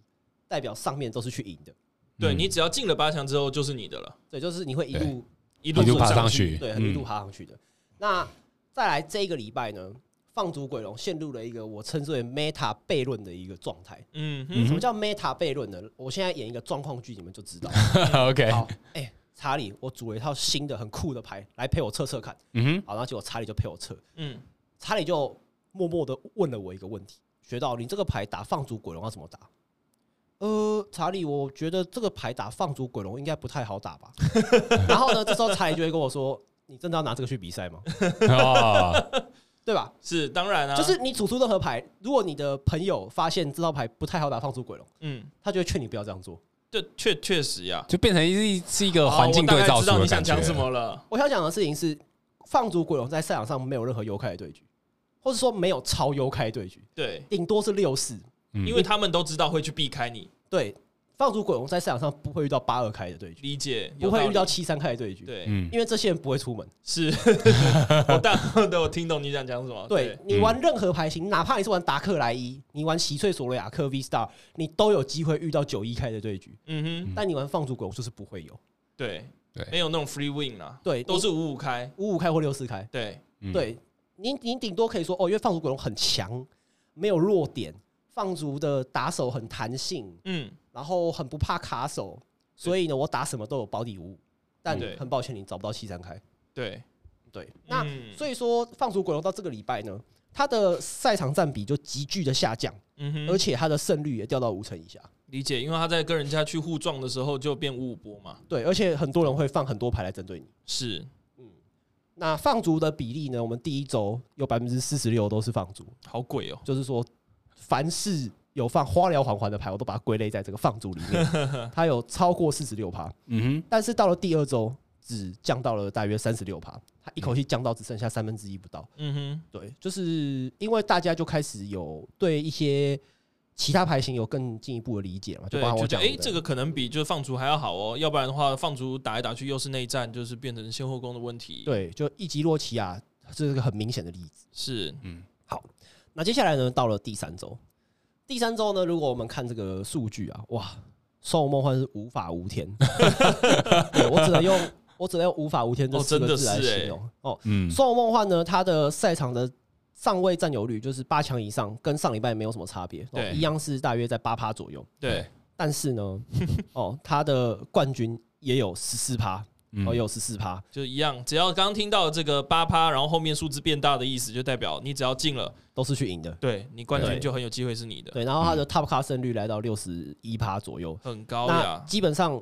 Speaker 3: 代表上面都是去赢的，
Speaker 1: 对
Speaker 2: 嗯
Speaker 1: 你只要进了八强之后就是你的了，
Speaker 3: 对，就是你会一路
Speaker 1: 一
Speaker 2: 一路
Speaker 1: 爬
Speaker 2: 爬上
Speaker 1: 去。
Speaker 2: 去，
Speaker 3: 对
Speaker 2: 嗯
Speaker 3: 一路爬上去的。那再来这一个礼拜呢，放逐鬼龙陷入了一个我称之为 meta 悖论的一个状态。
Speaker 1: 嗯
Speaker 2: 嗯
Speaker 1: 哼，
Speaker 3: 什么叫 meta 悖论呢？我现在演一个状况剧，你们就知道。
Speaker 2: 嗯 [LAUGHS] OK，
Speaker 3: 好，哎、查理，我组了一套新的很酷的牌来陪我测测看。
Speaker 2: 嗯
Speaker 3: 好，然后结果查理就陪我测，
Speaker 1: 嗯，
Speaker 3: 查理就默默的问了我一个问题：学到你这个牌打放逐鬼龙要怎么打？呃，查理，我觉得这个牌打放逐鬼龙应该不太好打吧。 [LAUGHS] 然后呢，这时候查理就会跟我说：“你真的要拿这个去比赛吗？
Speaker 2: 哼，哦，
Speaker 3: 对吧？
Speaker 1: 是当然啊，
Speaker 3: 就是你组出任何牌，如果你的朋友发现这套牌不太好打放逐鬼龙，
Speaker 1: 嗯，
Speaker 3: 他就会劝你不要这样做。
Speaker 1: 对，确确实呀。
Speaker 2: 就变成一是一个
Speaker 1: 好
Speaker 2: 环境对照
Speaker 1: 哦我大概知道
Speaker 2: 组
Speaker 1: 你
Speaker 2: 的
Speaker 1: 想
Speaker 2: 感觉
Speaker 1: 讲。什么了。
Speaker 3: 我想讲的事情是，放逐鬼龙在赛场上没有任何优开的对局，或者说没有超优开的对局，
Speaker 1: 对，
Speaker 3: 顶多是六四。
Speaker 2: 嗯
Speaker 1: 因为他们都知道会去避开你，
Speaker 3: 对，放逐鬼龙在赛场上不会遇到八二开的对局，
Speaker 1: 理解
Speaker 3: 不会遇到
Speaker 1: 有道
Speaker 3: 七三开的对
Speaker 1: 理
Speaker 3: 局，
Speaker 1: 对，
Speaker 2: 嗯
Speaker 3: 因为这些人不会出门。
Speaker 1: 是 [LAUGHS] 我大对我听懂你想讲什么。
Speaker 3: 对，你玩任何牌型，哪怕你是玩达克莱伊，你玩奇翠索罗亚克 V Star，你都有机会遇到九一开的对局，
Speaker 1: 嗯哼，
Speaker 3: 但你玩放逐鬼龙就是不会有。
Speaker 1: 对
Speaker 2: 对
Speaker 1: 没有那种 free win 啦，
Speaker 3: 对，
Speaker 1: 都是五五开。
Speaker 3: 五五开或六四开。
Speaker 1: 对，
Speaker 2: 嗯
Speaker 3: 对你，你顶多可以说哦，因为放逐鬼龙很强，没有弱点，放逐的打手很弹性，
Speaker 1: 嗯，
Speaker 3: 然后很不怕卡手，所以呢，我打什么都有保底五五。但
Speaker 1: 对
Speaker 3: 很抱歉，你找不到七三开。
Speaker 1: 对，
Speaker 3: 对，那
Speaker 1: 嗯
Speaker 3: 所以说放逐鬼龙到这个礼拜呢，他的赛场占比就急剧的下降，
Speaker 1: 嗯哼，
Speaker 3: 而且他的胜率也掉到五成以下。
Speaker 1: 理解，因为他在跟人家去互撞的时候就变五五波嘛。
Speaker 3: 对，而且很多人会放很多牌来针对你。
Speaker 1: 是，
Speaker 3: 那放逐的比例呢？我们第一周有百分之四十六都是放逐，
Speaker 1: 好鬼哦。
Speaker 3: 就是说，凡是有放花疗环环的牌，我都把它归类在这个放逐里
Speaker 1: [LAUGHS]
Speaker 3: 面，它有超过四十六趴，
Speaker 2: 嗯
Speaker 3: 但是到了第二周只降到了大约三十六趴，它一口气降到只剩下三分之一不到。
Speaker 1: 嗯哼，
Speaker 3: 对，就是因为大家就开始有对一些其他牌型有更进一步的理解嘛，就
Speaker 1: 对，
Speaker 3: 包括
Speaker 1: 觉
Speaker 3: 我
Speaker 1: 得
Speaker 3: 讲
Speaker 1: 哎，诶这
Speaker 3: 个
Speaker 1: 个可能比就是放逐还要好哦，要不然的话，放逐打来打去又是内战，就是变成先后攻的问题。，
Speaker 3: 对，就一级洛奇亚这是个很明显的例子。
Speaker 1: 是，
Speaker 3: 那接下来呢，到了第三周，第三周呢，如果我们看这个数据啊，哇，兽梦幻是无法无天， [LAUGHS] 对我只能用我只能用无法无天这
Speaker 1: 哦
Speaker 3: 四个
Speaker 1: 真的
Speaker 3: 字来
Speaker 1: 是欸
Speaker 3: 形容。哦，
Speaker 2: 哼，嗯，
Speaker 3: 兽梦幻呢，它的赛场的上位占有率就是八强以上，跟上礼拜没有什么差别，哦
Speaker 1: 对
Speaker 3: 一样是大约在八趴左右。
Speaker 1: 对，
Speaker 3: 但
Speaker 1: [LAUGHS]
Speaker 3: 是呢，哦，他的冠军也有十四趴，
Speaker 2: 嗯
Speaker 3: 哦，也有十四趴，
Speaker 1: 就一样。只要刚刚听到这个八趴，然后后面数字变大的意思，就代表你只要进了，
Speaker 3: 都是去赢的。
Speaker 1: 对你冠军
Speaker 3: 对
Speaker 1: 就很有机会是你的，
Speaker 3: 对，然后他的 top 卡胜率来到六十一趴左右，
Speaker 1: 很嗯高
Speaker 3: 那
Speaker 1: 呀。
Speaker 3: 基本上，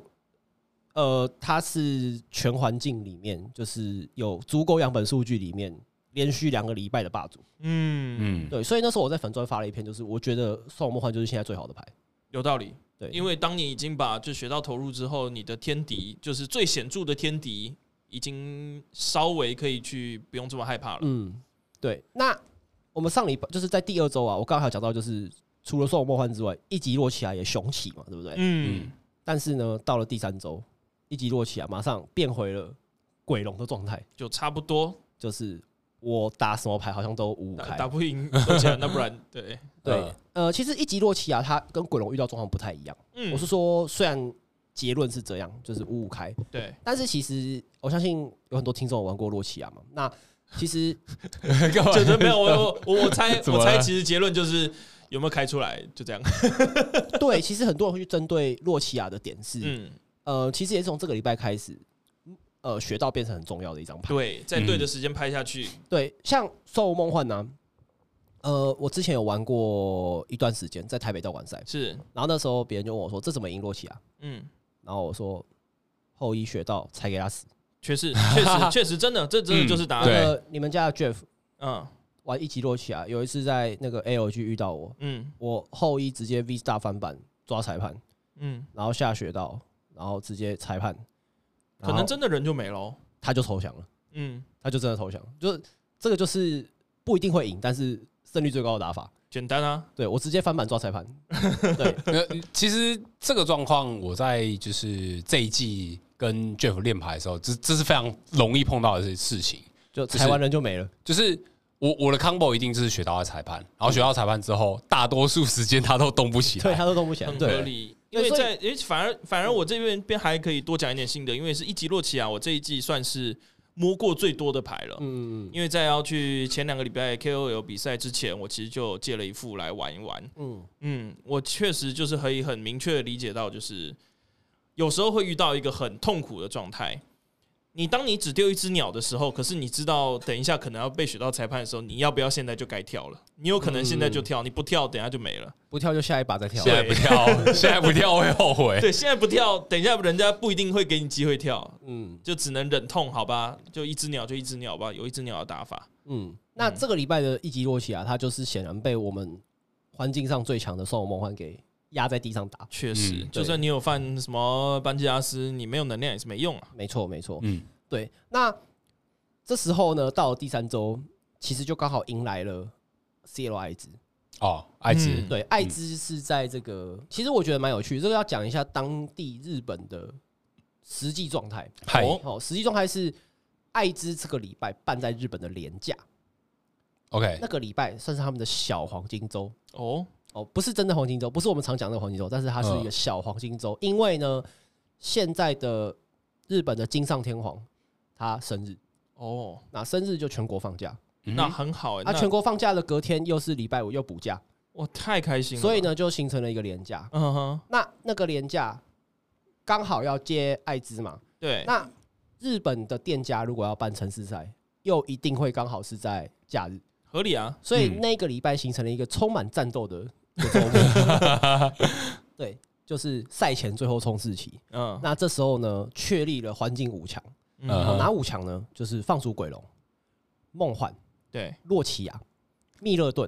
Speaker 3: 呃，他是全环境里面就是有足够样本数据里面连续两个礼拜的霸主。
Speaker 1: 嗯，
Speaker 2: 嗯， [LAUGHS]
Speaker 3: 对，所以那时候我在粉专发了一篇，就是我觉得双梦幻就是现在最好的牌。
Speaker 1: 有道理。
Speaker 3: 对，
Speaker 1: 因为当你已经把就学到投入之后，你的天敌就是最显著的天敌，已经稍微可以去不用这么害怕了。
Speaker 3: 嗯，对。那我们上礼拜就是在第二周啊，我刚才有讲到，就是除了《兽梦幻》之外，一集落起来也雄起嘛，对不对？
Speaker 1: 嗯，
Speaker 3: 但是呢，到了第三周，一集落起来马上变回了鬼龙的状态，
Speaker 1: 就差不多
Speaker 3: 就是我打什么牌好像都五五
Speaker 1: 打
Speaker 3: 开
Speaker 1: 打。不赢，而且那不 [LAUGHS] 然对，
Speaker 3: 对，呃，其实一集落起啊，它跟鬼龙遇到状况不太一样。
Speaker 1: 嗯，
Speaker 3: 我是说，虽然结论是这样，就是五五开，
Speaker 1: 对，
Speaker 3: 但是其实我相信有很多听众有玩过洛奇亚嘛。那其实 [LAUGHS]
Speaker 2: 干嘛
Speaker 1: [LAUGHS] 就是没有我我我我猜
Speaker 2: 怎么
Speaker 1: 我
Speaker 2: 了
Speaker 1: 猜其实结论就是有没有开出来就这样，
Speaker 3: 对，其实很多人会去针对洛奇亚的点是，
Speaker 1: 嗯，
Speaker 3: 呃，其实也是从这个礼拜开始，呃，学到变成很重要的一张牌。
Speaker 1: 对，在对的时间拍下去，
Speaker 3: 对，像《兽梦幻》呢，呃，我之前有玩过一段时间，在台北道馆赛，
Speaker 1: 是，
Speaker 3: 然后那时候别人就问我说：“这怎么赢洛奇亚啊
Speaker 1: 嗯，？”
Speaker 3: 然后我说：“后羿学到才给他死。
Speaker 1: 确
Speaker 3: [LAUGHS]
Speaker 1: 实确实确实真的，这真的就是答
Speaker 3: 那
Speaker 1: 案，
Speaker 3: 个你们家的 Jeff
Speaker 1: 嗯
Speaker 3: 玩一级洛奇啊亚，有一次在那个 ALG 遇到我，
Speaker 1: 嗯
Speaker 3: 我后羿直接 V star 翻版抓裁判，
Speaker 1: 嗯，
Speaker 3: 然后下雪道，然后直接裁判，
Speaker 1: 可
Speaker 3: 然
Speaker 1: 能
Speaker 3: 后
Speaker 1: 真的人就没了哦，
Speaker 3: 他就投降了，
Speaker 1: 嗯，
Speaker 3: 他就真的投降，就是这个就是不一定会赢，但是胜率最高的打法。
Speaker 1: 简单啊，
Speaker 3: 对我直接翻版抓裁判，对
Speaker 2: [LAUGHS] 呃，其实这个状况，我在就是这一季跟 Jeff 练牌的时候，这这是非常容易碰到的事情。
Speaker 3: 就裁完人就没了。
Speaker 2: 就是我我的 combo 一定就是学到他裁判，然后学到裁判之后，大多数时间他都动不起
Speaker 3: 对
Speaker 2: 来。
Speaker 3: 他都动不起来
Speaker 1: 很，合
Speaker 3: 对，
Speaker 1: 理。因为
Speaker 3: 对所以
Speaker 1: 在，因为反而反而我这边边还可以多讲一点新的，因为是一级洛奇啊亚，我这一季算是摸过最多的牌了。
Speaker 3: 嗯
Speaker 1: 因为在要去前两个礼拜 KOL 比赛之前，我其实就借了一副来玩一玩。
Speaker 3: 嗯，
Speaker 1: 嗯，我确实就是可以很明确的理解到，就是有时候会遇到一个很痛苦的状态。你当你只丢一只鸟的时候，可是你知道等一下可能要被选到裁判的时候，你要不要现在就该跳了？你有可能现在就跳，你不跳等一下就没了。
Speaker 3: 不跳就下一把再跳
Speaker 2: 现，在不跳，现在不跳会后悔。
Speaker 1: 对，现在不跳，等一下人家不一定会给你机会跳，
Speaker 3: 嗯
Speaker 1: 就只能忍痛，好吧？就一只鸟就一只鸟吧，有一只鸟的打法。
Speaker 3: 嗯。那这个礼拜的一级洛奇啊，他就是显然被我们环境上最强的兽梦幻给压在地上打，
Speaker 1: 确实，
Speaker 2: 嗯
Speaker 1: 就
Speaker 3: 对
Speaker 1: 算你有犯什么班吉拉斯，你没有能量也是没用啊。
Speaker 3: 没错没错，
Speaker 2: 嗯，
Speaker 3: 对，那这时候呢，到了第三周，其实就刚好迎来了 CL 艾滋。
Speaker 2: 哦，艾滋，
Speaker 1: 嗯
Speaker 3: 对，艾滋是在这个，其实我觉得蛮有趣，这个要讲一下当地日本的实际状态。
Speaker 2: 嗨、
Speaker 1: 哦
Speaker 3: 哦，实际状态是艾滋这个礼拜办在日本的廉价，
Speaker 2: o k
Speaker 3: 那个礼拜算是他们的小黄金周。
Speaker 1: 哦，
Speaker 3: 哦，不是真的黄金周，不是我们常讲的黄金周，但是它是一个小黄金周，因为呢，现在的日本的金上天皇他生日，
Speaker 1: 哦，
Speaker 3: 那生日就全国放假，
Speaker 2: 嗯
Speaker 1: 那很好哎、
Speaker 3: 啊，
Speaker 1: 那
Speaker 3: 全国放假的隔天又是礼拜五又补假，
Speaker 1: 我太开心了。
Speaker 3: 所以，呢就形成了一个连假。
Speaker 1: 嗯哼，
Speaker 3: 那那个连假刚好要接艾滋嘛，
Speaker 1: 对，
Speaker 3: 那日本的店家如果要办城市赛，又一定会刚好是在假日，
Speaker 1: 合理啊。
Speaker 3: 所以
Speaker 2: 嗯
Speaker 3: 那个礼拜形成了一个充满战斗的
Speaker 1: [LAUGHS]
Speaker 3: 一个周末。对，就是赛前最后冲刺期。
Speaker 1: 嗯
Speaker 3: 那这时候呢，确立了环境五强，
Speaker 1: 嗯
Speaker 2: 呃
Speaker 3: 哪五强呢？就是放逐鬼龙、梦幻。
Speaker 1: 对，
Speaker 3: 洛奇亚、密勒顿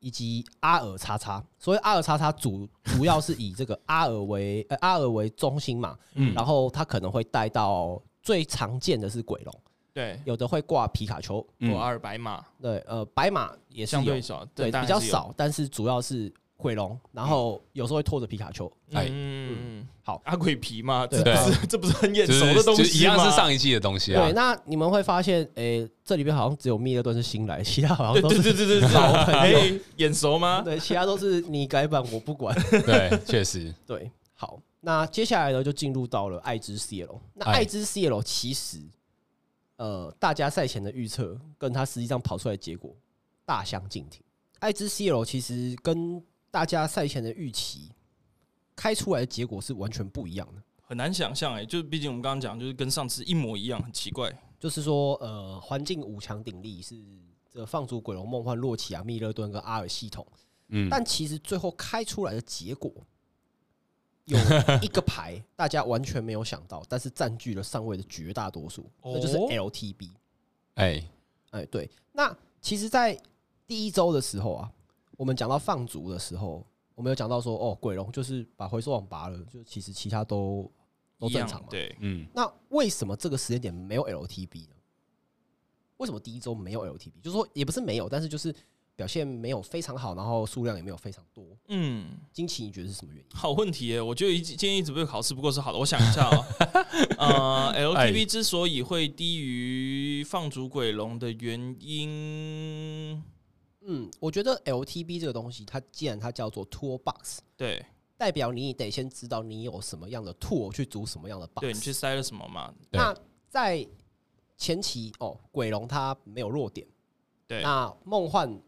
Speaker 3: 以及阿尔叉叉。所谓阿尔叉叉主主要是以这个阿尔为呃阿尔为中心嘛，
Speaker 1: 嗯
Speaker 3: 然后它可能会带到最常见的是鬼龙，
Speaker 1: 对，
Speaker 3: 有的会挂皮卡丘，
Speaker 2: 嗯
Speaker 1: 我阿啊尔白马
Speaker 3: 对，呃，白马也是
Speaker 1: 相
Speaker 3: 有
Speaker 1: 对，少，
Speaker 3: 对，
Speaker 1: 但
Speaker 3: 比较
Speaker 1: 还是有。
Speaker 3: 少，但是主要是鬼龙，然后有时候会拖着皮卡丘。
Speaker 1: 嗯
Speaker 2: 哎
Speaker 1: 嗯，嗯
Speaker 3: 好啊
Speaker 1: 阿鬼皮嘛，这
Speaker 2: 对
Speaker 1: 不是这不是很眼
Speaker 2: 就是
Speaker 1: 熟的东西
Speaker 2: 就
Speaker 1: 吗
Speaker 2: 是一样是上一季的东西啊
Speaker 3: 对，。那你们会发现，诶、这里边好像只有密勒顿是新来，其他好
Speaker 1: 对
Speaker 3: 像
Speaker 1: 对
Speaker 3: 都是
Speaker 1: 对对
Speaker 2: [LAUGHS]
Speaker 1: 对对，
Speaker 3: [LAUGHS] 老朋友
Speaker 1: 哎，眼熟吗？
Speaker 3: 对，其他都是你改版我
Speaker 1: [LAUGHS]
Speaker 3: 不管。
Speaker 2: 对，确实，
Speaker 3: 对，好，那接下来呢就进入到了爱之 CL。那
Speaker 2: 哎
Speaker 3: 爱之 CL 其实，呃，大家赛前的预测跟它实际上跑出来的结果大相径庭。爱之 CL 其实跟大家赛前的预期开出来的结果是完全不一样的。
Speaker 1: 很难想象哎、就是毕竟我们刚刚讲，就是跟上次一模一样，很奇怪。
Speaker 3: 就是说，呃，环境五强鼎立是这放逐鬼龙、梦幻、洛奇亚、啊密勒顿跟阿尔系统，
Speaker 2: 嗯，
Speaker 3: 但其实最后开出来的结果有一个牌，大家完全没有想到，但是占据了上位的绝大多数，
Speaker 1: 哦
Speaker 3: 那就是 LTB。
Speaker 2: 哎，
Speaker 3: 哎，对。那其实，在第一周的时候啊，我们讲到放逐的时候，我们有讲到说，哦，鬼龙就是把回收网拔了，就其实其他都都
Speaker 1: 一样
Speaker 3: 正常嘛。
Speaker 1: 对， [LAUGHS]
Speaker 2: 嗯，
Speaker 3: 那为什么这个时间点没有 LTB 呢？为什么第一周没有 LTB？就是说，也不是没有，但是就是表现没有非常好，然后数量也没有非常多。
Speaker 1: 嗯，
Speaker 3: 惊奇，你觉得是什么原因？
Speaker 1: 好问题耶，我觉得一建议一直被考试不过是好的。我想一下
Speaker 3: [LAUGHS]
Speaker 1: 哦，
Speaker 2: [LAUGHS]
Speaker 1: 呃，LTV
Speaker 2: 哎
Speaker 1: 之所以会低于放逐鬼龙的原因，
Speaker 3: 嗯，我觉得 LTB 这个东西，它既然它叫做 toolbox，
Speaker 1: 对
Speaker 3: 代表你得先知道你有什么样的 tool 去组什么样的 box。
Speaker 1: 对，你去塞了什么嘛？
Speaker 2: 对
Speaker 3: 那在前期哦，鬼龙它没有弱点。
Speaker 1: 对
Speaker 3: 那梦幻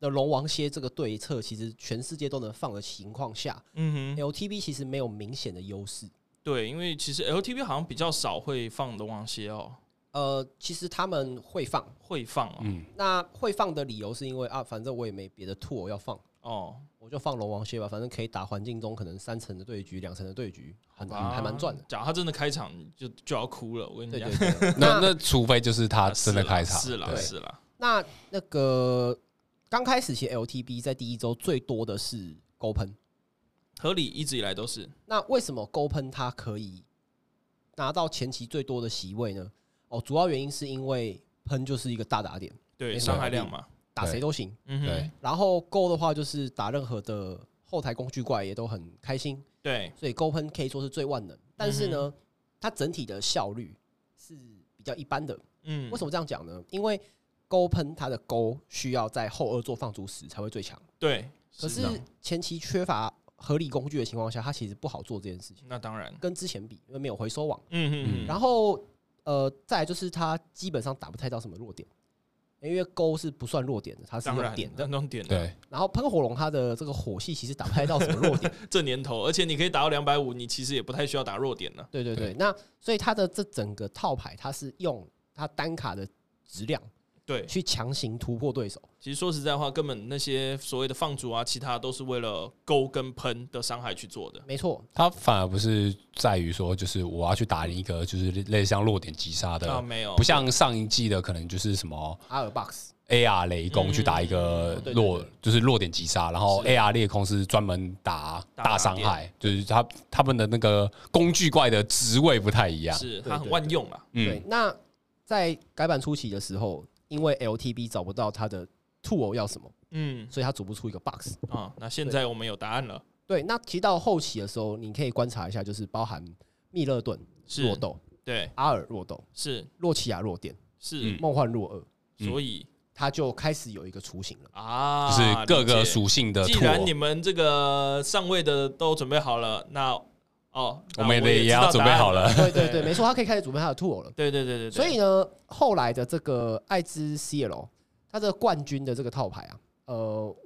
Speaker 3: 的龙王蝎这个对策，其实全世界都能放的情况下、
Speaker 1: 嗯哼，
Speaker 3: l t b 其实没有明显的优势。
Speaker 1: 对，因为其实 LTV 好像比较少会放龙王蝎哦，
Speaker 3: 呃，其实他们会放，
Speaker 1: 会放哦，
Speaker 2: 嗯，
Speaker 3: 那会放的理由是因为啊，反正我也没别的 tool 要放，
Speaker 1: 哦
Speaker 3: 我就放龙王蝎吧，反正可以打环境中可能三层的对局、两层的对局，很
Speaker 2: 哦
Speaker 1: 哇
Speaker 3: 还蛮赚的。
Speaker 1: 假如他真的开场就就要哭了，我跟你
Speaker 3: 对
Speaker 1: 讲
Speaker 3: 对，
Speaker 1: [LAUGHS]
Speaker 2: [LAUGHS]
Speaker 3: 对，
Speaker 2: 嗯那那除非就是他
Speaker 1: 啊
Speaker 2: 真的开场，
Speaker 1: 是啦
Speaker 2: 对
Speaker 1: 是啦，
Speaker 3: 那那个刚开始其实 LTB 在第一周最多的是勾喷，
Speaker 1: 合理一直以来都是，
Speaker 3: 那为什么勾喷它可以拿到前期最多的席位呢？哦，主要原因是因为喷就是一个大打点，
Speaker 1: 对，
Speaker 3: 没
Speaker 1: 伤
Speaker 3: 错
Speaker 1: 害量嘛，
Speaker 3: 打
Speaker 2: 对
Speaker 3: 谁都行。
Speaker 1: 嗯
Speaker 2: 对
Speaker 1: 哼，
Speaker 3: 然后勾的话就是打任何的后台工具怪也都很开心，
Speaker 1: 对，
Speaker 3: 所以勾喷可以说是最万能。但是
Speaker 1: 嗯
Speaker 3: 呢，它整体的效率是比较一般的。
Speaker 1: 嗯，
Speaker 3: 为什么这样讲呢？因为勾喷它的勾需要在后二做放逐时才会最强，
Speaker 1: 对，
Speaker 3: 可是
Speaker 1: 这样
Speaker 3: 前期缺乏合理工具的情况下，它其实不好做这件事情。
Speaker 1: 那当然，
Speaker 3: 跟之前比，因为没有回收网。
Speaker 1: 嗯嗯嗯，
Speaker 3: 然后呃，再来就是它基本上打不太到什么弱点，因为勾是不算弱点的，它是
Speaker 1: 当
Speaker 3: 有
Speaker 1: 然
Speaker 3: 点的
Speaker 1: 那。种点的，
Speaker 2: 对，
Speaker 3: 然后喷火龙它的这个火系其实打不太到什么弱点，
Speaker 1: 这年头，而且你可以打到两百五，你其实也不太需要打弱点了。
Speaker 3: 对对对。那所以它的这整个套牌，它是用它单卡的质量
Speaker 1: 对，
Speaker 3: 去强行突破对手。
Speaker 1: 其实说实在话，根本那些所谓的放逐啊，其他都是为了勾跟喷的伤害去做的。
Speaker 3: 没错，
Speaker 2: 他反而不是在于说，就是我要去打赢一个就是类似像弱点击杀
Speaker 1: 啊，
Speaker 2: 的，
Speaker 1: 没有，
Speaker 2: 不像上一季的可能就是什么
Speaker 3: 阿尔 box
Speaker 2: AR 雷公去打一个
Speaker 3: 嗯对对
Speaker 2: 弱
Speaker 3: 对，
Speaker 2: 就是弱点击杀，然后
Speaker 1: 是
Speaker 2: AR 裂空是专门打
Speaker 1: 打
Speaker 2: 大伤害，就是他他们的那个工具怪的职位不太一样，
Speaker 1: 是
Speaker 3: 对
Speaker 1: 它很万用啊。
Speaker 3: 对
Speaker 2: 嗯，。
Speaker 3: 那在改版初期的时候，因为 LTB 找不到它的 tool 要什么，
Speaker 1: 嗯
Speaker 3: 所以它组不出一个 box。
Speaker 1: 啊，那现在我们有答案了，
Speaker 3: 对，那提到后期的时候，你可以观察一下，就是包含密勒顿
Speaker 1: 是
Speaker 3: 弱斗、
Speaker 1: 对，
Speaker 3: 阿尔弱斗、
Speaker 1: 是
Speaker 3: 洛奇亚弱点、
Speaker 1: 是
Speaker 2: 嗯，
Speaker 3: 梦幻弱二，
Speaker 2: 嗯
Speaker 1: 所以
Speaker 3: 它就开始有一个
Speaker 1: [LAUGHS]
Speaker 3: 雏形了。
Speaker 1: 啊，
Speaker 2: 就是各
Speaker 1: 理
Speaker 2: 个
Speaker 1: 解。
Speaker 2: 属性的
Speaker 1: 既
Speaker 2: 拓，
Speaker 1: 然你们这个上位的都准备好了，那哦，那
Speaker 2: 我们
Speaker 1: 也
Speaker 2: 也
Speaker 1: 知道
Speaker 2: 要准备
Speaker 1: 答案
Speaker 2: 好了。
Speaker 3: 对对对，没错，它可以开始准备它的 tool 了。
Speaker 1: 对对对对对，
Speaker 3: 所以呢，后来的这个艾兹 CL，它这个冠军的这个套牌啊，呃，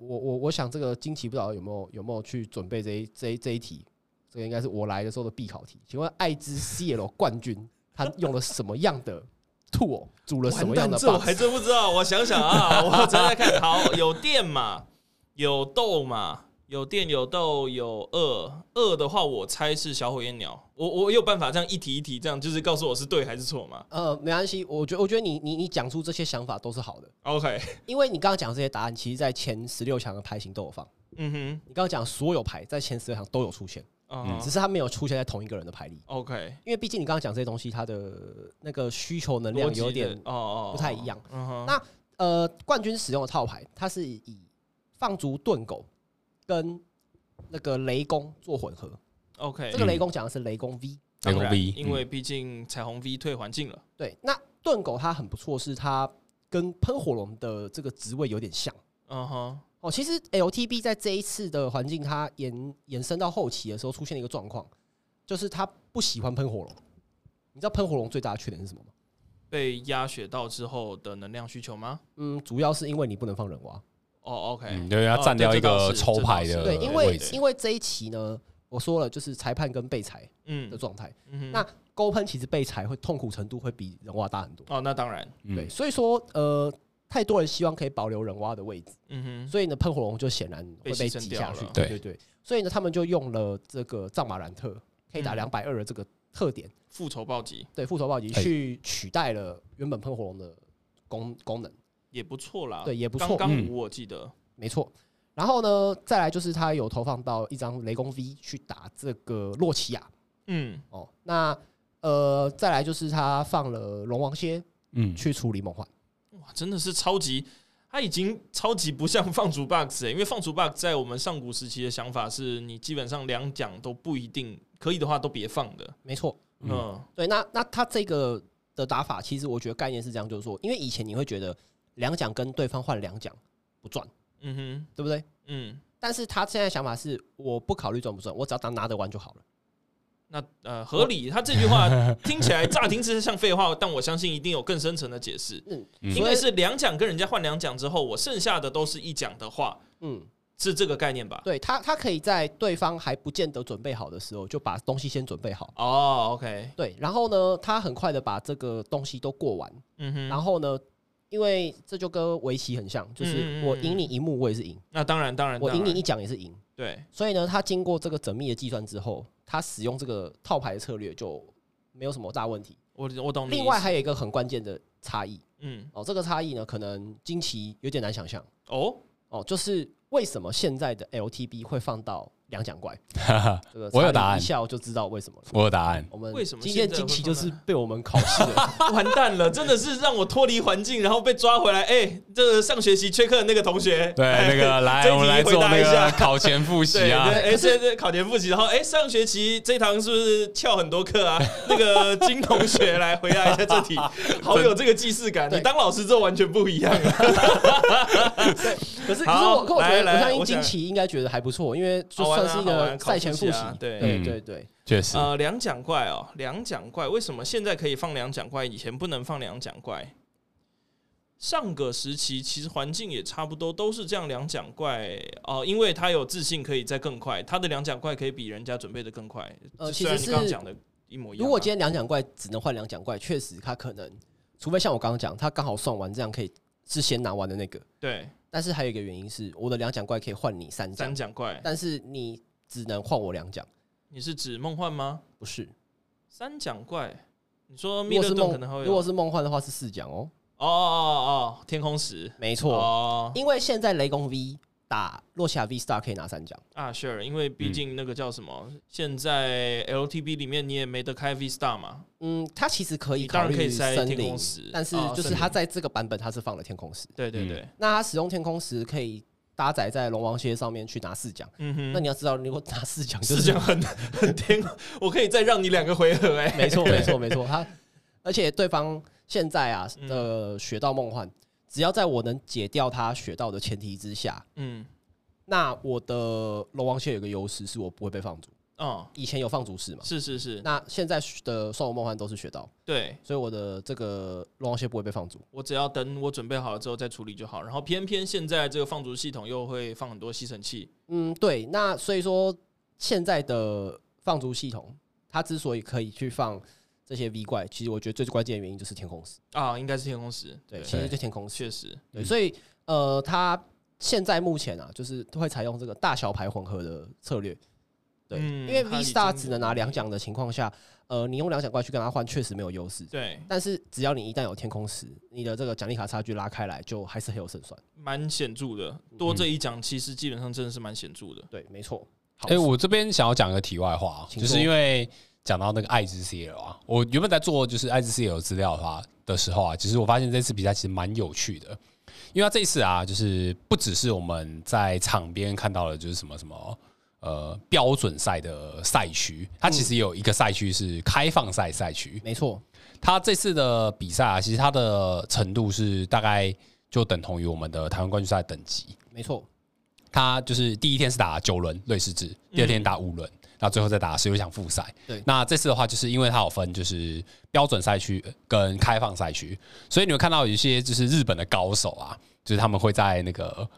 Speaker 3: 我我我想这个惊奇不知道有没有有没有去准备这一这一这一题，这个应该是我来的时候的必考题。请问艾兹 CL 冠军他用了什么样的 tool，组 [LAUGHS] 了什么
Speaker 1: 完蛋，
Speaker 3: 样的
Speaker 1: 这我
Speaker 3: box？
Speaker 1: 还真不知道，我想想
Speaker 3: [LAUGHS]
Speaker 1: 啊，我猜猜看，好，有电嘛，有豆嘛，有电有豆有二二的话，我猜是小火焰鸟，我我有办法这样一题一题这样，就是告诉我是对还是错嘛
Speaker 3: 呃，没关系，我觉我觉得你你你讲出这些想法都是好的，
Speaker 1: ？OK，
Speaker 3: 因为你刚刚讲这些答案，其实在前十六强的牌型都有放。
Speaker 1: 嗯
Speaker 3: 你刚刚讲所有牌在前十六强都有出现，
Speaker 1: 哼，啊
Speaker 3: 只是它没有出现在同一个人的牌里，
Speaker 1: ，OK，
Speaker 3: 因为毕竟你刚刚讲这些东西，它的那个需求能量
Speaker 1: 逻辑
Speaker 3: 有
Speaker 1: 的
Speaker 3: 点
Speaker 1: 哦哦
Speaker 3: 不太一样。
Speaker 1: 嗯哼，
Speaker 3: 那呃，冠军使用的套牌，它是以放逐盾狗跟那个雷公做混合。
Speaker 1: OK，
Speaker 3: 这个雷公讲的是雷公 V，
Speaker 2: 雷
Speaker 1: 当
Speaker 2: 公
Speaker 1: 然
Speaker 2: V，嗯
Speaker 1: 因为毕竟彩虹 V 退环境了，
Speaker 3: 对，那盾狗它很不错，是它跟喷火龙的这个职位有点像。
Speaker 1: 嗯哼，
Speaker 3: 哦，其实 LTB 在这一次的环境，它延延伸到后期的时候，出现了一个状况，就是它不喜欢喷火龙。你知道喷火龙最大的缺点是什么吗？
Speaker 1: 被压血到之后的能量需求吗？
Speaker 3: 嗯，主要是因为你不能放人蛙。
Speaker 1: 哦，OK，
Speaker 2: 嗯，因为要占掉一个抽牌的
Speaker 1: 呃
Speaker 3: 对，因为
Speaker 2: 位置，
Speaker 3: 因为这一期呢，我说了就是裁判跟被裁的
Speaker 1: 嗯
Speaker 3: 状态，
Speaker 1: 嗯哼，
Speaker 3: 那勾喷其实被裁会痛苦程度会比人蛙大很多。
Speaker 1: 哦，那当然，
Speaker 3: 对，
Speaker 2: 嗯，
Speaker 3: 所以说呃，太多人希望可以保留人蛙的位置。
Speaker 1: 嗯哼，
Speaker 3: 所以呢，喷火龙就显然会被挤
Speaker 1: 被
Speaker 3: 下去
Speaker 1: 牺牲掉了。
Speaker 2: 对
Speaker 3: 对对，所以呢，他们就用了这个藏马兰特
Speaker 1: 嗯
Speaker 3: 可以打两百二的这个特点，
Speaker 1: 复仇暴击
Speaker 3: 对复仇暴击
Speaker 2: 哎
Speaker 3: 去取代了原本喷火龙的功功能，
Speaker 1: 也不错啦，
Speaker 3: 对，也不
Speaker 1: 啊刚
Speaker 3: 错，
Speaker 1: 刚
Speaker 2: 嗯
Speaker 1: 五我记得，
Speaker 3: 没错。然后呢，再来就是他有投放到一张雷公 V 去打这个洛奇亚
Speaker 1: 嗯，
Speaker 3: 哦，那呃，再来就是他放了龙王蝎
Speaker 2: 嗯， [LAUGHS]
Speaker 3: 去处理梦幻，
Speaker 1: 哇，真的是超级他已经超级不像 [LAUGHS] 放逐 bug 欸，因为放逐 bug 在我们上古时期的想法是你基本上两奖都不一定可以的话都别放的，
Speaker 3: 没错，
Speaker 2: 嗯
Speaker 1: 嗯，
Speaker 3: 对，那那他这个的打法，其实我觉得概念是这样，就是说，因为以前你会觉得两奖跟对方换两奖不赚，
Speaker 1: 嗯哼，
Speaker 3: 对不对？
Speaker 1: 嗯，
Speaker 3: 但是他现在想法是，我不考虑赚不赚，我只要当拿得完就好了。
Speaker 1: 那呃合理。他这句
Speaker 3: [LAUGHS]
Speaker 1: 话听起来乍听之下像废话，但我相信一定有更深层的解释。
Speaker 3: 嗯
Speaker 2: 嗯
Speaker 1: 应该是两奖跟人家换两奖之后，我剩下的都是一奖的话，
Speaker 3: 嗯，
Speaker 1: 是这个概念吧？
Speaker 3: 对他，他可以在对方还不见得准备好的时候，就把东西先准备好。
Speaker 1: 哦，OK，
Speaker 3: 对，然后呢，他很快的把这个东西都过完，
Speaker 1: 嗯哼，
Speaker 3: 然后呢，因为这就跟围棋很像，就
Speaker 1: 嗯嗯
Speaker 3: 是
Speaker 1: 嗯
Speaker 3: 我赢你一目，我也是赢，
Speaker 1: 那当然当然，
Speaker 3: 我
Speaker 1: 当
Speaker 3: 赢你
Speaker 1: 然
Speaker 3: 一奖也是赢。
Speaker 1: 对，
Speaker 3: 所以呢，他经过这个缜密的计算之后，他使用这个套牌策略就没有什么大问题。
Speaker 1: 我我懂你意思。
Speaker 3: 另外还有一个很关键的差异
Speaker 1: 嗯，
Speaker 3: 哦，这个差异呢，可能惊奇有点难想象
Speaker 1: 哦，
Speaker 3: 哦，就是为什么现在的 LTB 会放到两奖怪？这个
Speaker 2: 我有
Speaker 3: 查理
Speaker 2: 答案
Speaker 3: 一笑就知道为什么了。
Speaker 2: 我有答案。
Speaker 3: 我们
Speaker 1: 为什么
Speaker 3: 今天
Speaker 1: 现在会
Speaker 3: 惊奇
Speaker 1: 放
Speaker 3: 就
Speaker 1: 在
Speaker 3: 是被我们考试了？
Speaker 1: 完蛋了，真的是让我脱离环境，然后被抓回来。哎、这个上学期缺课的那个同 [LAUGHS] 学，
Speaker 2: 对，
Speaker 1: 哎
Speaker 2: 那个来，
Speaker 1: 这一
Speaker 2: 我们
Speaker 1: 题
Speaker 2: 来
Speaker 1: 回
Speaker 2: 做
Speaker 1: 答
Speaker 2: 那
Speaker 1: 一
Speaker 2: 个
Speaker 1: [LAUGHS] 下。
Speaker 2: 考前复习
Speaker 1: 对
Speaker 2: 啊
Speaker 1: 对，。哎，现在考前复习，然后哎，上学期这堂是不是翘很多课啊？ [LAUGHS] 那个金同学来回答一下
Speaker 3: [LAUGHS]
Speaker 1: 这题，好有这个既视感。
Speaker 3: 对
Speaker 1: 你当老师之后完全不一样了。
Speaker 3: 可是可是
Speaker 1: 好
Speaker 3: 我可我觉
Speaker 1: 来
Speaker 3: 得
Speaker 1: 来
Speaker 3: 我相信
Speaker 1: 我想
Speaker 3: 惊奇应该觉得还不错，因为 [LAUGHS] 就
Speaker 1: 好玩啊
Speaker 3: 算是
Speaker 1: 好
Speaker 3: 一个
Speaker 1: 玩考
Speaker 3: 赛前复
Speaker 1: 复习
Speaker 3: 习
Speaker 1: 啊。对
Speaker 3: 对
Speaker 2: 嗯
Speaker 3: 对对，
Speaker 2: 确实，
Speaker 1: 呃，两奖怪哦，两奖怪，为什么现在可以放两奖怪，以前不能放两奖怪？上个时期其实环境也差不多，都是这样两奖怪哦、因为他有自信可以再更快，他的两奖怪可以比人家准备的更快。
Speaker 3: 呃
Speaker 1: 虽然你
Speaker 3: 其实是
Speaker 1: 刚刚讲的一模一样啊、
Speaker 3: 如果今天两奖怪只能换两奖怪，确实他可能，除非像我刚刚讲，他刚好算完这样可以是先拿完的那个。
Speaker 1: 对
Speaker 3: 但是还有一个原因是，我的两奖怪可以换你三
Speaker 1: 三
Speaker 3: 奖，
Speaker 1: 奖怪，
Speaker 3: 但是你只能换我两奖，
Speaker 1: 你是指梦幻吗？
Speaker 3: 不是？
Speaker 1: 三奖怪，你说
Speaker 3: 如
Speaker 1: 密
Speaker 3: 果
Speaker 1: 勒
Speaker 3: 是
Speaker 1: 顿可能
Speaker 3: 梦，
Speaker 1: 会
Speaker 3: 如
Speaker 1: 有
Speaker 3: 果
Speaker 1: 哦
Speaker 3: 是梦幻的话是四奖哦，
Speaker 1: 哦哦哦，天空石
Speaker 3: 没错，
Speaker 1: 哦
Speaker 3: 因为现在雷公 V 打洛西亚 V Star 可以拿三奖，
Speaker 1: 啊，sure，因为毕竟那个叫什么，现在 LTB 里面你也没得开 V Star 嘛，
Speaker 3: 嗯，他其实可以
Speaker 1: 你当
Speaker 3: 考
Speaker 1: 然可以
Speaker 3: 虑
Speaker 1: 塞
Speaker 3: 森
Speaker 1: 天
Speaker 3: 林
Speaker 1: 空，石，
Speaker 3: 但是
Speaker 1: 哦
Speaker 3: 就是
Speaker 1: 森
Speaker 3: 他
Speaker 1: 林
Speaker 3: 在这个版本他是放了天空石，
Speaker 1: 对对
Speaker 2: 嗯
Speaker 1: 对，
Speaker 3: 那他使用天空石可以搭载在龙王蝎上面去拿四奖。
Speaker 1: 嗯
Speaker 3: 那
Speaker 1: 哼，
Speaker 3: 你要知道，如果拿四奖，就是
Speaker 1: 这样很很天，我可以再让你两个回合哎、
Speaker 3: [LAUGHS] 没错，
Speaker 2: 对
Speaker 3: 没错，没错。他而且对方现在啊，
Speaker 1: 嗯
Speaker 3: 呃，学到梦幻，只要在我能解掉他学到的前提之下，
Speaker 1: 嗯，
Speaker 3: 那我的龙王蟹有个优势，是我不会被放逐。
Speaker 1: 哦，
Speaker 3: 以前有放逐式嘛，
Speaker 1: 是是是，
Speaker 3: 那现在的双龙梦幻都是学到，
Speaker 1: 对
Speaker 3: 所以我的这个龙王蟹不会被放逐。
Speaker 1: 我只要等我准备好了之后再处理就好。然后偏偏现在这个放逐系统又会放很多吸尘器，
Speaker 3: 嗯，对。那所以说，现在的放逐系统，它之所以可以去放这些 V 怪，其实我觉得最关键的原因就是天空石。
Speaker 1: 啊，应该是天空石，
Speaker 3: 对，其实就天空石。
Speaker 1: 确实，
Speaker 3: 对，
Speaker 2: 嗯
Speaker 3: 所以呃，它现在目前啊，就是会采用这个大小牌混合的策略。对，
Speaker 1: 嗯
Speaker 3: 因为
Speaker 1: 哈
Speaker 3: V
Speaker 1: 利
Speaker 3: Star
Speaker 1: 真
Speaker 3: 只能拿两奖的情况下，呃，你用两奖怪去跟他换，确实没有优势。
Speaker 1: 对，
Speaker 3: 但是只要你一旦有天空石，你的这个奖励卡差距拉开来，就还是很有胜算。
Speaker 1: 蛮显著的，多这一讲其实基本上真的是蛮显著的。
Speaker 3: 对，没错。好
Speaker 2: 哎、我这边想要讲个题外话，
Speaker 3: 请
Speaker 2: 就
Speaker 3: 说
Speaker 2: 是因为讲到那个爱之 CL 啊，我原本在做就是爱之 CL 资料的话的时候啊，其实我发现这次比赛其实蛮有趣的，因为它这一次啊，就是不只是我们在场边看到的，就是什么什么。呃，标准赛的赛区，它
Speaker 1: 嗯
Speaker 2: 其实有一个赛区是开放赛赛区。
Speaker 3: 没错，
Speaker 2: 它这次的比赛啊，其实它的程度是大概就等同于我们的台湾冠军赛等级。
Speaker 3: 没错，
Speaker 2: 他就是第一天是打九轮瑞士制，第二天打五轮，然后最后再打十六强复赛。
Speaker 3: 对
Speaker 2: 那这次的话，就是因为它有分就是标准赛区跟开放赛区，所以你会看到有一些就是日本的高手啊，就是他们会在那个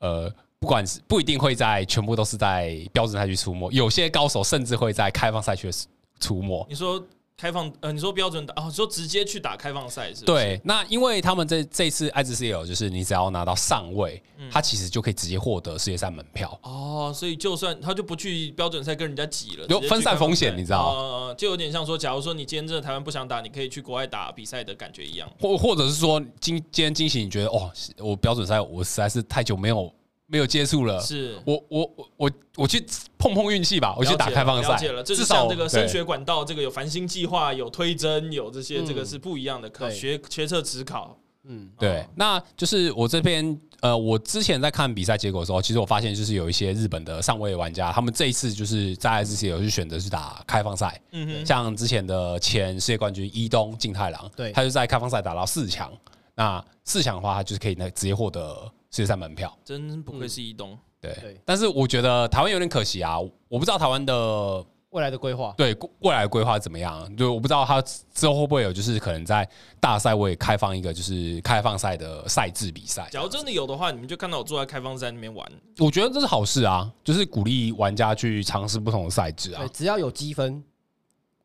Speaker 2: 呃。不管是不一定会在全部都是在标准赛区出没，有些高手甚至会在开放赛区出没。
Speaker 1: 你说开放，呃，你说标准打，哦，你说直接去打开放赛是不是？
Speaker 2: 对，那因为他们这这次 IGCL 就是你只要拿到上位，
Speaker 1: 嗯
Speaker 2: 他其实就可以直接获得世界赛门票。
Speaker 1: 哦，所以就算他就不去标准赛跟人家挤了，直
Speaker 2: 有
Speaker 1: 接去
Speaker 2: 分散
Speaker 1: 开放
Speaker 2: 风险
Speaker 1: 赛
Speaker 2: 你知道
Speaker 1: 呃，就有点像说，假如说你今天真的台湾不想打，你可以去国外打比赛的感觉一样。
Speaker 2: 或或者是说今今天惊喜，你觉得哦，我标准赛我实在是太久没有没有接触了，
Speaker 1: 是，
Speaker 2: 我我我我我去碰碰运气吧，我去打开放
Speaker 1: 了
Speaker 2: 赛
Speaker 1: 解了，，这
Speaker 2: 至
Speaker 1: 就
Speaker 2: 少
Speaker 1: 像这个
Speaker 2: 对
Speaker 1: 升学管道，这个有繁星计划，有推甄，有这些，
Speaker 3: 嗯
Speaker 1: 这个是不一样的。可
Speaker 3: 对
Speaker 1: 学学测只考，
Speaker 3: 嗯，
Speaker 2: 对
Speaker 1: 哦，
Speaker 2: 那就是我这边呃，我之前在看比赛结果的时候，其实我发现就是有一些日本的上位玩家，他们这一次就是在之前有去选择是打开放赛，
Speaker 1: 嗯哼，
Speaker 2: 像之前的前世界冠军伊东静太郎，
Speaker 3: 对
Speaker 2: 他就在开放赛打到四强，那四强的话，他就是可以那直接获得世界赛门票。
Speaker 1: 真不愧是一东，
Speaker 2: 对，
Speaker 3: 对
Speaker 2: 但是我觉得台湾有点可惜啊，我不知道台湾的
Speaker 3: 未来的规划，
Speaker 2: 对未来的规划怎么样，就我不知道他之后会不会有就是可能在大赛位开放一个就是开放赛的赛制比赛。
Speaker 1: 假如真的有的话，你们就看到我坐在开放山那边玩，
Speaker 2: 我觉得这是好事啊，就是鼓励玩家去尝试不同的赛制啊
Speaker 3: 对，。只要有积分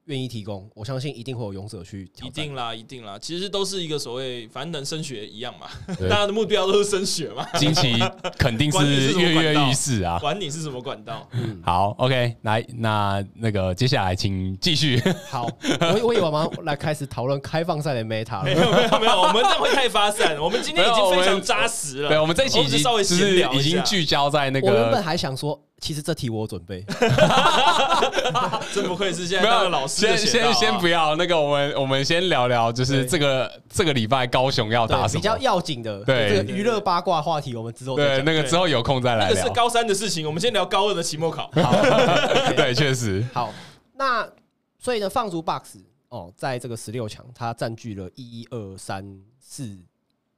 Speaker 3: 愿意提供，我相信一定会有勇者去挑
Speaker 1: 一
Speaker 3: 战。
Speaker 1: 定啦，一定啦，其实都是一个所谓，反正能升学一样嘛，
Speaker 2: 对
Speaker 1: 大家的目标都是升学嘛，[LAUGHS]
Speaker 2: 惊奇肯定
Speaker 1: 管你是
Speaker 2: 是
Speaker 1: 什么
Speaker 2: 跃
Speaker 1: 管道
Speaker 2: 跃欲试啊。
Speaker 1: 管你是什么管道。 [LAUGHS]
Speaker 3: 嗯
Speaker 2: 好，OK，来，那那个接下来请继续。
Speaker 3: 好，我我以为我们来开始讨论开放赛的 meta
Speaker 1: 没
Speaker 3: 了。
Speaker 1: 有没有没有，我们这样会太发散。我们今天已经非常扎实
Speaker 2: 对，
Speaker 1: 了。
Speaker 2: 我们这一期
Speaker 1: 啊我
Speaker 2: 已
Speaker 1: 们只
Speaker 2: 经
Speaker 1: 稍微
Speaker 2: 就
Speaker 1: 闲
Speaker 2: 是
Speaker 1: 聊一
Speaker 2: 已
Speaker 1: 下
Speaker 2: 经
Speaker 1: [LAUGHS]
Speaker 2: 聚焦在 [LAUGHS] 那
Speaker 3: 我原本
Speaker 2: 个
Speaker 3: 还想说，其实这题我
Speaker 2: [LAUGHS]
Speaker 3: 有准备，
Speaker 1: 真不愧是现
Speaker 2: 没
Speaker 1: 在当了
Speaker 2: 有
Speaker 1: 老师的
Speaker 2: 先
Speaker 1: 学到
Speaker 2: 先
Speaker 1: 啊
Speaker 2: 先不要那个，我们我们先聊聊，就是
Speaker 1: 对
Speaker 2: 这个这个礼拜高雄要打
Speaker 3: 对，
Speaker 2: 什
Speaker 3: 比较
Speaker 2: 么？
Speaker 3: 要紧的，
Speaker 2: 对
Speaker 3: 这个娱乐八卦话题，我们之后再
Speaker 2: 对，
Speaker 3: 讲。
Speaker 2: 那个之后有空再来
Speaker 1: 那个是
Speaker 2: 聊。
Speaker 1: 高三的事情，我们先聊高二的期末考。
Speaker 2: 对，确实，
Speaker 3: 好，那所以呢，放逐 box 哦，在这个十六强，它占据了一二三四，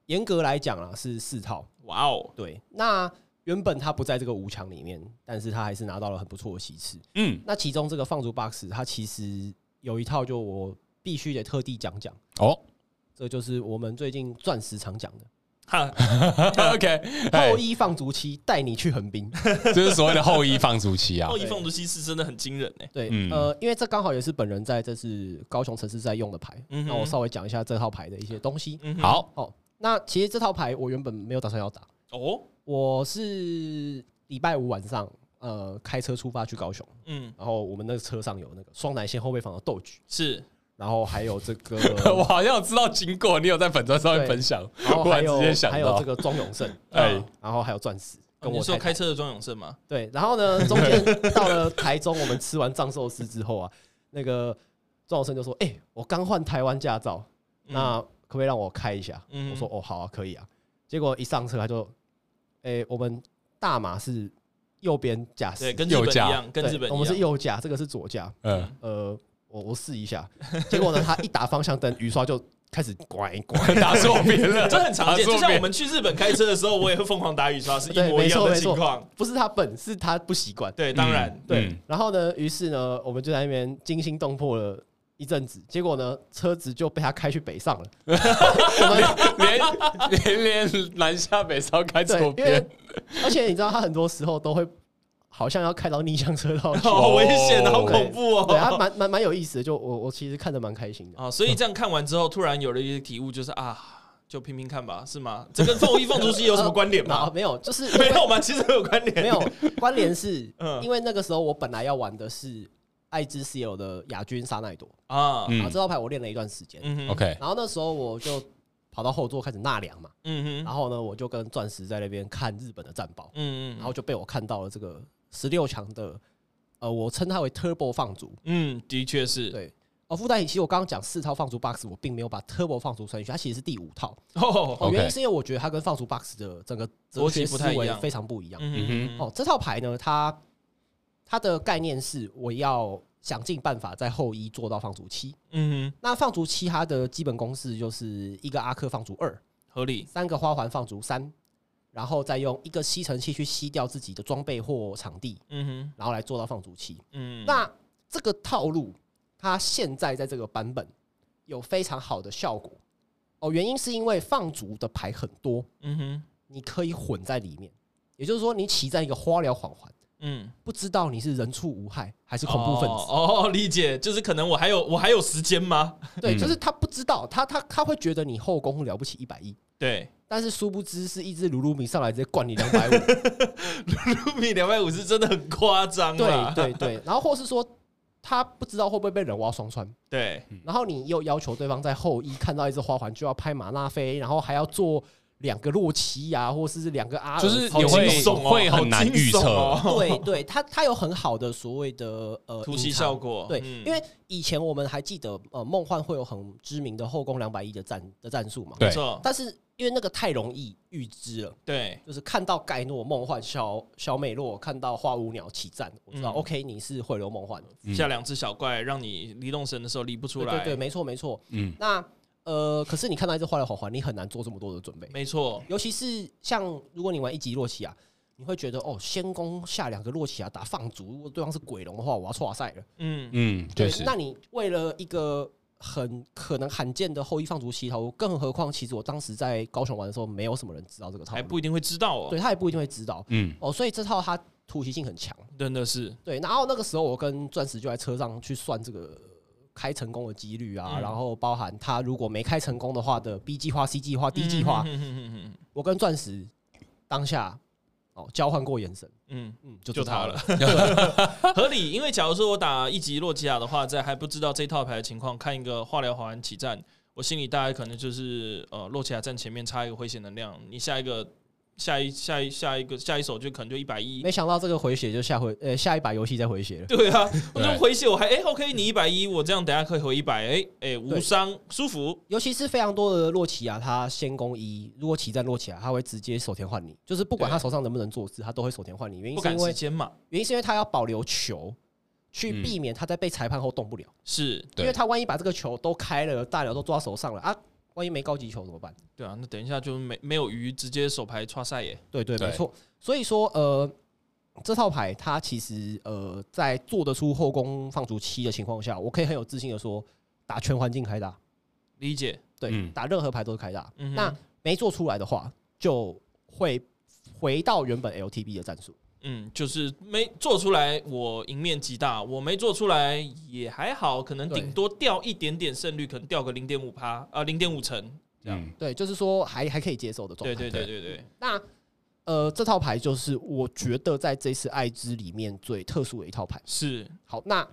Speaker 3: 严格来讲啊是四套。
Speaker 1: 哇哦，
Speaker 3: 对，那原本它不在这个五强里面，但是它还是拿到了很不错的席次。
Speaker 2: 嗯，
Speaker 3: 那其中这个放逐 box，它其实有一套，就我必须得特地讲讲，
Speaker 2: 哦
Speaker 3: 这就是我们最近钻石常讲的
Speaker 1: 哈，
Speaker 2: [LAUGHS] ，OK，哎
Speaker 3: [LAUGHS] 后，一放逐期带你去横滨。
Speaker 2: 就是所谓的后裔放逐期啊
Speaker 1: 后，一放毒西是真的很惊人哎、
Speaker 3: 对，
Speaker 2: [LAUGHS] 嗯
Speaker 3: 呃，因为这刚好也是本人在这次高雄城市赛用的牌，
Speaker 1: 嗯哼
Speaker 3: 那我稍微讲一下这套牌的一些东西。
Speaker 1: 嗯哼，
Speaker 2: 好，，
Speaker 3: 哦，那其实这套牌我原本没有打算要打，
Speaker 1: 哦，
Speaker 3: 我是礼拜五晚上呃开车出发去高雄，
Speaker 1: 嗯，
Speaker 3: 然后我们那个车上有那个双南线后备房的豆菊，
Speaker 1: 是
Speaker 3: 然后还有这个
Speaker 2: [LAUGHS] 我好像有知道经过，你有在粉砖上面
Speaker 3: 对
Speaker 2: 分享， [LAUGHS]
Speaker 3: 然后
Speaker 2: 忽
Speaker 3: 嗯哦还
Speaker 2: 然
Speaker 3: 有
Speaker 2: 之间想
Speaker 3: 还有
Speaker 2: 到
Speaker 3: 这，个庄永胜，
Speaker 2: [LAUGHS] 哎，
Speaker 3: 然后还有钻石。
Speaker 1: 跟
Speaker 3: 跟
Speaker 1: 我
Speaker 3: 我
Speaker 1: 哦说
Speaker 3: 太太
Speaker 1: 开车的庄永胜吗？
Speaker 3: 对，然后呢，中间到了台中，我们吃完藏寿司之后啊，那个庄永胜就说：“哎、我刚换台湾驾照，
Speaker 1: 嗯
Speaker 3: 那可不可以让我开一下？
Speaker 1: 嗯
Speaker 3: 我说哦，好啊，可以啊。结果一上车他就，诶，我们大马是右边驾驶，
Speaker 1: 对，跟日本
Speaker 2: 右
Speaker 1: 一
Speaker 2: 驾
Speaker 1: 样，跟
Speaker 3: 对
Speaker 1: 日本一样，
Speaker 3: 我们是右驾，这个是左驾。
Speaker 2: 嗯， [LAUGHS]
Speaker 3: 呃，我我试一下，结果呢，他一打方向灯，雨刷就开始拐一拐。 [LAUGHS]
Speaker 2: [LAUGHS] 打错别人，
Speaker 1: 这很常见。就
Speaker 2: 打错
Speaker 1: 像
Speaker 2: 别
Speaker 1: 我们去日本开车的时候，我也会疯狂打雨刷，是一
Speaker 3: 对
Speaker 1: 模一
Speaker 3: 没
Speaker 1: 样
Speaker 3: 错
Speaker 1: 的
Speaker 3: 没错
Speaker 1: 情况。
Speaker 3: 不是他本，是他不习惯。
Speaker 1: 对，当然，
Speaker 3: 对，
Speaker 2: 嗯
Speaker 3: 然后呢，于是呢，我们就在那边惊心动魄了一阵子。结果呢，车子就被他开去北上了。我们
Speaker 2: 连 [LAUGHS] 连连南下北朝开
Speaker 3: 对，
Speaker 2: 左
Speaker 3: 因为
Speaker 2: 边，
Speaker 3: 而且你知道，他很多时候都会好像要开到逆向车道
Speaker 1: [LAUGHS]
Speaker 3: 去。
Speaker 1: 好危险，
Speaker 2: 哦
Speaker 1: 好恐怖
Speaker 3: 对，他
Speaker 1: [LAUGHS] 哦。
Speaker 3: 蛮蛮蛮有意思的，就我我其实看着蛮开心的。
Speaker 1: 啊，所以这样看完之后，突然有了一个体悟，就是啊，就拼拼看吧，是吗？这跟凤一凤竹溪有什么关联
Speaker 3: 啊， [LAUGHS]
Speaker 1: 吗？
Speaker 3: 没有，就是
Speaker 1: [LAUGHS] 没有吗？其实没有关联，
Speaker 3: 没有关联是
Speaker 1: [LAUGHS] 嗯，
Speaker 3: 因为那个时候我本来要玩的是爱知 CL 的亚军沙奈朵，
Speaker 1: 啊。
Speaker 3: 然后
Speaker 2: 嗯
Speaker 3: 这套牌我练了一段时间，
Speaker 1: 嗯哼
Speaker 2: ，OK，
Speaker 3: 然后那时候我就跑到后座开始纳凉嘛，
Speaker 1: 嗯
Speaker 3: 然
Speaker 1: 哼，
Speaker 3: 后呢，我就跟钻石在那边看日本的战报，
Speaker 1: 嗯嗯，
Speaker 3: 然后就被我看到了这个十六强的，呃，我称它为 Turbo 放逐。
Speaker 1: 嗯，的确是。
Speaker 3: 对，哦，附带其实我刚刚讲四套放逐 box，我并没有把 Turbo 放逐算进去，它其实是第五套。
Speaker 1: 哦，
Speaker 3: 哦，
Speaker 2: OK
Speaker 3: 原因是因为我觉得它跟放逐 box 的整个哲学思
Speaker 1: 逻辑不太一
Speaker 3: 维
Speaker 1: 样
Speaker 3: 非常不一样。
Speaker 1: 嗯哼，
Speaker 3: 哦，这套牌呢，它它的概念是我要想尽办法在后一做到放逐七。
Speaker 1: 嗯
Speaker 3: 那放逐七它的基本公式就是一个阿克放逐二，
Speaker 1: 哼，合理。
Speaker 3: 三个花环放逐三，然后再用一个吸尘器去吸掉自己的装备或场地，
Speaker 1: 嗯哼，
Speaker 3: 然后来做到放逐七。
Speaker 1: 嗯，
Speaker 3: 那这个套路，它现在在这个版本有非常好的效果哦，原因是因为放逐的牌很多，
Speaker 1: 嗯哼，
Speaker 3: 你可以混在里面，也就是说你骑在一个花疗缓环，
Speaker 1: 嗯，
Speaker 3: 不知道你是人畜无害还是恐怖分子，
Speaker 1: 哦，哦理解，就是可能我还有我还有时间吗？
Speaker 3: 对，
Speaker 2: 嗯
Speaker 3: 就是他不知道，他他他会觉得你后宫了不起一百亿。
Speaker 1: 对，
Speaker 3: 但是殊不知是一只鲁鲁米上来直接灌你两
Speaker 1: [LAUGHS]
Speaker 3: 百五，
Speaker 1: 卢米两百五是真的很夸张啊啦。
Speaker 3: 对对对，然后或是说他不知道会不会被人挖双穿，
Speaker 1: 对，
Speaker 3: 然后你又要求对方在后一看到一只花环就要拍马纳菲，然后还要做两个洛奇亚，或是两个阿尔，
Speaker 2: 就是
Speaker 1: 好
Speaker 2: 你
Speaker 1: 惊
Speaker 2: 会
Speaker 1: [LAUGHS] 悚哦，
Speaker 2: 会很难预测
Speaker 1: 好惊悚哦
Speaker 3: 对对，它它有很好的所谓的呃
Speaker 1: 突袭
Speaker 3: 隐藏
Speaker 1: 效果，
Speaker 3: 对，
Speaker 1: 嗯
Speaker 3: 因为以前我们还记得，呃，梦幻会有很知名的后宫两百亿的战的战术嘛，
Speaker 2: 对
Speaker 1: 没错，
Speaker 3: 但是因为那个太容易预知了，
Speaker 1: 对，
Speaker 3: 就是看到盖诺、梦幻、小小美洛，看到花无鸟起战，我知道、
Speaker 1: 嗯
Speaker 3: OK，你是会流梦幻的，
Speaker 2: 嗯
Speaker 1: 下两只小怪让你离动神的时候离不出
Speaker 3: 对
Speaker 1: 来，
Speaker 3: 对对，没错没错。
Speaker 2: 嗯，
Speaker 3: 那呃，可是你看到一只花的好环，你很难做这么多的准备，
Speaker 1: 没错，
Speaker 3: 尤其是像如果你玩一级洛奇亚，你会觉得哦，先攻下两个洛奇亚啊打放逐，如果对方是鬼龙的话，我要错赛了。
Speaker 1: 嗯，
Speaker 2: 嗯，确
Speaker 3: 对，
Speaker 2: 实，
Speaker 3: 那你为了一个很可能罕见的后羿放逐旗头，更何况其实我当时在高雄玩的时候，没有什么人知道这个套
Speaker 1: 还
Speaker 3: 路，
Speaker 1: 不一定会知道哦，
Speaker 3: 对他也不一定会知道
Speaker 2: 嗯
Speaker 3: 哦，所以这套它突袭性很强。
Speaker 1: 真的是，
Speaker 3: 对，然后那个时候我跟钻石就在车上去算这个开成功的几率啊，
Speaker 1: 嗯
Speaker 3: 然后包含他如果没开成功的话的 B 计划、C 计划、D 计划，
Speaker 1: 嗯哼哼哼哼
Speaker 3: 我跟钻石当下哦交换过眼神，
Speaker 1: 嗯，
Speaker 3: 嗯，就
Speaker 1: 就
Speaker 3: 知
Speaker 1: 他
Speaker 3: 道
Speaker 1: 了，， [LAUGHS] 合理。因为假如说我打一级洛基亚的话，在还不知道这套牌的情况，看一个化疗华安起战，我心里大概可能就是呃，洛基亚站前面插一个回血能量，你下一个下一下一下一个下一手就可能就一百一，
Speaker 3: 没想到这个回血就下回呃下一把游戏再回血了。
Speaker 1: 对啊，我就
Speaker 2: 对
Speaker 1: 回血，我还哎、OK，你一百一，我这样等下可以回一百，哎哎无
Speaker 3: 对
Speaker 1: 伤舒服，
Speaker 3: 尤其是非常多的洛奇亚，啊他先攻一，如果起战洛奇啊亚，他会直接手填换你，就是不管他手上能不能坐姿，他都会手填换你。原因
Speaker 1: 不
Speaker 3: 是
Speaker 1: 赶
Speaker 3: 因
Speaker 1: 时
Speaker 3: 为
Speaker 1: 间嘛，
Speaker 3: 原因是因为他要保留球，去
Speaker 2: 嗯
Speaker 3: 避免他在被裁判后动不了，
Speaker 1: 是
Speaker 2: 对
Speaker 3: 因为他万一把这个球都开了，大鸟都抓手上了啊，万一没高级球怎么办？
Speaker 1: 对啊，那等一下就没没有鱼，直接手牌刷赛耶。
Speaker 3: 对对，
Speaker 2: 对
Speaker 3: 没错。所以说，呃，这套牌它其实呃，在做得出后宫放逐期的情况下，我可以很有自信的说，打全环境开大，
Speaker 1: 理解，
Speaker 3: 对，
Speaker 2: 嗯
Speaker 3: 打任何牌都是开大。
Speaker 1: 嗯哼
Speaker 3: 那没做出来的话，就会回到原本 LTB 的战术。
Speaker 1: 嗯，就是没做出来，我赢面极大；我没做出来也还好，可能
Speaker 3: 对
Speaker 1: 顶多掉一点点胜率，可能掉个零点五趴啊，零点五成这样。
Speaker 2: 嗯
Speaker 3: 对，就是说还还可以接受的状
Speaker 1: 对
Speaker 3: 态。
Speaker 1: 对对对对，
Speaker 3: 那呃，这套牌就是我觉得在这次爱之里面最特殊的一套牌。
Speaker 1: 是
Speaker 3: 好，那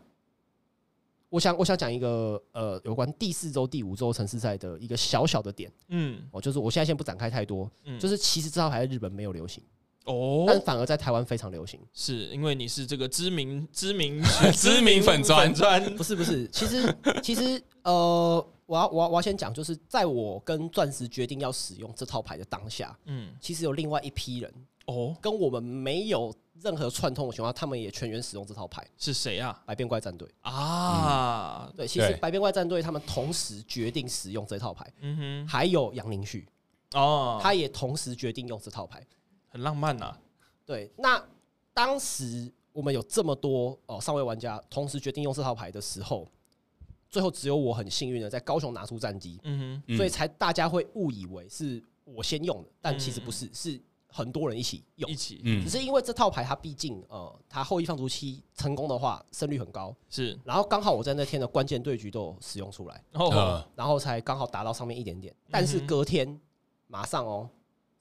Speaker 3: 我想我想讲一个呃，有关第四周、第五周城市赛的一个小小的点
Speaker 1: 嗯
Speaker 3: 哦，就是我现在先不展开太多，
Speaker 1: 嗯，
Speaker 3: 就是是其实这套牌在日本没有流行，但
Speaker 1: 哦，
Speaker 3: 反而在台湾非常流行。
Speaker 1: 是因为你是这个知名知
Speaker 3: [LAUGHS]
Speaker 1: 名
Speaker 2: 知名粉砖
Speaker 1: 砖
Speaker 3: 不是不是，其实其实呃，我要我要我要先讲，就是在我跟钻石决定要使用这套牌的当下，
Speaker 1: 嗯
Speaker 3: 其实有另外一批人
Speaker 1: 哦
Speaker 3: 跟我们没有任何串通的情况下，他们也全员使用这套牌。
Speaker 1: 是谁啊
Speaker 3: 百变怪战队，
Speaker 1: 啊
Speaker 3: 对，其实
Speaker 2: 对
Speaker 3: 百变怪战队他们同时决定使用这套牌，
Speaker 1: 嗯
Speaker 3: 还有杨林旭，
Speaker 1: 哼哦，
Speaker 3: 他也同时决定用这套牌。
Speaker 1: 很浪漫呐，
Speaker 3: 对，那当时我们有这么多哦上位玩家同时决定用这套牌的时候，最后只有我很幸运的在高雄拿出战机，
Speaker 1: 嗯
Speaker 2: 嗯
Speaker 3: 所以才大家会误以为是我先用的，但其实不是，是很多人一起
Speaker 1: 哼，
Speaker 3: 用
Speaker 1: 一。起
Speaker 2: 嗯
Speaker 3: 只是因为这套牌它毕竟呃，它后羿放逐期成功的话胜率很高，
Speaker 1: 是
Speaker 3: 然后刚好我在那天的关键对局都有使用出来，
Speaker 1: 哦
Speaker 2: 呃
Speaker 3: 然后才刚好达到上面一点点。但是
Speaker 1: 嗯哼
Speaker 3: 隔天马上哦，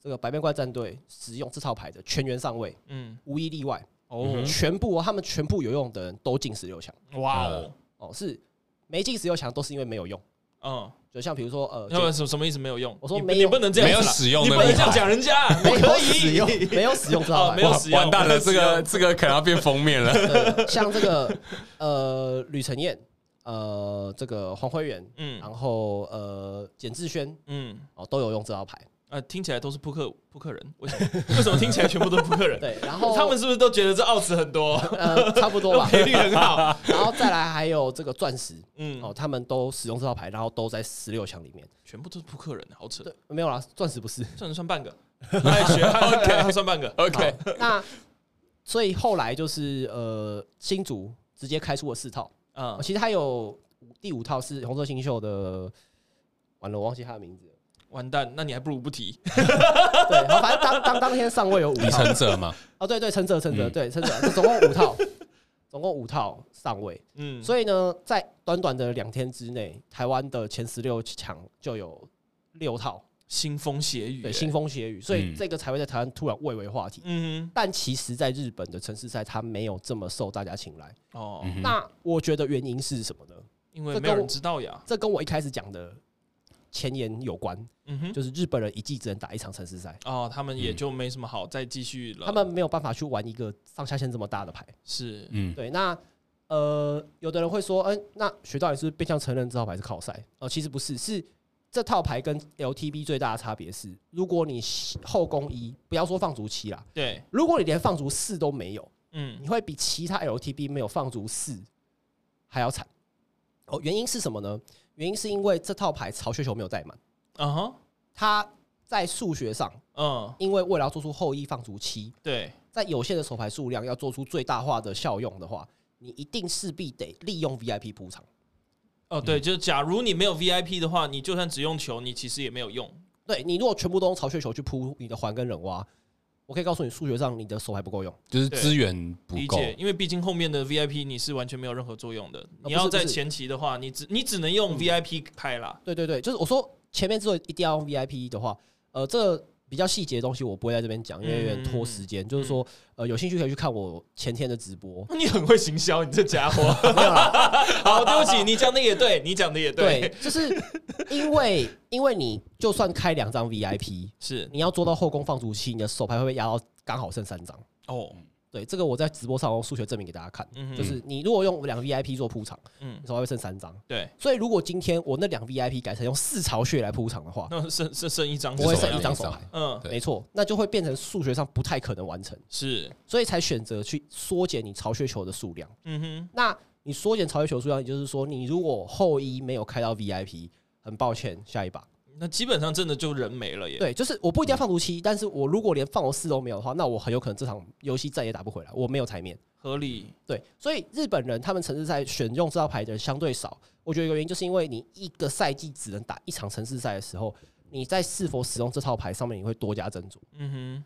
Speaker 3: 这个白面怪战队使用这套牌的全员上位，
Speaker 1: 嗯
Speaker 3: 无一例外，
Speaker 1: 哦
Speaker 3: 全部哦，他们全部有用的人都进十六强
Speaker 1: 哇哦
Speaker 3: 哦，是没进十六强都是因为没有用，
Speaker 1: 嗯。
Speaker 3: 就像比如说呃，
Speaker 1: 要不然什什么意思没有用？
Speaker 3: 我说
Speaker 1: 你
Speaker 3: 没有
Speaker 1: 你不能这样子啦，
Speaker 2: 没有使用
Speaker 1: 你
Speaker 2: 那
Speaker 1: 不
Speaker 2: 个
Speaker 1: 能这样讲人家， [LAUGHS] 不
Speaker 3: 没
Speaker 1: 可
Speaker 3: 有
Speaker 1: 以
Speaker 3: 使用，没有使用这套
Speaker 1: [LAUGHS] 哦
Speaker 3: 牌
Speaker 1: 没，有
Speaker 2: 哇
Speaker 1: 使用
Speaker 2: 完蛋了，
Speaker 1: 没有
Speaker 2: 这
Speaker 1: 使
Speaker 2: 个
Speaker 1: 用
Speaker 2: 这个可能要变封
Speaker 1: [LAUGHS]
Speaker 2: 面了。
Speaker 3: 对像这个呃吕承彦，呃这个黄辉元，
Speaker 1: 嗯
Speaker 3: 然后呃简志轩
Speaker 1: 嗯，
Speaker 3: 哦都有用这套牌，
Speaker 1: 呃，听起来都是扑克扑克人，为什么？为什么听起来全部都是扑克 [LAUGHS] 人？
Speaker 3: 对，然后
Speaker 1: 他们是不是都觉得这奥词很多，，
Speaker 3: 呃差不多吧
Speaker 1: [LAUGHS] 赔率很好？
Speaker 3: [LAUGHS] 然后再来还有这个钻石哦，
Speaker 1: 嗯，
Speaker 3: 他们都使用这套牌，然后都在十六强里面，
Speaker 1: 全部都是扑克人，啊好扯
Speaker 3: 对，，没有啦，钻石
Speaker 1: [LAUGHS]
Speaker 3: 不是。
Speaker 1: 算能算半个，哎，学
Speaker 2: OK
Speaker 1: 他算半个，
Speaker 2: OK，
Speaker 3: 那所以后来就是呃，新竹直接开出了四套，
Speaker 1: 嗯
Speaker 3: 哦，其实它有第五套是红色新秀的，完了我忘记他
Speaker 1: [LAUGHS]
Speaker 3: 的名字了。
Speaker 1: 完蛋，那你还不如不提。
Speaker 3: 对，然后反正当当当天上位有五
Speaker 2: 李
Speaker 3: 套，
Speaker 2: 承哲嘛，
Speaker 3: 哦对对，陈哲陈哲
Speaker 2: 嗯
Speaker 3: 对陈哲，总共五套，总共五套上位。
Speaker 1: 嗯，
Speaker 3: 所以呢，在短短的两天之内，台湾的前十六强就有六套，
Speaker 1: 腥风血雨，
Speaker 3: 对，
Speaker 1: 哎
Speaker 3: 腥风血雨，所以
Speaker 2: 嗯
Speaker 3: 这个才会在台湾突然蔚为话题。
Speaker 1: 嗯
Speaker 3: 但其实，在日本的城市赛，它没有这么受大家青睐。
Speaker 1: 哼哦，
Speaker 2: 嗯哼
Speaker 3: 那我觉得原因是什么呢？
Speaker 1: 因为
Speaker 3: 这
Speaker 1: 没有
Speaker 3: 跟
Speaker 1: 人
Speaker 3: 我
Speaker 1: 知道呀，
Speaker 3: 这跟我一开始讲的前言有关，
Speaker 1: 嗯哼，
Speaker 3: 就是日本人一季只能打一场城市赛，
Speaker 1: 哦，他们也就没什么好再继续了。
Speaker 3: 他们没有办法去玩一个上下限这么大的牌。
Speaker 1: 是
Speaker 2: 嗯，
Speaker 3: 对，那呃，有的人会说，嗯、那学到底是不是变相承认这套牌是靠赛？哦、其实不是，是这套牌跟 LTB 最大的差别是，如果你后宫一不要说放逐七啦，
Speaker 1: 对，
Speaker 3: 如果你连放逐四都没有，
Speaker 1: 嗯
Speaker 3: 你会比其他 LTB 没有放逐四还要惨。哦，原因是什么呢？原因是因为这套牌曹雪球没有带满，
Speaker 1: 啊哈，
Speaker 3: 他在数学上，
Speaker 1: 嗯，
Speaker 3: 因为为了要做出后羿放逐期，
Speaker 1: 对，
Speaker 3: 在有限的手牌数量要做出最大化的效用的话，你一定势必得利用 VIP 铺场。
Speaker 1: 哦对，就是假如你没有 VIP 的话，你就算只用球，你其实也没有用。
Speaker 3: 对你如果全部都用巢穴球去铺你的环跟忍蛙，我可以告诉你，数学上你的手牌不够用。
Speaker 2: 就是资源不
Speaker 1: 理
Speaker 2: 够，
Speaker 1: 解，因为毕竟后面的 VIP 你是完全没有任何作用的。
Speaker 3: 不
Speaker 1: 你
Speaker 3: 是
Speaker 1: 要
Speaker 3: 啊不
Speaker 1: 在
Speaker 3: 是嗯
Speaker 1: 前期的话，你只你只能用 VIP 拍啦。 [LAUGHS]
Speaker 3: 对对对，就是我说前面之所以一定要用 VIP 的话，呃，这比较细节的东西我不会在这边讲，因为有点拖时间。就是说，呃，有兴趣可以去看我前天的直播。
Speaker 1: 你很会行销，你这家
Speaker 3: [LAUGHS]
Speaker 1: 伙。 [LAUGHS] 好，对不起，你讲的也对，你讲的也
Speaker 3: 对，，就是因为 [LAUGHS] 因为你就算开两张 VIP，
Speaker 1: 是
Speaker 3: 你要做到后宫放逐期，你的手牌会被压到刚好剩三张。
Speaker 1: 哦，
Speaker 3: 对，这个我在直播上用数学证明给大家看，
Speaker 1: 嗯哼
Speaker 3: 就是你如果用两个 VIP 做铺场，
Speaker 1: 嗯
Speaker 3: 你，手上会剩三张。
Speaker 1: 对，
Speaker 3: 所以如果今天我那两个 VIP 改成用四巢穴来铺场的话，
Speaker 1: 那剩剩剩一张是
Speaker 3: 我会
Speaker 1: 什么
Speaker 3: 剩
Speaker 1: 样
Speaker 3: 一
Speaker 1: 子，
Speaker 3: 张手牌，
Speaker 1: 嗯，
Speaker 2: 对
Speaker 3: 没错，那就会变成数学上不太可能完成，
Speaker 1: 是，
Speaker 3: 所以才选择去缩减你巢穴球的数量。
Speaker 1: 嗯哼，
Speaker 3: 那你缩减巢穴球数量，也就是说，你如果后一没有开到 VIP，很抱歉，下一把。
Speaker 1: 那基本上真的就人没了耶。
Speaker 3: 对，就是我不一定要放毒七，但是我如果连放毒四都没有的话，那我很有可能这场游戏再也打不回来，我没有台面。
Speaker 1: 合理，
Speaker 3: 对，所以日本人他们城市赛选用这套牌的人相对少，我觉得有个原因就是因为你一个赛季只能打一场城市赛的时候，你在是否使用这套牌上面你会多加斟酌。
Speaker 1: 嗯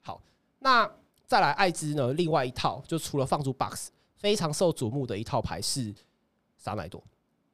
Speaker 3: 好，那再来艾兹呢，另外一套就除了放逐 box 非常受瞩目的一套牌是沙奈朵，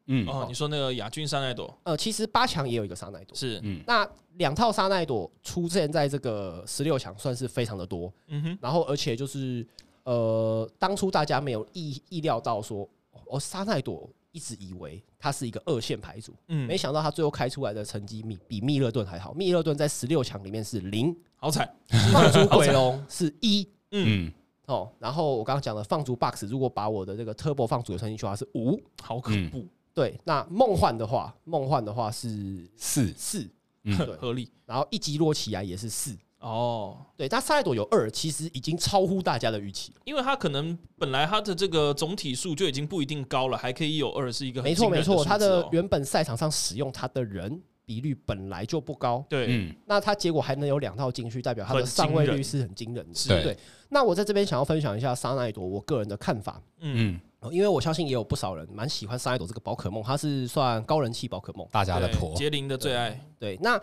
Speaker 2: 嗯
Speaker 1: 哼，哦，你说那个亚军山奈朵
Speaker 3: 呃，其实八强也有一个沙奈朵。
Speaker 1: 是，
Speaker 2: 嗯
Speaker 3: 那两套沙奈朵出现在这个十六强算是非常的多，
Speaker 1: 嗯哼，
Speaker 3: 然后而且就是呃，当初大家没有意意料到说，哦，沙奈朵一直以为他是一个二线牌组，没
Speaker 1: 嗯，
Speaker 3: 想到他最后开出来的成绩比比密勒顿还好。密勒顿在十六强里面是零，
Speaker 1: 好惨，
Speaker 3: 放逐鬼龙是一。
Speaker 2: 嗯，
Speaker 3: 哦，然后我刚刚讲的放逐 box，如果把我的这个 turbo 放逐也算进去的话是五，
Speaker 1: 好
Speaker 3: 嗯
Speaker 1: 恐怖，
Speaker 3: 对。那梦幻的话，梦幻的话是
Speaker 2: 是
Speaker 3: 四，
Speaker 2: 嗯
Speaker 3: 对。
Speaker 1: [LAUGHS] 合理，
Speaker 3: 然后一击落起来也是四，
Speaker 1: 哦。
Speaker 3: 对。但沙莱朵有二，其实已经超乎大家的预期了。
Speaker 1: 因为他可能本来他的这个总体数就已经不一定高了，还可以有二，是一个很
Speaker 3: 没错
Speaker 1: 惊人
Speaker 3: 没错，
Speaker 1: 数字
Speaker 3: 他的
Speaker 1: 哦
Speaker 3: 原本赛场上使用他的人比率本来就不高，
Speaker 1: 对
Speaker 2: 嗯
Speaker 3: 那他结果还能有两套进去，代表他
Speaker 1: 很
Speaker 3: 的
Speaker 1: 惊
Speaker 3: 上位
Speaker 1: 人
Speaker 3: 率是很惊人的。
Speaker 1: 是
Speaker 2: 对
Speaker 3: 对，那我在这边想要分享一下沙奈朵我个人的看法，
Speaker 1: 嗯
Speaker 2: 嗯，
Speaker 3: 呃因为我相信也有不少人蛮喜欢沙奈朵这个宝可梦，它是算高人气宝可梦。
Speaker 2: 大家的
Speaker 1: 对
Speaker 2: 婆，嗯
Speaker 1: 杰林的最爱
Speaker 3: 对，
Speaker 1: [LAUGHS]
Speaker 3: 那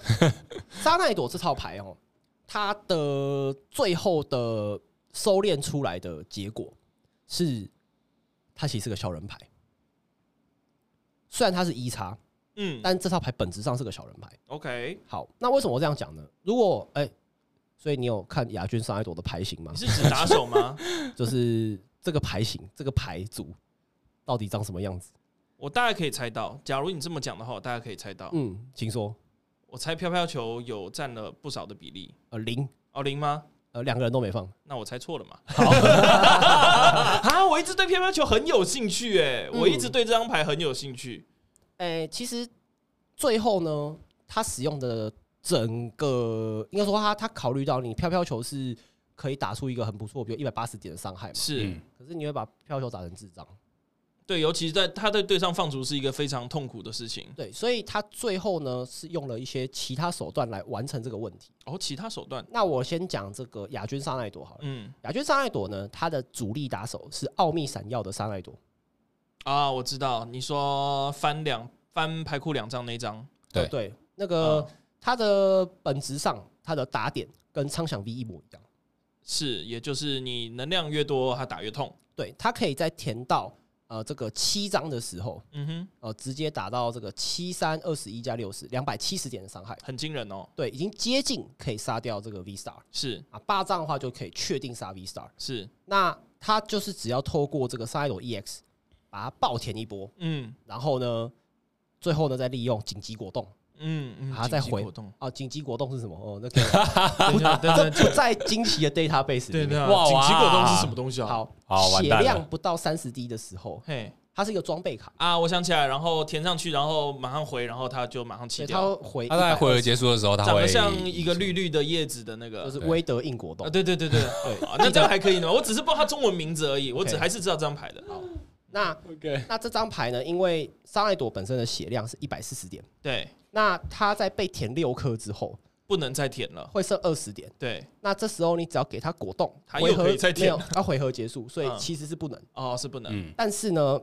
Speaker 3: 沙奈朵这套牌哦，它的最后的收敛出来的结果是，它其实是个小人牌。虽然它是一叉，
Speaker 1: 嗯
Speaker 3: 但这套牌本质上是个小人牌。
Speaker 1: ，OK，
Speaker 3: 好，那为什么我这样讲呢？如果哎、所以你有看亚军沙奈朵的牌 [LAUGHS] 型吗
Speaker 2: 嗯
Speaker 1: 你？是指打手
Speaker 2: [LAUGHS]
Speaker 1: 吗？
Speaker 3: 就是这个牌型，这个牌组到底长什么样子？
Speaker 1: 我大概可以猜到，假如你这么讲的话，我大概可以猜到。
Speaker 3: 嗯，请说。
Speaker 1: 我猜飘飘球有占了不少的比例，
Speaker 3: 呃，零，
Speaker 1: 哦零吗？
Speaker 3: 呃，两个人都没放。
Speaker 1: 那我猜错了
Speaker 2: [LAUGHS]
Speaker 1: 嘛？ [LAUGHS] 啊，我一直对飘飘球很有兴趣哎，
Speaker 3: 嗯
Speaker 1: 我一直对这张牌很有兴趣。
Speaker 3: 诶、哎其实最后呢，他使用的整个应该说他他考虑到你飘飘球是可以打出一个很不错，比如一百八十点的伤害嘛，
Speaker 1: 是、
Speaker 2: 嗯
Speaker 3: 可是你会把飘飘球打成智障。
Speaker 1: 对，尤其是在他在对上放逐是一个非常痛苦的事情。
Speaker 3: 对，所以他最后呢是用了一些其他手段来完成这个问题。
Speaker 1: 哦，其他手段，
Speaker 3: 那我先讲这个亚军沙奈朵好了。
Speaker 1: 嗯
Speaker 3: 亚军沙奈朵呢，他的主力打手是奥秘闪耀的沙奈朵，
Speaker 1: 啊，我知道你说翻两翻牌库两张那张，
Speaker 2: 对
Speaker 3: 对，那
Speaker 1: 呃、
Speaker 3: 个、它的本质上，它的打点跟苍响 V 一模一样。
Speaker 1: 是，也就是你能量越多，它打越痛。
Speaker 3: 对，它可以在填到呃这个七张的时候，
Speaker 1: 嗯哼，
Speaker 3: 呃直接打到这个七三二十一加六十两百七十点的伤害。
Speaker 1: 很惊人哦，
Speaker 3: 对，已经接近可以杀掉这个 V Star
Speaker 1: 是
Speaker 3: 啊，八张的话就可以确定杀 V Star。
Speaker 1: 是，那
Speaker 3: 那它就是只要透过这个沙朵 EX 把它爆填一波，
Speaker 1: 嗯
Speaker 3: 然后呢，最后呢再利用紧急果冻
Speaker 1: 嗯嗯，
Speaker 3: 啊再
Speaker 1: 紧急
Speaker 3: 回
Speaker 1: 活 [LAUGHS] 动，
Speaker 3: 哦，紧急果冻是什么？哦，那个
Speaker 1: [LAUGHS] 对对
Speaker 3: 这
Speaker 1: 对
Speaker 3: 不在惊奇的 database 里
Speaker 1: 对对
Speaker 3: 面。
Speaker 1: 啊，
Speaker 2: 哇
Speaker 1: 紧急果冻
Speaker 2: 哇
Speaker 1: 是什么东西啊？，
Speaker 3: 好
Speaker 2: 好，完
Speaker 3: 血
Speaker 2: 蛋
Speaker 3: 量
Speaker 2: 了。
Speaker 3: 不到三十滴的时候，
Speaker 1: 嘿
Speaker 3: 它是一个装备卡，
Speaker 1: 啊，我想起来，然后填上去，然后马上回，然后它就马上
Speaker 3: 所
Speaker 1: 弃
Speaker 3: 以它会
Speaker 1: 掉，
Speaker 3: 回
Speaker 2: 他在
Speaker 3: 120
Speaker 2: 回合结束的时候，他
Speaker 1: 长
Speaker 2: 会
Speaker 1: 得像一个绿绿的叶子的那个
Speaker 3: 就。是
Speaker 2: 对
Speaker 3: 威德硬果冻
Speaker 1: 啊，。对对对 [LAUGHS] 对，
Speaker 3: 对
Speaker 1: 啊那这样还可以呢。我只是不知道它中文名字而已，我只
Speaker 3: OK
Speaker 1: 还是知道这张牌的。
Speaker 3: 那
Speaker 2: OK，
Speaker 3: 那这张牌呢？因为桑艾朵本身的血量是一百四十点，
Speaker 1: 对，
Speaker 3: 那它在被填六颗之后
Speaker 1: 不能再舔了。
Speaker 3: 会剩二十点。
Speaker 1: 对，
Speaker 3: 那这时候你只要给它果冻，
Speaker 1: 它
Speaker 3: 回
Speaker 1: 又
Speaker 3: 合
Speaker 1: 可以再
Speaker 3: 没
Speaker 1: 舔
Speaker 3: 有，它回合结束，所以
Speaker 1: 嗯
Speaker 3: 其实是不能。
Speaker 1: 哦，是不能。
Speaker 2: 嗯，
Speaker 3: 但是呢，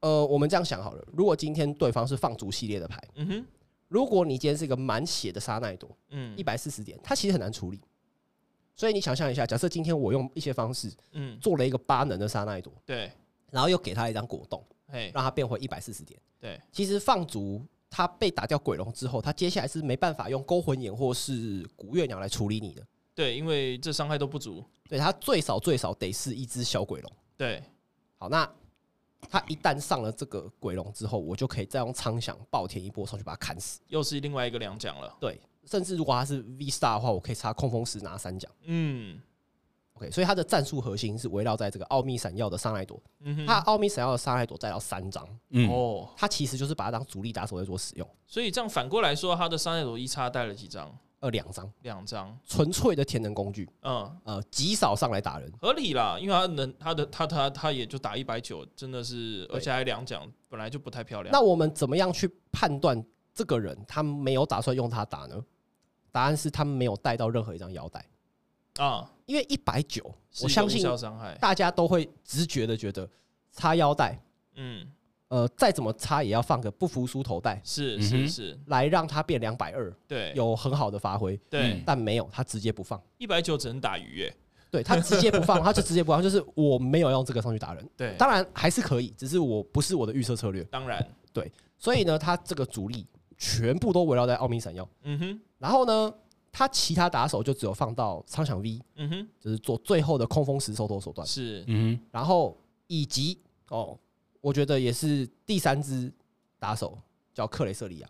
Speaker 3: 呃，我们这样想好了，如果今天对方是放逐系列的牌，
Speaker 1: 嗯哼，
Speaker 3: 如果你今天是一个满血的沙奈朵，一
Speaker 1: 嗯
Speaker 3: 百四十点，它其实很难处理。所以你想象一下，假设今天我用一些方式
Speaker 1: 嗯，
Speaker 3: 做了一个八能的沙奈朵，
Speaker 1: 对，
Speaker 3: 然后又给他一张果冻，
Speaker 1: 嘿，
Speaker 3: 让他变回一百四十点。
Speaker 1: 对，
Speaker 3: 其实放逐他被打掉鬼龙之后，他接下来是没办法用勾魂眼或是古月鸟来处理你的。
Speaker 1: 对，因为这伤害都不足。
Speaker 3: 对他最少最少得是一只小鬼龙。
Speaker 1: 对，
Speaker 3: 好，那他一旦上了这个鬼龙之后，我就可以再用苍响暴填一波上去把他砍死。
Speaker 1: 又是另外一个两奖了。
Speaker 3: 对，甚至如果他是 V star 的话，我可以插控风石拿三奖。
Speaker 1: 嗯
Speaker 3: OK，所以他的战术核心是围绕在这个奥秘闪耀的上来朵，
Speaker 1: 嗯哼，
Speaker 3: 他奥秘闪耀的上来朵带到三张，
Speaker 2: 嗯
Speaker 1: 哦，
Speaker 3: 他其实就是把它当主力打手在做使用，
Speaker 1: 所以这样反过来说，他的三奈罗一叉带了几张？
Speaker 3: 呃，两张
Speaker 1: 两张，
Speaker 3: 纯粹的天能工具，
Speaker 1: 嗯，
Speaker 3: 呃，极少上来打人，
Speaker 1: 合理啦，因为他能他的他他他也就打一百九，真的是，而且还两奖，本来就不太漂亮。
Speaker 3: 那我们怎么样去判断这个人他没有打算用他打呢？答案是他没有带到任何一张腰带，
Speaker 1: 啊，
Speaker 3: 因为一百九，
Speaker 1: 是一个
Speaker 3: 我相
Speaker 1: 无
Speaker 3: 信
Speaker 1: 效伤害，
Speaker 3: 大家都会直觉的觉得插腰带，
Speaker 1: 嗯，
Speaker 3: 呃，再怎么插也要放个不服输头带
Speaker 1: 是
Speaker 2: 嗯
Speaker 1: 是
Speaker 2: 哼
Speaker 1: 是，
Speaker 3: 来让他变两百二，
Speaker 1: 对
Speaker 3: 有很好的发挥，
Speaker 1: 对
Speaker 2: 嗯，
Speaker 3: 但没有，他直接不放。
Speaker 1: 一百九只能打鱼耶，[LAUGHS]
Speaker 3: 对他直接不放，他就直接不放，就是我没有用这个上去打人。
Speaker 1: 对，
Speaker 3: 当然还是可以，只是我不是我的预测策略，
Speaker 1: 当然，
Speaker 3: 所以呢，他这个主力全部都围绕在奥秘闪耀。
Speaker 1: 嗯哼，
Speaker 3: 然后呢，他其他打手就只有放到苍响 V，
Speaker 1: 嗯哼，
Speaker 3: 就是做最后的空风石收头手段，
Speaker 1: 是，
Speaker 2: 嗯
Speaker 3: 然后以及哦，我觉得也是第三支打手叫克雷瑟利亚。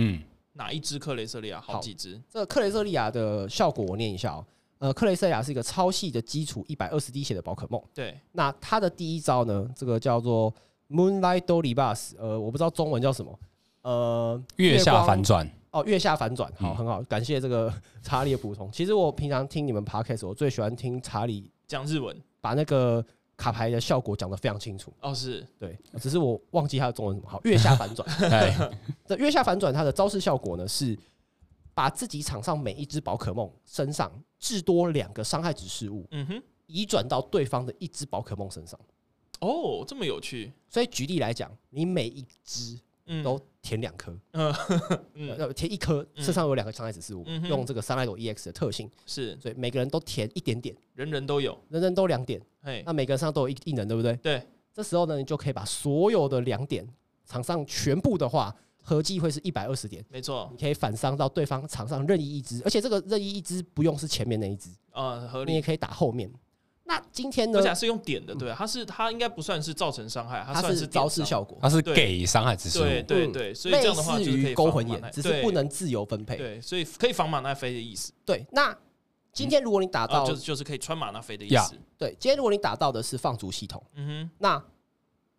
Speaker 2: 嗯
Speaker 1: 哪一只克雷瑟利亚？好
Speaker 3: 好
Speaker 1: 几只，
Speaker 3: 这个克雷瑟利亚的效果我念一下哦。呃，克雷瑟利亚是一个超细的基础一百二十滴血的宝可梦。
Speaker 1: 对，
Speaker 3: 那它的第一招呢，这个叫做 Moonlight Dolly Bus，呃，我不知道中文叫什么，呃，
Speaker 2: 月下反
Speaker 1: [LAUGHS]
Speaker 3: 光
Speaker 2: 转，
Speaker 3: 哦，月下反转，好，
Speaker 2: 嗯
Speaker 3: 很好，感谢这个 [LAUGHS] 查理的补充。其实我平常听你们 podcast，我最喜欢听查理
Speaker 1: 讲日文，
Speaker 3: 把那个卡牌的效果讲得非常清楚，
Speaker 1: 哦是，
Speaker 3: 对，只是我忘记它的中文是什么。好，月下反转，
Speaker 2: 哎，
Speaker 3: 这月下反转它的招式效果呢是把自己场上每一只宝可梦身上至多两个伤害指示物
Speaker 1: 嗯哼，
Speaker 3: 移转到对方的一只宝可梦身上。
Speaker 1: 哦，这么有趣，
Speaker 3: 所以举例来讲，你每一只
Speaker 1: 嗯，
Speaker 3: 都填两颗，
Speaker 1: 嗯
Speaker 3: 呃，填一颗
Speaker 1: 嗯
Speaker 3: 身上有两个伤害指示物，
Speaker 1: 嗯哼
Speaker 3: 用这个三奈朵 EX 的特性，
Speaker 1: 是，
Speaker 3: 所以每个人都填一点点，
Speaker 1: 人人都有，
Speaker 3: 人人都两点，
Speaker 1: 嘿，
Speaker 3: 那每个人身上都有一一能，对不对？
Speaker 1: 对。
Speaker 3: 这时候呢，你就可以把所有的两点场上全部的话，合计会是一百二十点，
Speaker 1: 没错
Speaker 3: 你，可以反伤到对方场上任意一只，而且这个任意一只不用是前面那一只，
Speaker 1: 啊，合
Speaker 3: 你
Speaker 1: 理
Speaker 3: 也。可以打后面。那今天呢
Speaker 1: 而且，还是用点的，对，它是它应该不算是造成伤害，
Speaker 3: 它
Speaker 1: 算
Speaker 3: 是
Speaker 1: 点伤
Speaker 3: 招式效果，
Speaker 2: 他是
Speaker 1: 对
Speaker 2: 给伤害指示
Speaker 1: 对
Speaker 2: 物，
Speaker 1: 对
Speaker 3: 嗯
Speaker 1: 对，所以这
Speaker 3: 类
Speaker 1: 样的话
Speaker 3: 似
Speaker 1: 就是可
Speaker 3: 于
Speaker 1: 以
Speaker 3: 勾
Speaker 1: 防
Speaker 3: 魂
Speaker 1: 马
Speaker 3: 眼
Speaker 1: 奈，
Speaker 3: 只
Speaker 1: 对
Speaker 3: 是不能自由分配。
Speaker 1: 对，所以可以防马纳菲的意思，
Speaker 3: 对，那今天如果你打
Speaker 1: 啊，
Speaker 3: 到
Speaker 1: 就是就是可以穿马纳菲的意
Speaker 2: 呀
Speaker 1: 思。
Speaker 3: 对，今天如果你打到的是放逐系统，
Speaker 1: 嗯
Speaker 3: 那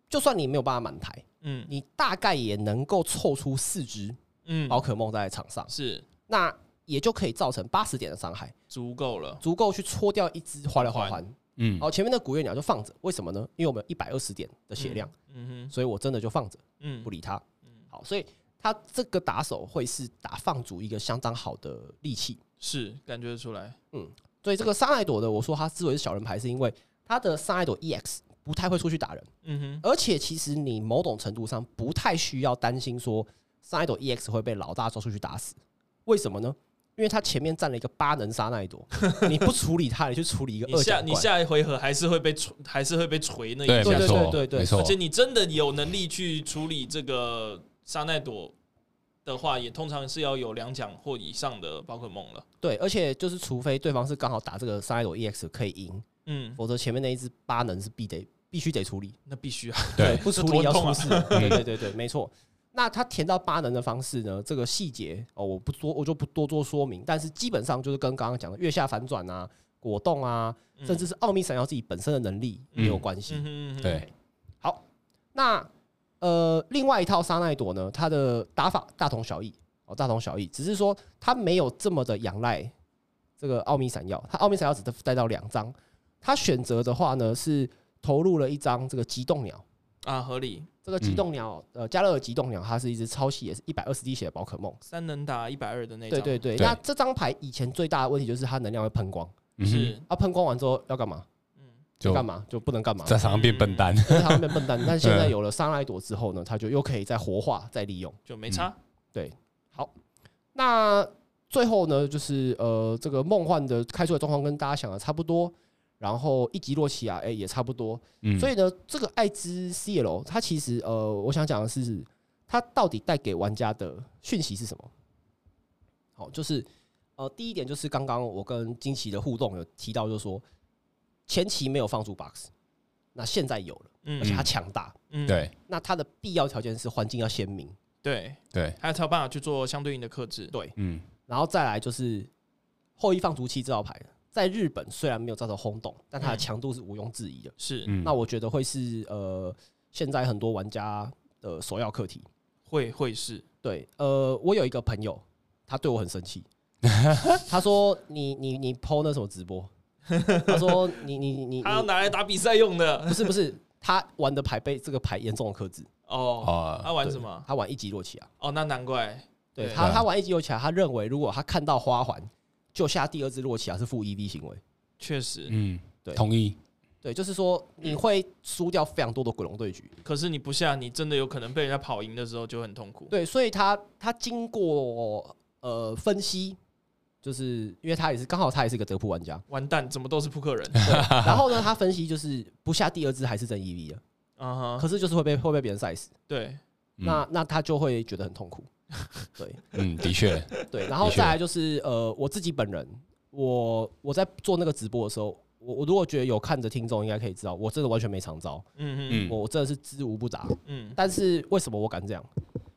Speaker 3: 就算你没有办法满台，
Speaker 1: 哼，嗯
Speaker 3: 你大概也能够凑出四只宝
Speaker 1: 嗯，
Speaker 3: 可梦在场上，
Speaker 1: 是
Speaker 3: 那也就可以造成八十点的伤害，
Speaker 1: 足够了。
Speaker 3: 足够去戳掉一只花了花环。
Speaker 2: 嗯
Speaker 1: 哦
Speaker 3: 好，前面的古月鸟就放着，为什么呢？因为我们有一百二十点的血量，
Speaker 1: 嗯哼，
Speaker 3: 所以我真的就放着
Speaker 1: 嗯
Speaker 3: 不，理它
Speaker 1: 嗯。
Speaker 3: 好，所以他这个打手会是打放逐一个相当好的利器。
Speaker 1: 是感觉得出来。
Speaker 3: 所以这个沙奈朵的，我说它之所以是小人牌，是因为它的沙奈朵 EX 不太会出去打人。
Speaker 1: 嗯哼，
Speaker 3: 而且其实你某种程度上不太需要担心说 s i d o EX E 会被老大抓出去打死，为什么呢？因为他前面站了一个八能杀奈
Speaker 1: [LAUGHS]
Speaker 3: 朵，你不处理他，你去处理一个
Speaker 1: 你
Speaker 3: 二
Speaker 1: 下
Speaker 3: 角
Speaker 1: 你
Speaker 3: 怪，
Speaker 1: 下一回合还是会被锤，还是会被锤那
Speaker 2: 对，
Speaker 1: 一
Speaker 3: 对
Speaker 1: 下
Speaker 2: 没
Speaker 3: 对
Speaker 2: 错，
Speaker 3: 对对
Speaker 2: 没
Speaker 1: 而
Speaker 2: 错
Speaker 1: 且，你真的有能力去处理这个沙奈朵的话，也通常是要有两奖或以上的宝可梦了。
Speaker 3: 对，而且就是除非对方是刚好打这个杀奈朵 EX 可以赢，
Speaker 1: 嗯，
Speaker 3: 否则前面那一只八能是必得必须得处理，
Speaker 1: 那必须啊。
Speaker 2: 对
Speaker 1: [LAUGHS]
Speaker 3: 不处理要出事，
Speaker 2: 嗯
Speaker 3: 对对对对，没错。那他填到八能的方式呢？这个细节哦，我不多我就不多做说明，但是基本上就是跟刚刚讲的月下反转啊、果冻啊， [LAUGHS] 甚至是奥秘闪耀自己本身的能力也有关系。
Speaker 1: 嗯哼嗯哼，
Speaker 2: 对，
Speaker 3: 好，那呃，另外一套沙奈朵呢，它的打法大同小异哦，大同小异，只是说它没有这么的仰赖这个奥秘闪耀，它奥秘闪耀只带到两张，它选择的话呢是投入了一张这个极冻鸟。
Speaker 1: 啊，合理，
Speaker 3: 这个极冻鸟，呃，加勒尔极冻鸟，它是一只超细，也是一百二十滴血的宝可梦。
Speaker 1: 三能打一百二的那
Speaker 3: 对
Speaker 1: 张，
Speaker 3: 对对，
Speaker 2: 对
Speaker 3: 那这张牌以前最大的问题就是它能量会喷光，
Speaker 2: 嗯哼
Speaker 1: 是，嗯
Speaker 3: 它喷光完之后要干嘛？
Speaker 2: 就
Speaker 3: 干嘛就不能
Speaker 2: [LAUGHS]
Speaker 3: 干嘛，
Speaker 2: 在场上变笨蛋，
Speaker 3: 所以它会变笨蛋。但现在有了沙拉朵之后呢，它就又可以再活化、再利用。
Speaker 1: 就没差。
Speaker 3: 那最后呢，就是呃，这个梦幻的开出的状况跟大家想的差不多，然后一级洛奇亚哎也差不多，
Speaker 2: 嗯，
Speaker 3: 所以呢，这个艾之 CL 它其实呃，我想讲的是，它到底带给玩家的讯息是什么？好，就是呃，第一点就是刚刚我跟惊奇的互动有提到，就是说前期没有放出 box，那现在有了，
Speaker 1: 嗯
Speaker 3: 而且它强大，
Speaker 1: 嗯，
Speaker 2: 对
Speaker 3: 那它的必要条件是环境要鲜明，
Speaker 1: 对，
Speaker 2: 对，
Speaker 1: 还有才有办法去做相对应的克制。
Speaker 3: 对
Speaker 2: 嗯
Speaker 3: 然后再来就是后羿放逐器这道牌，在日本虽然没有造成轰动，但它的
Speaker 1: 嗯
Speaker 3: 强度是毋庸置疑的。
Speaker 1: 是
Speaker 2: 嗯，
Speaker 3: 那我觉得会是呃，现在很多玩家的首要课题。
Speaker 1: 会会是，
Speaker 3: 对，呃，我有一个朋友，他对我很生气，他说你你你抛那什么直播，他说你你你你
Speaker 1: 他要
Speaker 3: 你
Speaker 1: 拿来打比赛用的
Speaker 3: 不是不是，他玩的牌被这个牌严重的克制，
Speaker 1: 哦。
Speaker 2: 哦，
Speaker 1: 他玩
Speaker 3: 对
Speaker 1: 什么？
Speaker 3: 他玩一级洛奇啊，
Speaker 1: 哦，那难怪。
Speaker 3: 对
Speaker 1: 对
Speaker 3: 他
Speaker 2: 对
Speaker 3: 他玩一级洛奇啊，他认为如果他看到花环就下第二只洛奇啊是负 EV 行为，
Speaker 1: 确实，
Speaker 2: 嗯，
Speaker 3: 对
Speaker 2: 同意，
Speaker 3: 对，就是说你会输掉非常多的鬼龙对局，
Speaker 1: 可是你不下，你真的有可能被人家跑赢的时候就很痛苦。
Speaker 3: 对，所以他他经过呃分析，就是因为他也是刚好他也是一个德扑玩家，
Speaker 1: 完蛋，怎么都是扑克人？ [LAUGHS]
Speaker 3: 然后呢他分析就是不下第二只还是真 EV 的，
Speaker 1: 嗯
Speaker 3: 可
Speaker 1: 哼，
Speaker 3: 是就是会被会被别人晒死，
Speaker 1: 对，
Speaker 2: 嗯
Speaker 3: 那那他就会觉得很痛苦，对
Speaker 2: 嗯，的确，
Speaker 3: 对，然后
Speaker 2: 的确
Speaker 3: 再来就是呃我自己本人，我我在做那个直播的时候，我我如果觉得有看的听众应该可以知道，我真的完全没常招，
Speaker 1: 嗯嗯
Speaker 2: 嗯
Speaker 3: 我我真的是知无不答，
Speaker 1: 嗯，
Speaker 3: 但是为什么我敢这样？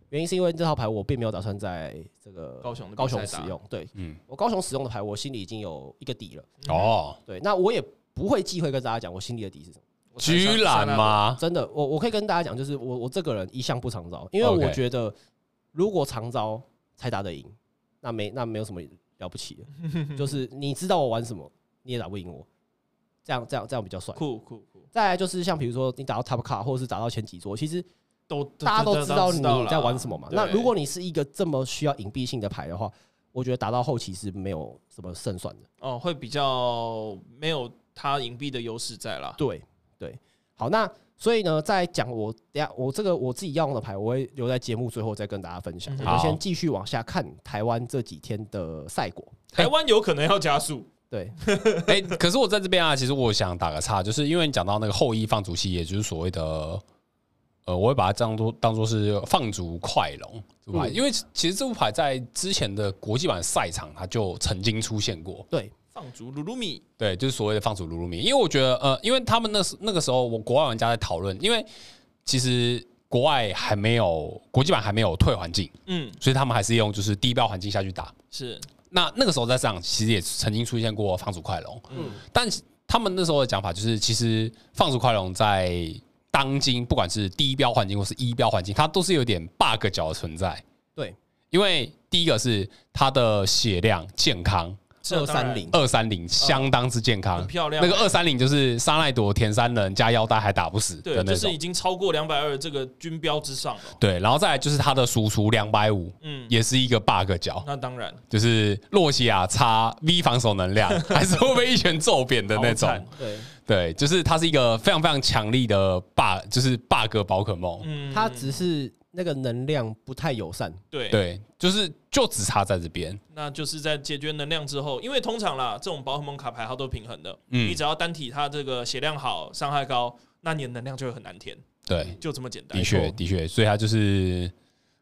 Speaker 3: 原因是因为这套牌我并没有打算在这个
Speaker 1: 高雄的比
Speaker 3: 高雄
Speaker 1: 赛
Speaker 3: 使
Speaker 1: 打
Speaker 3: 用，对，
Speaker 2: 嗯，
Speaker 3: 我高雄使用的牌，我心里已经有一个底了。
Speaker 2: 哦，
Speaker 3: 对，那我也不会忌讳跟大家讲我心里的底是什么。
Speaker 1: 我才
Speaker 2: 居
Speaker 1: 上
Speaker 2: 然？吗？
Speaker 3: 真的，我我可以跟大家讲，就是我我这个人一向不常招，因为
Speaker 2: OK
Speaker 3: 我觉得如果常招才打得赢，那没那没有什么了不起的，就是你知道我玩什么，你也打不赢我，这样这样这样比较帅
Speaker 1: 上。酷酷酷，
Speaker 3: 再来就是像比如说你打到 top 卡，或者是打到前几桌，其实
Speaker 1: 都
Speaker 3: 大家都知道你
Speaker 1: 啦
Speaker 3: 在玩什么嘛。
Speaker 1: 对
Speaker 3: 那如果你是一个这么需要隐蔽性的牌的话，我觉得打到后期是没有什么胜算的。
Speaker 1: 哦，会比较没有他隐蔽的优势在啦。
Speaker 3: 对对，好，那所以呢，在讲我等一下我这个我自己要用的牌，我会留在节目最后再跟大家分享。
Speaker 1: 嗯
Speaker 3: 我
Speaker 2: 好
Speaker 3: 们先继续往下看台湾这几天的赛果。
Speaker 1: 台湾有可能要加速，
Speaker 3: 对，
Speaker 2: [LAUGHS] 哎、可是我在这边啊，其实我想打个岔，就是因为你讲到那个后羿放逐器，也就是所谓的，呃，我会把它当做当做是放逐快龙这副牌，
Speaker 3: 嗯
Speaker 2: 因为其实这副牌在之前的国际版赛场它就曾经出现过，
Speaker 1: 放逐鲁鲁米，
Speaker 2: 对，就是所谓的放逐鲁鲁米，因为我觉得，呃，因为他们那时那个时候，我国外玩家在讨论，因为其实国外还没有国际版还没有退环境，
Speaker 1: 嗯，
Speaker 2: 所以他们还是用就是低标环境下去打，
Speaker 1: 是，
Speaker 2: 那那个时候在上，其实也曾经出现过放逐快龙，
Speaker 1: 嗯
Speaker 2: 嗯，但他们那时候的讲法就是，其实放逐快龙在当今不管是低标环境或是一标环境，它都是有点 bug 角的存在。
Speaker 3: 对，
Speaker 2: 因为第一个是它的血量健康
Speaker 1: [LAUGHS] 这
Speaker 3: 二
Speaker 1: 当然
Speaker 3: 三零，
Speaker 2: 二三零相当之健康，
Speaker 1: 哦很漂亮
Speaker 2: 那个二三零就是沙奈朵田三人加腰带还打不死的
Speaker 1: 对，
Speaker 2: 那
Speaker 1: 就是
Speaker 2: 种
Speaker 1: 已。经超过两百二这个军标之上了。
Speaker 2: 对，然后再来就是它的输出两百五，
Speaker 1: 嗯，
Speaker 2: 也是一个 bug 角。
Speaker 1: 那当然，
Speaker 2: 就是洛西亚差 V 防守
Speaker 1: [LAUGHS]
Speaker 2: 能量，还是会被一拳揍扁的那
Speaker 1: 好
Speaker 2: 种
Speaker 1: 惨。
Speaker 3: 对，
Speaker 2: 对，就是它是一个非常非常强力的 bug，就是 bug 宝可梦。
Speaker 1: 嗯，
Speaker 3: 它只是那个能量不太友善。
Speaker 1: 对，
Speaker 2: 对，就是就只差在这边。
Speaker 1: 那就是在解决能量之后，因为通常啦，这种宝可梦卡牌它都平衡的，你
Speaker 2: 嗯，
Speaker 1: 只要单体它这个血量好，伤害高，那你的能量就会很难填，
Speaker 2: 对，
Speaker 1: 就这么简单
Speaker 2: 的。确的确，所以它就是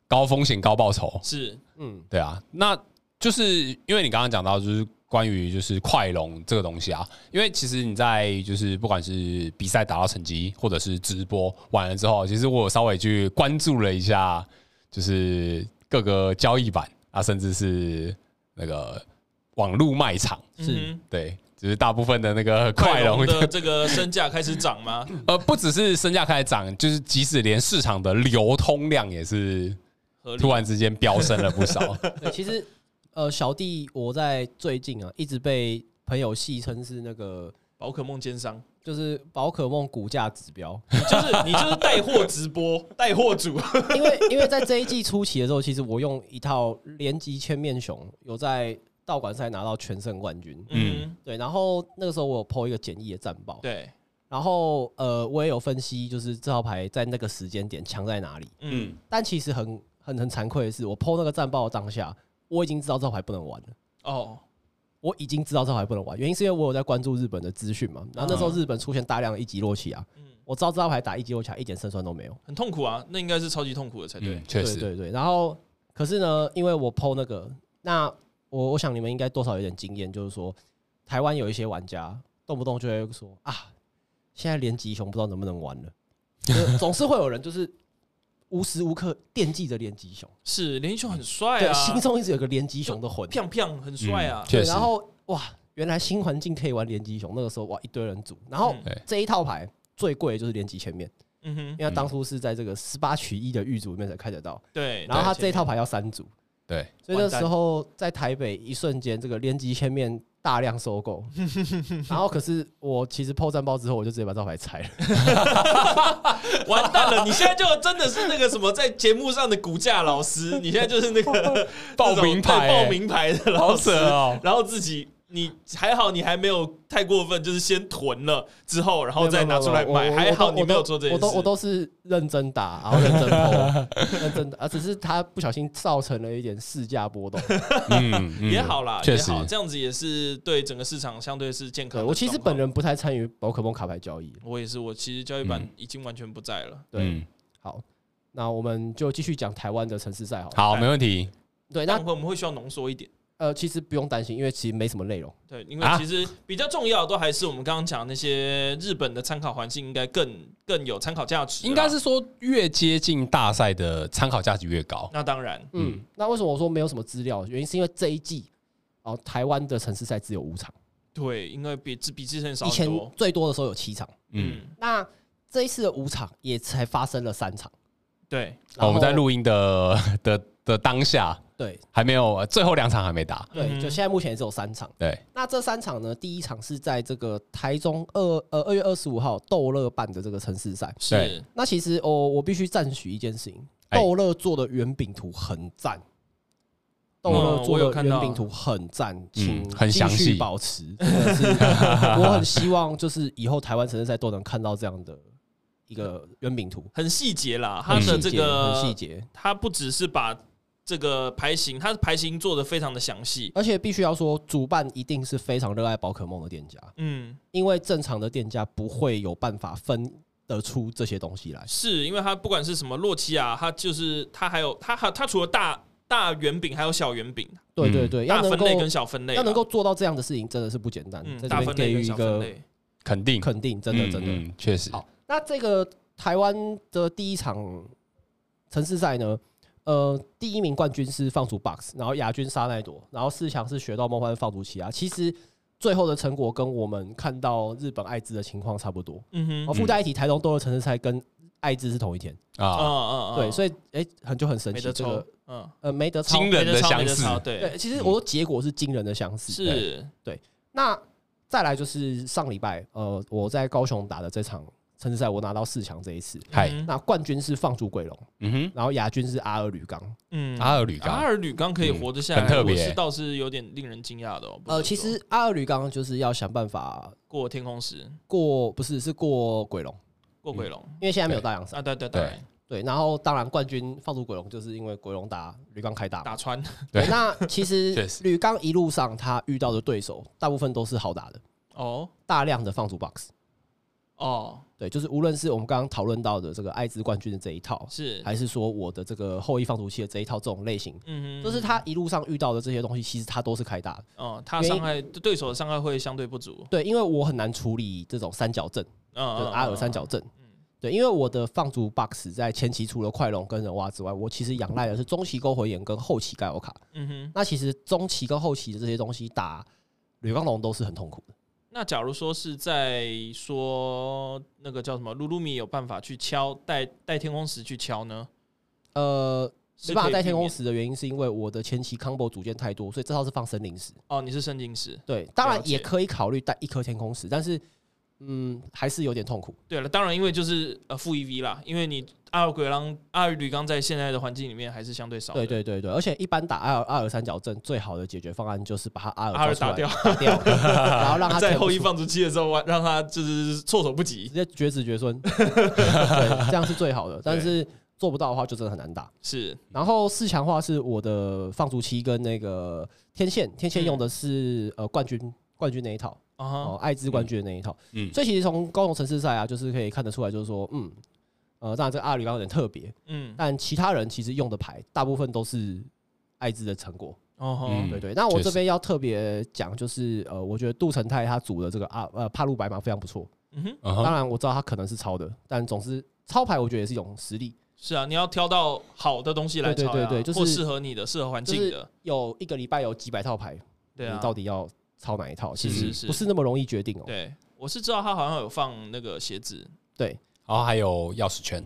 Speaker 2: 高风险高报酬。
Speaker 1: 是， [LAUGHS]
Speaker 3: 嗯，
Speaker 2: 对啊，那就是因为你刚刚讲到，就是关于就是快龙这个东西啊，因为其实你在就是不管是比赛打到成绩，或者是直播完了之后，其实我有稍微去关注了一下，就是各个交易版啊，甚至是那个网络卖场，
Speaker 3: 是
Speaker 1: 嗯哼
Speaker 2: 对，就是大部分的那个
Speaker 1: 快
Speaker 2: 快
Speaker 1: 龙
Speaker 2: 龙
Speaker 1: 的这个身价开始涨
Speaker 2: [LAUGHS]
Speaker 1: 吗？
Speaker 2: 呃，不只是身价开始涨，就是即使连市场的流通量也是
Speaker 1: 合理
Speaker 2: 突然之间飙升了不少。
Speaker 3: 对，其实呃，小弟我在最近啊，一直被朋友戏称是那个
Speaker 1: 宝可梦奸商，
Speaker 3: 就是宝可梦股价指标，
Speaker 1: 你就是你就是带货直播，带货主，
Speaker 3: [LAUGHS] 因为因为在这一季初期的时候，其实我用一套连击千面熊有在道馆赛拿到全胜冠军。
Speaker 1: 嗯
Speaker 2: 嗯，
Speaker 3: 对，然后那个时候我有 PO 一个简易的战报，
Speaker 1: 对，
Speaker 3: 然后呃，我也有分析，就是这套牌在那个时间点强在哪里。
Speaker 1: 嗯，
Speaker 3: 但其实很很很惭愧的是，我 PO 那个战报的当下，我已经知道这套牌不能玩了。
Speaker 1: 哦，
Speaker 3: 我已经知道这牌不能玩，原因是因为我有在关注日本的资讯嘛。然后那时候日本出现大量的一级洛奇啊，
Speaker 1: 嗯
Speaker 3: 我知道这套牌打一级洛奇啊一点胜算都没有。
Speaker 1: 很痛苦啊，那应该是超级痛苦的才对
Speaker 2: 嗯，，确
Speaker 3: 对
Speaker 2: 实，
Speaker 3: 对对。然后可是呢，因为我剖那个，那我我想你们应该多少有点经验，就是说台湾有一些玩家动不动就会说啊，现在连吉熊不知道能不能玩了，就是总是会有人就是无时无刻惦记着连吉熊，
Speaker 1: 是连英雄很帅
Speaker 3: 对，
Speaker 1: 啊，
Speaker 3: 心中一直有个连吉熊的魂。
Speaker 1: 漂亮很帅啊
Speaker 2: 嗯，
Speaker 3: 对，
Speaker 2: 确实
Speaker 3: 然。后哇，原来新环境可以玩连击熊，那个时候哇一堆人组，然后
Speaker 1: 嗯
Speaker 2: 对
Speaker 3: 这一套牌最贵的就是连击前面，
Speaker 1: 嗯哼，
Speaker 3: 因为它当初是在这个十八取一的预组里面才开得到，
Speaker 1: 对，
Speaker 3: 然后它
Speaker 1: 他
Speaker 3: 这一套牌要三组，
Speaker 2: 对，
Speaker 3: 所以那时候在台北一瞬间这个连击前面大量
Speaker 1: [LAUGHS]
Speaker 3: 收购，然后可是我其实破战报之后我就直接把这套
Speaker 1: [LAUGHS]
Speaker 3: 牌拆了，
Speaker 1: 完蛋了，你现在就真的是那个什么在节目上的骨架老师，你现在就是那个
Speaker 2: 报名牌
Speaker 1: 对
Speaker 2: 欸
Speaker 1: 报名牌的老
Speaker 2: 好
Speaker 1: 师
Speaker 2: 扯，哦！
Speaker 1: 然后自己。你还好，你还没有太过分，就是先囤了之后，然后再拿出来
Speaker 3: 没有没有没
Speaker 1: 卖。还
Speaker 3: 有我我
Speaker 1: 好
Speaker 3: 都
Speaker 1: 你没有做这件
Speaker 3: 我
Speaker 1: 事。
Speaker 3: 都我都是认真打，然后认
Speaker 1: [LAUGHS]
Speaker 3: 真破，认真打，啊只是它不小心造成了一点市价波
Speaker 1: [LAUGHS]
Speaker 3: 动。
Speaker 2: 嗯，
Speaker 3: [LAUGHS]
Speaker 2: 嗯
Speaker 1: 也好啦，
Speaker 2: 确
Speaker 1: 也
Speaker 2: 实
Speaker 1: 好，这样子也是对整个市场相对是健康
Speaker 3: 对
Speaker 1: 的。
Speaker 3: 我其实本，人不太参与宝可梦卡牌交易。
Speaker 1: 我也是，我其实交易版
Speaker 2: 嗯
Speaker 1: 已经完全不在了。
Speaker 3: 对，
Speaker 2: 嗯
Speaker 3: 好，那我们就继续讲台湾的城市赛好了。
Speaker 2: 好，没问题。
Speaker 3: 对，啊
Speaker 1: 那
Speaker 3: 那
Speaker 1: 会我们会需要浓缩一点，
Speaker 3: 呃，其实不用担心，因为其实没什么内容。
Speaker 1: 对，因为
Speaker 2: 啊
Speaker 1: 其实比较重要的都还是我们刚刚讲那些日本的参考环境，应该更更有参考价值啦。啊
Speaker 2: 应该是说越接近大赛的参考价值越高。
Speaker 1: 那当然，
Speaker 3: 嗯，那为什么我说没有什么资料？原因是因为这一季哦、台湾的城市赛只有五场，
Speaker 1: 对，因为比之比之前少
Speaker 3: 以
Speaker 1: 很
Speaker 3: 前
Speaker 1: 多。
Speaker 3: 最多的时候有七场。
Speaker 2: 嗯，
Speaker 1: 嗯，
Speaker 3: 那这一次的五场也才发生了三场。
Speaker 1: 对，
Speaker 2: 好我们
Speaker 3: 然
Speaker 2: 在
Speaker 3: 后
Speaker 2: 录音的 [LAUGHS] 的的当下
Speaker 3: 对
Speaker 2: 还没有，呃最后两场还没打。
Speaker 3: 对，
Speaker 1: 嗯
Speaker 3: 就现在目前也只有三场。
Speaker 2: 对，
Speaker 3: 那这三场呢，第一场是在这个台中二呃二月二十五号斗乐办的这个城市赛。
Speaker 1: 是，
Speaker 3: 那其实哦，我必须赞许一件事情，
Speaker 2: 哎
Speaker 3: 豆乐做的圆饼图很赞，豆
Speaker 1: 嗯
Speaker 3: 乐
Speaker 1: 我有
Speaker 3: 做的
Speaker 1: 看到嗯
Speaker 3: 圆饼图很赞，请
Speaker 2: 很
Speaker 3: 继
Speaker 2: 详细
Speaker 3: 续保持。
Speaker 1: [LAUGHS]
Speaker 3: 真的是我很希望就是以后台湾城市赛都能看到这样的一个圆饼图，
Speaker 1: 很细节啦，它
Speaker 2: 很
Speaker 1: 的
Speaker 3: 细
Speaker 1: 这
Speaker 3: 节很细
Speaker 1: 个，
Speaker 3: 节，
Speaker 1: 它不只是把这个牌型，它的牌型做的非常的详细。
Speaker 3: 而且必须要说，主办一定是非常热爱宝可梦的店家，
Speaker 1: 嗯，
Speaker 3: 因为正常的店家不会有办法分得出这些东西来。
Speaker 1: 是因为它不管是什么洛奇亚，它就是它还有它还它除了大大圆饼，还有小圆饼，
Speaker 3: 对
Speaker 2: 嗯
Speaker 3: 对对，
Speaker 1: 大
Speaker 3: 要能
Speaker 1: 分
Speaker 3: 够
Speaker 1: 类跟小分类啦，
Speaker 3: 要能够做到这样的事情，真的是不简单。
Speaker 1: 嗯
Speaker 3: 在这
Speaker 1: 大
Speaker 3: 边
Speaker 1: 分
Speaker 3: 给
Speaker 1: 类
Speaker 3: 予
Speaker 1: 跟
Speaker 3: 一
Speaker 1: 小
Speaker 3: 个
Speaker 1: 分类，
Speaker 2: 肯定，
Speaker 3: 肯定，真的
Speaker 2: 嗯
Speaker 3: 真的。
Speaker 2: 嗯确实。
Speaker 3: 好那这个台湾的第一场城市赛呢，呃，第一名冠军是放逐 Box，然后亚军沙奈朵，然后四强是学到梦幻放逐奇亚。其实最后的成果跟我们看到日本爱知的情况差不多。
Speaker 1: 嗯
Speaker 3: 我
Speaker 1: 哼，
Speaker 3: 附带一提，台东斗的城市赛跟爱知是同一天，
Speaker 1: 啊
Speaker 3: 嗯
Speaker 2: 啊，
Speaker 1: 啊
Speaker 3: 对，
Speaker 1: 以
Speaker 3: 所以哎、很就很神
Speaker 1: 没
Speaker 3: 奇，
Speaker 1: 得
Speaker 3: 这
Speaker 1: 抽
Speaker 3: 个，
Speaker 1: 嗯，
Speaker 3: 呃没得超。
Speaker 2: 惊人
Speaker 1: 没得
Speaker 2: 的
Speaker 1: 抄没
Speaker 2: 相
Speaker 1: 得
Speaker 2: 似
Speaker 1: 抄，对，
Speaker 3: 对，其实我说结果是惊人的相似。
Speaker 1: 是，
Speaker 3: 那再来就是上礼拜，呃，我在高雄打的这场城市赛，我拿到四强这一次。
Speaker 2: 嗨
Speaker 1: 嗯
Speaker 3: 那冠军是放逐鬼龙，
Speaker 2: 嗯
Speaker 3: 然后亚军是阿尔吕刚。
Speaker 1: 嗯
Speaker 2: 哼，阿尔吕
Speaker 1: 阿
Speaker 2: 刚，
Speaker 1: 尔吕刚可以活得下来，
Speaker 2: 嗯很特别
Speaker 1: 我是倒是有点令人惊讶的哦。不得不
Speaker 3: 呃，其
Speaker 1: 说
Speaker 3: 实阿尔吕刚就是要想办法
Speaker 1: 过天空石，
Speaker 3: 过，不是是过鬼龙，
Speaker 1: 过鬼龙
Speaker 3: 因为现在没有大
Speaker 2: 嗯
Speaker 3: 洋山。
Speaker 1: 啊，对对对，
Speaker 3: 对，然后当然冠军放逐鬼龙，就是因为鬼龙打吕刚开大嘛。
Speaker 1: 打穿，
Speaker 2: 对
Speaker 3: 对，那其实
Speaker 2: [LAUGHS] 确实
Speaker 3: 吕刚一路上他遇到的对手大部分都是好打的，
Speaker 1: 哦
Speaker 3: 大量的放逐 box。
Speaker 1: 哦，
Speaker 3: 对，就是无论是我们刚刚讨论到的这个艾滋冠军的这一套，
Speaker 1: 是，
Speaker 3: 还是说我的这个后羿放逐器的这一套这种类型，
Speaker 1: 嗯哼，
Speaker 3: 就是他一路上遇到的这些东西，其实他都是开大的。
Speaker 1: 哦，他
Speaker 3: 原因
Speaker 1: 伤害对手的伤害会相对不足，
Speaker 3: 对，因为我很难处理这种三角阵，
Speaker 1: 嗯
Speaker 3: 就是
Speaker 1: 嗯，
Speaker 3: 阿尔
Speaker 1: 嗯
Speaker 3: 三角，阵。对，因为我的放逐 box 在前期除了快龙跟人蛙之外，我其实仰赖的是中期勾回眼跟后期盖欧卡。
Speaker 1: 嗯哼，
Speaker 3: 那其实中期跟后期的这些东西打吕刚龙都是很痛苦的。
Speaker 1: 那假如说是在说那个叫什么露露米有办法去敲带带天空石去敲呢？
Speaker 3: 呃，
Speaker 1: 是
Speaker 3: 没办法
Speaker 1: 可以
Speaker 3: 带
Speaker 1: 避
Speaker 3: 天空
Speaker 1: 免
Speaker 3: 石的原因是因为我的前期 combo 组件太多，所以这套是放森林石。
Speaker 1: 哦，你是圣经石。
Speaker 3: 对，当然
Speaker 1: 了解
Speaker 3: 也可以考虑带一颗天空石，但是嗯，还是有点痛苦。
Speaker 1: 对了，当然因为就是呃负 EV 啦，因为你阿尔鬼狼阿尔吕刚在现在的环境里面还是相对少的。
Speaker 3: 对对对对，而且一般打阿尔阿尔三角阵最好的解决方案就是把他阿尔
Speaker 1: 阿尔
Speaker 3: 呃抓
Speaker 1: 打
Speaker 3: 出来
Speaker 1: 掉，
Speaker 3: 打掉，然后让他
Speaker 1: [LAUGHS] 在
Speaker 3: 填不
Speaker 1: 后羿
Speaker 3: 出
Speaker 1: 放逐器的时候，完让他就是措手不及
Speaker 3: 直。接绝子绝孙，对，这样是最好的。但是做不到的话，就真的很难打。
Speaker 1: 是，
Speaker 3: 然后四强化是我的放逐期跟那个天线，天线用的是呃冠军冠军那一套，
Speaker 1: 啊哈
Speaker 3: 哦，爱之冠军的那一套。
Speaker 2: 嗯
Speaker 3: 所以其实从高雄城市赛啊，就是可以看得出来，就是说，嗯，呃，当然这个阿里刚有点特别，
Speaker 1: 嗯，
Speaker 3: 但其他人其实用的牌大部分都是爱之的成果。
Speaker 1: 哦吼，
Speaker 2: 嗯
Speaker 3: 对对，那我
Speaker 2: 确
Speaker 3: 这
Speaker 2: 实
Speaker 3: 边要特别讲，就是呃，我觉得杜成泰他组的这个啊呃帕路白马非常不错。
Speaker 1: 嗯哼，
Speaker 2: 嗯
Speaker 3: 当
Speaker 2: 哼，
Speaker 3: 然我知道他可能是抄的，但总之抄牌我觉得也是一种实力。
Speaker 1: 是啊，你要挑到好的东西来
Speaker 3: 对
Speaker 1: 炒
Speaker 3: 对
Speaker 1: 呀
Speaker 3: 对对就是
Speaker 1: 或适合你的、适合环境的，
Speaker 3: 有一个礼拜有几百套牌，
Speaker 1: 对啊
Speaker 3: 你，到底要抄哪一套？其
Speaker 1: 是
Speaker 3: 实
Speaker 1: 是是，
Speaker 3: 不是那么容易决定哦。
Speaker 1: 对，我是知道他好像有放那个鞋子，
Speaker 2: 然后还有钥匙圈，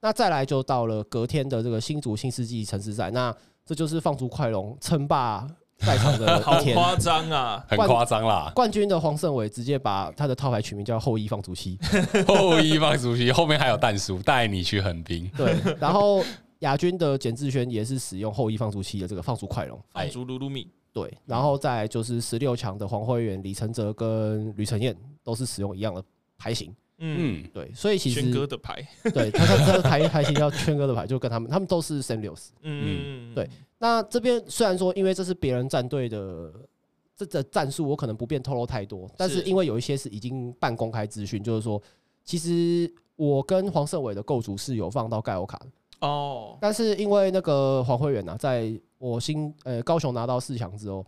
Speaker 3: 那再来就到了隔天的这个新竹新世纪城市赛，那这就是放逐快龙称霸赛
Speaker 1: [LAUGHS]
Speaker 3: 场的
Speaker 1: 好
Speaker 3: 呃一天。
Speaker 1: 夸张啊！
Speaker 2: 很
Speaker 3: 冠。
Speaker 2: 夸张啦
Speaker 3: [LAUGHS] 冠军的黄胜伟直接把他的套牌取名叫后羿放逐期，
Speaker 2: 后一放主席，后面还有蛋叔带你去横滨，
Speaker 3: 对，然后亚军的简志轩也是使用后羿放逐期的这个放逐快龙，
Speaker 1: 放逐鲁鲁米，
Speaker 3: 对，然后再来就是十六强的黄辉元、李承哲跟吕承彦都是使用一样的牌型，
Speaker 1: 嗯，
Speaker 2: 嗯，
Speaker 3: 对，所以其
Speaker 1: 轩哥
Speaker 3: 实
Speaker 1: 的牌，
Speaker 3: 对他他他的牌牌型叫圈哥的牌，就跟他们他们都是 s a m u e s
Speaker 1: 嗯，
Speaker 3: 对，那这边虽然说因为这是别人战队的这的战术，我可能不便透露太多，但是
Speaker 1: 是
Speaker 3: 因为有一些是已经半公开资讯，就是说其实。我跟黄胜伟的构筑是有放到盖欧卡的，
Speaker 1: 哦，
Speaker 3: 但是因为那个黄慧远啊，在我新呃高雄拿到四强之后，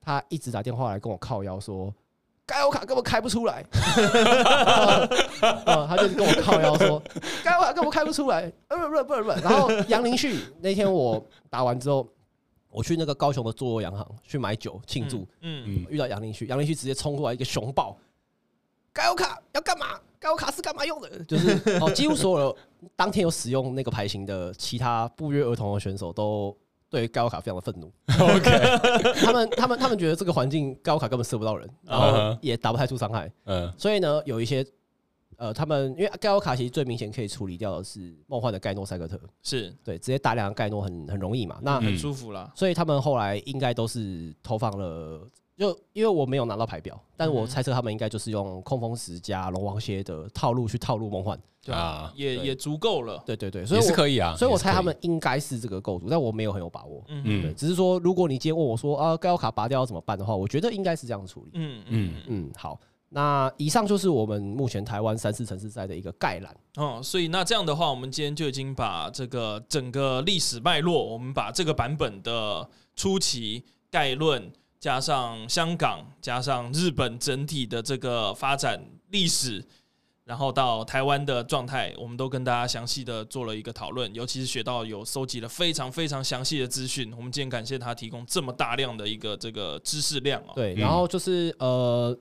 Speaker 3: 他一直打电话来跟我靠腰说，盖欧卡根本开不出来，呃，他就跟我靠腰说，盖欧卡根本开不出来，呃不不不不，然后杨林旭那天我打完之后，我去那个高雄的桌游洋行去买酒庆祝，
Speaker 1: 嗯，嗯，
Speaker 2: 嗯，
Speaker 3: 遇到杨林旭，杨林旭直接冲过来一个熊抱，盖欧卡要干嘛？盖欧卡是干嘛用的？ [LAUGHS] 就是哦，几乎所有的当天有使用那个牌型的其他不约而同的选手都对盖欧卡非常的愤怒。OK，他 [LAUGHS] 们他们他们觉得这个环境盖欧卡根本射不到人，然
Speaker 2: 嗯
Speaker 3: 后
Speaker 2: 哼
Speaker 3: 也打不太出伤害，
Speaker 2: 嗯，
Speaker 3: 所以呢，有一些。呃，他们因为盖欧卡其实最明显可以处理掉的是梦幻的盖诺塞克特，
Speaker 1: 是
Speaker 3: 对，直接打两个盖诺很很容易嘛。那、
Speaker 1: 很
Speaker 2: 嗯
Speaker 1: 舒服啦，
Speaker 3: 所以他们后来应该都是投放了，就因为我没有拿到牌表，但
Speaker 1: 嗯
Speaker 3: 我
Speaker 1: 哼
Speaker 3: 猜测他们应该就是用控风石加龙王蝎的套路去套路梦幻。
Speaker 1: 对啊
Speaker 2: 啊，
Speaker 1: 也
Speaker 3: 对
Speaker 1: 也足够了，
Speaker 3: 对对对，所以
Speaker 2: 也是
Speaker 3: 我
Speaker 2: 可以啊。
Speaker 3: 所以我猜
Speaker 2: 也是可
Speaker 3: 他们应该是这个构筑，但我没有很有把握。
Speaker 1: 嗯
Speaker 2: 嗯
Speaker 3: 对，只是说如果你今天问我说啊，盖奥卡拔掉要怎么办的话，我觉得应该是这样处理。
Speaker 1: 嗯
Speaker 2: 嗯
Speaker 1: 嗯，
Speaker 3: 嗯，好，那以上就是我们目前台湾三四城市赛的一个概览。
Speaker 1: 哦，所以那这样的话，我们今天就已经把这个整个历史脉络，我们把这个版本的初期概论，加上香港，加上日本整体的这个发展历史，然后到台湾的状态，我们都跟大家详细的做了一个讨论。尤其是学到有搜集了非常非常详细的资讯，我们今天感谢他提供这么大量的一个这个知识量哦。，
Speaker 3: 对，
Speaker 2: 嗯
Speaker 3: 然后就是呃，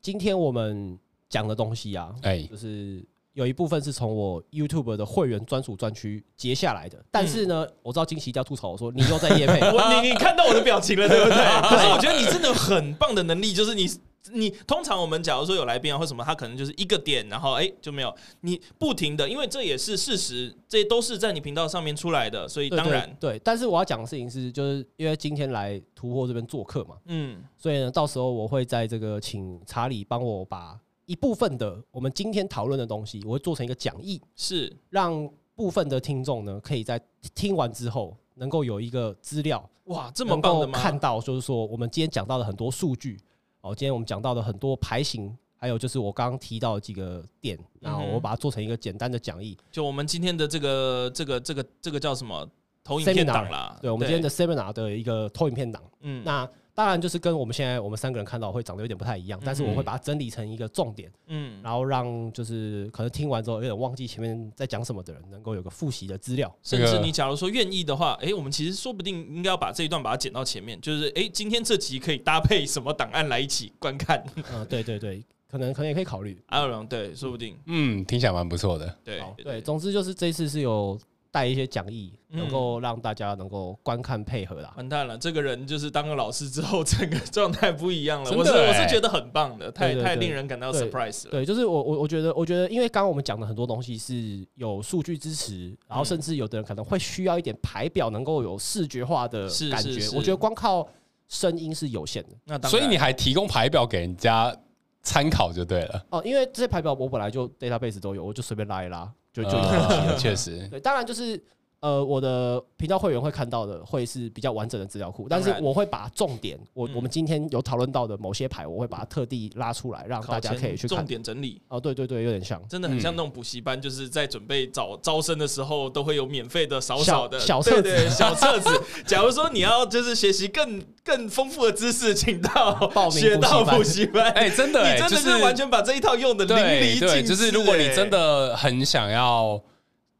Speaker 3: 今天我们讲的东西啊，
Speaker 2: 哎，
Speaker 3: 就是有一部分是从我 YouTube 的会员专属专区截下来的，但是呢，我知道惊喜一定要吐槽我说你又在夜配
Speaker 1: [LAUGHS] 我你你看到我的表情了，对
Speaker 3: [LAUGHS]
Speaker 1: 不对？可是我觉得你真的有很棒的能力，就是你你通常我们假如说有来宾啊或什么，他可能就是一个点，然后哎、就没有，你不停的，因为这也是事实，这都是在你频道上面出来的，所以
Speaker 3: 对
Speaker 1: 当然，
Speaker 3: 对对，但是我要讲的事情是，就是因为今天来突破这边做客嘛，
Speaker 1: 嗯，
Speaker 3: 所以呢，到时候我会在这个请查理帮我把一部分的我们今天讨论的东西，我会做成一个讲义，
Speaker 1: 是
Speaker 3: 让部分的听众呢可以在听完之后能够有一个资料。
Speaker 1: 哇，这么
Speaker 3: 能
Speaker 1: 棒
Speaker 3: 够
Speaker 1: 的吗？
Speaker 3: 看到，就是说我们今天讲到的很多数据，哦，今天我们讲到的很多牌型，还有就是我刚刚提到的几个点，然后
Speaker 1: 嗯哼
Speaker 3: 我把它做成一个简单的讲义。
Speaker 1: 就我们今天的这个这个这个这个叫什么投影片档啦，
Speaker 3: 对，我们今天的 seminar 的一个投影片档，
Speaker 1: 嗯
Speaker 3: 那当然就是跟我们现在我们三个人看到会长得有点不太一样，但是我会
Speaker 2: 嗯
Speaker 3: 把它整理成一个重点，
Speaker 1: 嗯，
Speaker 3: 然后让就是可能听完之后有哎点忘记前面在讲什么的人，能够有个复习的资料。
Speaker 1: [LAUGHS] 甚
Speaker 2: 这
Speaker 1: 至
Speaker 2: 个
Speaker 1: 你假如说愿意的话，哎诶，我们其实说不定应该要把这一段把它剪到前面，就是诶，今天这集可以搭配什么档案来一起观看
Speaker 3: 嗯，对对对，可能可能也可以考虑。
Speaker 1: ？I don't know，对，说不定
Speaker 2: 嗯，听起来蛮不错的。
Speaker 1: 对
Speaker 3: 好，对，总之就是这次是有带一些讲义，
Speaker 1: 嗯
Speaker 3: 能够让大家能够观看配合啦。
Speaker 1: 完蛋了，这个人就是当了老师之后， [LAUGHS] 整个状态不一样了。
Speaker 2: 真
Speaker 1: 我
Speaker 2: 的
Speaker 1: 是我
Speaker 2: 欸
Speaker 1: 是觉得很棒的，太
Speaker 3: 对对
Speaker 1: 太
Speaker 3: 对
Speaker 1: 令人感到
Speaker 3: 对
Speaker 1: surprise 了。
Speaker 3: 对，就是我我我觉得，我觉得，因为刚刚我们讲的很多东西是有数据支持，然后
Speaker 1: 嗯
Speaker 3: 甚至有的人可能会需要一点排表，能够有视觉化的
Speaker 1: 是
Speaker 3: 感
Speaker 1: 是
Speaker 3: 觉。
Speaker 1: 是
Speaker 3: 我觉得光靠声音是有限的
Speaker 1: 那当然，
Speaker 2: 所以你还提供排表给人家参考就对了，
Speaker 3: 哦，因为这些排表我本来就 database 都有，我就随便拉一拉就就有
Speaker 2: 呃
Speaker 3: 东西了。
Speaker 2: 确
Speaker 1: 嗯
Speaker 2: 实，
Speaker 3: [LAUGHS] 对，当然就是呃，我的频道会员会看到的会是比较完整的资料库，但
Speaker 1: 当
Speaker 3: 是
Speaker 1: 然
Speaker 3: 我会把重点，我
Speaker 1: 嗯
Speaker 3: 我们今天有讨论到的某些牌，我会把它特地拉出来，让
Speaker 1: 考
Speaker 3: 大家
Speaker 1: 前
Speaker 3: 可以去
Speaker 1: 重
Speaker 3: 看。
Speaker 1: 点整理，
Speaker 3: 哦，对对对，有点像。
Speaker 1: 真的
Speaker 2: 嗯
Speaker 1: 很像那种补习班，就是在准备找招生的时候，都会有免费的少少的
Speaker 3: 小小
Speaker 1: 对
Speaker 3: 册子
Speaker 1: 对小册子。假如说你要就是学习更更丰富的知识，请
Speaker 2: [LAUGHS]
Speaker 1: 到
Speaker 3: 报名
Speaker 1: 学到补
Speaker 3: 补
Speaker 1: 习班。
Speaker 2: 哎，真
Speaker 1: [LAUGHS]
Speaker 2: 的，
Speaker 1: 你
Speaker 2: 哎
Speaker 1: 真的
Speaker 2: 就是
Speaker 1: 完全把这一套用的淋漓
Speaker 2: 对
Speaker 1: 尽致。
Speaker 2: 对，就是如果你
Speaker 1: 哎
Speaker 2: 真的很想要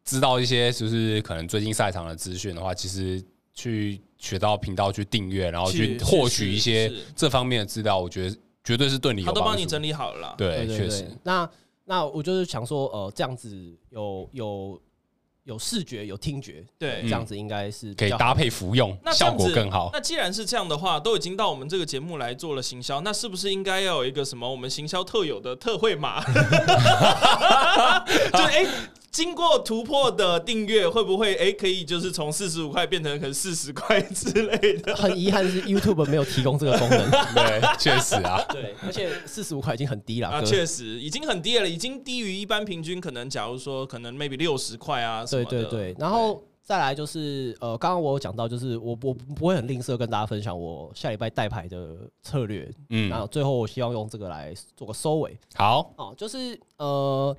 Speaker 2: 知道一些就是可能最近赛场的资讯的话，其实去学到频道去订阅，然后去
Speaker 1: 是
Speaker 2: 获
Speaker 1: 是
Speaker 2: 取一
Speaker 1: 是
Speaker 2: 些
Speaker 1: 是
Speaker 2: 这方面的资料，我觉得绝对是对你
Speaker 1: 他
Speaker 2: 有
Speaker 1: 都帮
Speaker 2: 帮
Speaker 1: 你
Speaker 2: 助
Speaker 1: 整。理好了啦。
Speaker 2: 对，
Speaker 3: 对
Speaker 2: 确实，
Speaker 3: 那那我就是想说，呃，这样子有有有视觉，有听觉，
Speaker 1: 对
Speaker 3: 这样子应该是比
Speaker 2: 可以
Speaker 3: 较
Speaker 2: 搭配服用
Speaker 1: 那，这
Speaker 2: 效
Speaker 1: 样
Speaker 2: 果
Speaker 1: 子
Speaker 2: 更好。
Speaker 1: 那既然是这样的话，都已经到我们这个节目来做了行销，那是不是应该要有一个什么我们行销特有的特惠
Speaker 3: [LAUGHS]
Speaker 1: 码？ [LAUGHS] 就是哎、诶经过突破的订阅会不会哎、诶可以就是从四十五块变成可能四十块之类
Speaker 3: [LAUGHS]
Speaker 1: 的？
Speaker 3: 很遗憾是 YouTube 没有提供这个功能。
Speaker 2: [LAUGHS] 对，确实啊，
Speaker 3: 对，而且四十五块已经很低了，
Speaker 1: 啊，
Speaker 3: 哥。
Speaker 1: 确实已经很低了，已经低于一般平均，可能假如说可能 maybe 六十块啊什么
Speaker 3: 对
Speaker 1: 的。
Speaker 3: 对
Speaker 1: [LAUGHS]
Speaker 3: 对，然后再来就是呃，刚刚我有讲到，就是我我不会很吝啬跟大家分享我下礼拜带牌的策略，
Speaker 2: 嗯，
Speaker 3: 然后最后我希望用这个来做个收尾
Speaker 2: 好，
Speaker 3: 哦，就是呃，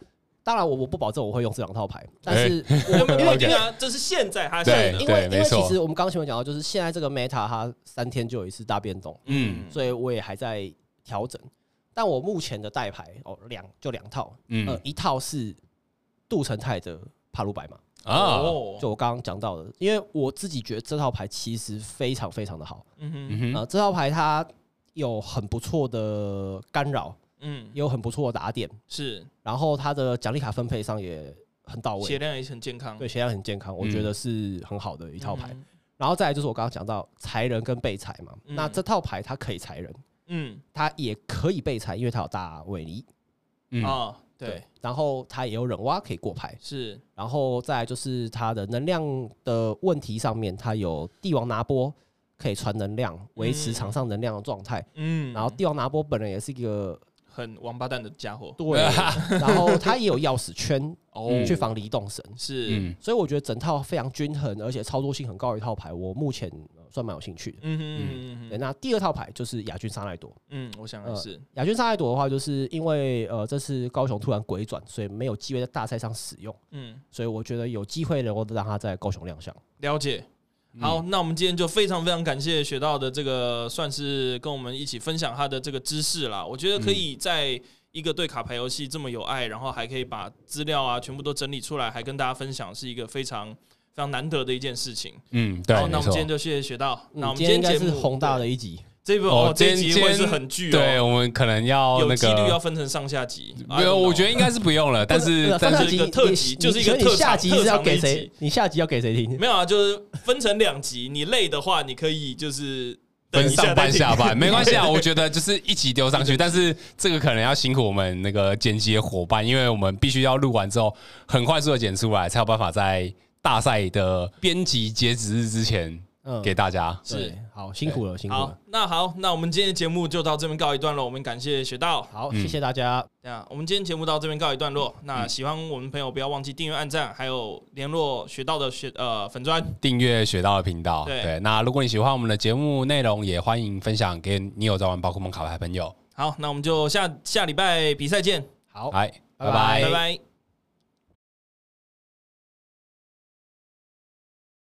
Speaker 3: 当然我我不保证我会用这两套牌，但是
Speaker 1: 对，
Speaker 3: 我
Speaker 1: 因为
Speaker 2: OK
Speaker 1: 一定啊，这是现在他
Speaker 2: 对
Speaker 1: 现的
Speaker 3: 因
Speaker 2: 对
Speaker 3: 为因
Speaker 2: 没
Speaker 3: 为
Speaker 2: 错
Speaker 3: 其实我们刚刚前面讲到，就是现在这个 Meta 它三天就有一次大变动，
Speaker 2: 嗯
Speaker 3: 所以我也还在调整，但我目前的带牌哦两就两套，呃
Speaker 2: 嗯
Speaker 3: 一套是杜成泰的帕鲁白嘛。
Speaker 2: 啊，
Speaker 1: 哦
Speaker 3: 就我刚刚讲到的，因为我自己觉得这套牌其实非常非常的好，
Speaker 1: 嗯哼
Speaker 2: 嗯哼，
Speaker 3: 呃，这套牌它有很不错的干扰，
Speaker 1: 嗯
Speaker 3: 也有很不错的打点，
Speaker 1: 是
Speaker 3: 然后它的奖励卡分配上也很到
Speaker 1: 血
Speaker 3: 位，
Speaker 1: 量也很健康，
Speaker 3: 对，血量很健康，我
Speaker 2: 嗯
Speaker 3: 觉得是很好的一套牌。
Speaker 1: 嗯
Speaker 3: 然后再来就是我刚刚讲到裁人跟被裁嘛，
Speaker 1: 嗯
Speaker 3: 那这套牌它可以裁人，
Speaker 1: 嗯
Speaker 3: 它也可以被裁，因为它有大尾尼，
Speaker 2: 嗯
Speaker 1: 啊，对，，
Speaker 3: 然后它也有忍蛙可以过牌，
Speaker 1: 是
Speaker 3: 然后再来就是它的能量的问题上面，它有帝王拿波可以传能量，维持场上能量的状态。
Speaker 1: 嗯，
Speaker 3: 然后帝王拿波本人也是一个
Speaker 1: 很王八蛋的家伙
Speaker 3: 对，然后他也有钥匙圈
Speaker 1: 啊哦
Speaker 3: 去防离动神，
Speaker 1: 是，
Speaker 2: 嗯
Speaker 3: 所以我觉得整套非常均衡，而且操作性很高的一套牌，我目前呃算蛮有兴趣的。
Speaker 1: 嗯哼嗯
Speaker 3: 对，
Speaker 1: 哼
Speaker 3: 那第二套牌就是亚军沙奈朵。
Speaker 1: 嗯，我想的是，
Speaker 3: 亚军沙奈朵的话，就是因为呃这次高雄突然鬼转，所以没有机会在大赛上使用，
Speaker 1: 嗯，
Speaker 3: 所以我觉得有机会能够让他在高雄亮相。
Speaker 1: 了解。好，那我们今天就非常非常感谢学到的这个，算是跟我们一起分享他的这个知识啦。我觉得可以在一个对卡牌游戏这么有爱，然后还可以把资料啊全部都整理出来，还跟大家分享，是一个非常非常难得的一件事情。
Speaker 2: 嗯，
Speaker 1: 好，
Speaker 2: 对，
Speaker 1: 那
Speaker 2: 没
Speaker 1: 我们今
Speaker 2: 错
Speaker 1: 天。就谢谢学到。那我
Speaker 3: 嗯
Speaker 1: 们
Speaker 3: 今天应
Speaker 1: 节
Speaker 3: 该
Speaker 1: 目
Speaker 3: 是宏大的一集。
Speaker 1: 这部
Speaker 2: 哦
Speaker 1: 哦，这一
Speaker 2: 今
Speaker 1: 集
Speaker 2: 天
Speaker 1: 会是很巨哦，
Speaker 2: 对我们可能要
Speaker 1: 有
Speaker 2: 哦那
Speaker 1: 几率要
Speaker 2: 个，
Speaker 1: 分成上下集。
Speaker 2: 没有，我觉得应该是不用了，但是
Speaker 3: 不呃
Speaker 2: 但
Speaker 1: 上
Speaker 2: 是
Speaker 1: 下集就是一个特辑
Speaker 3: 你
Speaker 1: 就是一个
Speaker 3: 你
Speaker 1: 特
Speaker 3: 下
Speaker 1: 长
Speaker 3: 集
Speaker 1: 特
Speaker 3: 是要
Speaker 1: 长的
Speaker 3: 给
Speaker 1: 一
Speaker 3: 谁
Speaker 1: 集？
Speaker 3: 你下集要给谁听？
Speaker 1: 没有啊，就是分成两集，你累的话，你可以就是等
Speaker 2: 分
Speaker 1: 一下
Speaker 2: 上
Speaker 1: 再
Speaker 2: 半
Speaker 1: 听
Speaker 2: 下半没关系啊，我觉得就是一起丢上去，但是这个可能要辛苦我们那个剪辑的伙伴，因为我们必须要录完之后很快速的剪出来，才有办法在大赛的编辑截止日之前
Speaker 3: 嗯
Speaker 2: 给大家。
Speaker 3: 对
Speaker 1: 是，
Speaker 3: 好辛苦了，辛
Speaker 1: [LAUGHS]
Speaker 3: 苦
Speaker 1: 好
Speaker 3: 了。，
Speaker 1: 那好，那我们今天的节目就到这边告一段落。我们感谢学到，
Speaker 3: 好，
Speaker 2: 嗯
Speaker 3: 谢谢大家。
Speaker 1: 这样我们今天节目到这边告一段落。那喜欢我们朋友不要忘记订阅、按赞，还有联络学到的学呃粉砖。
Speaker 2: 订阅学到的频道，
Speaker 1: 对
Speaker 2: 对。那如果你喜欢我们的节目内容，也欢迎分享给你有在玩宝可梦卡牌的朋友。
Speaker 1: 好，那我们就下下礼拜比赛见，
Speaker 3: 好，
Speaker 2: 来，拜
Speaker 3: 拜
Speaker 1: 拜拜。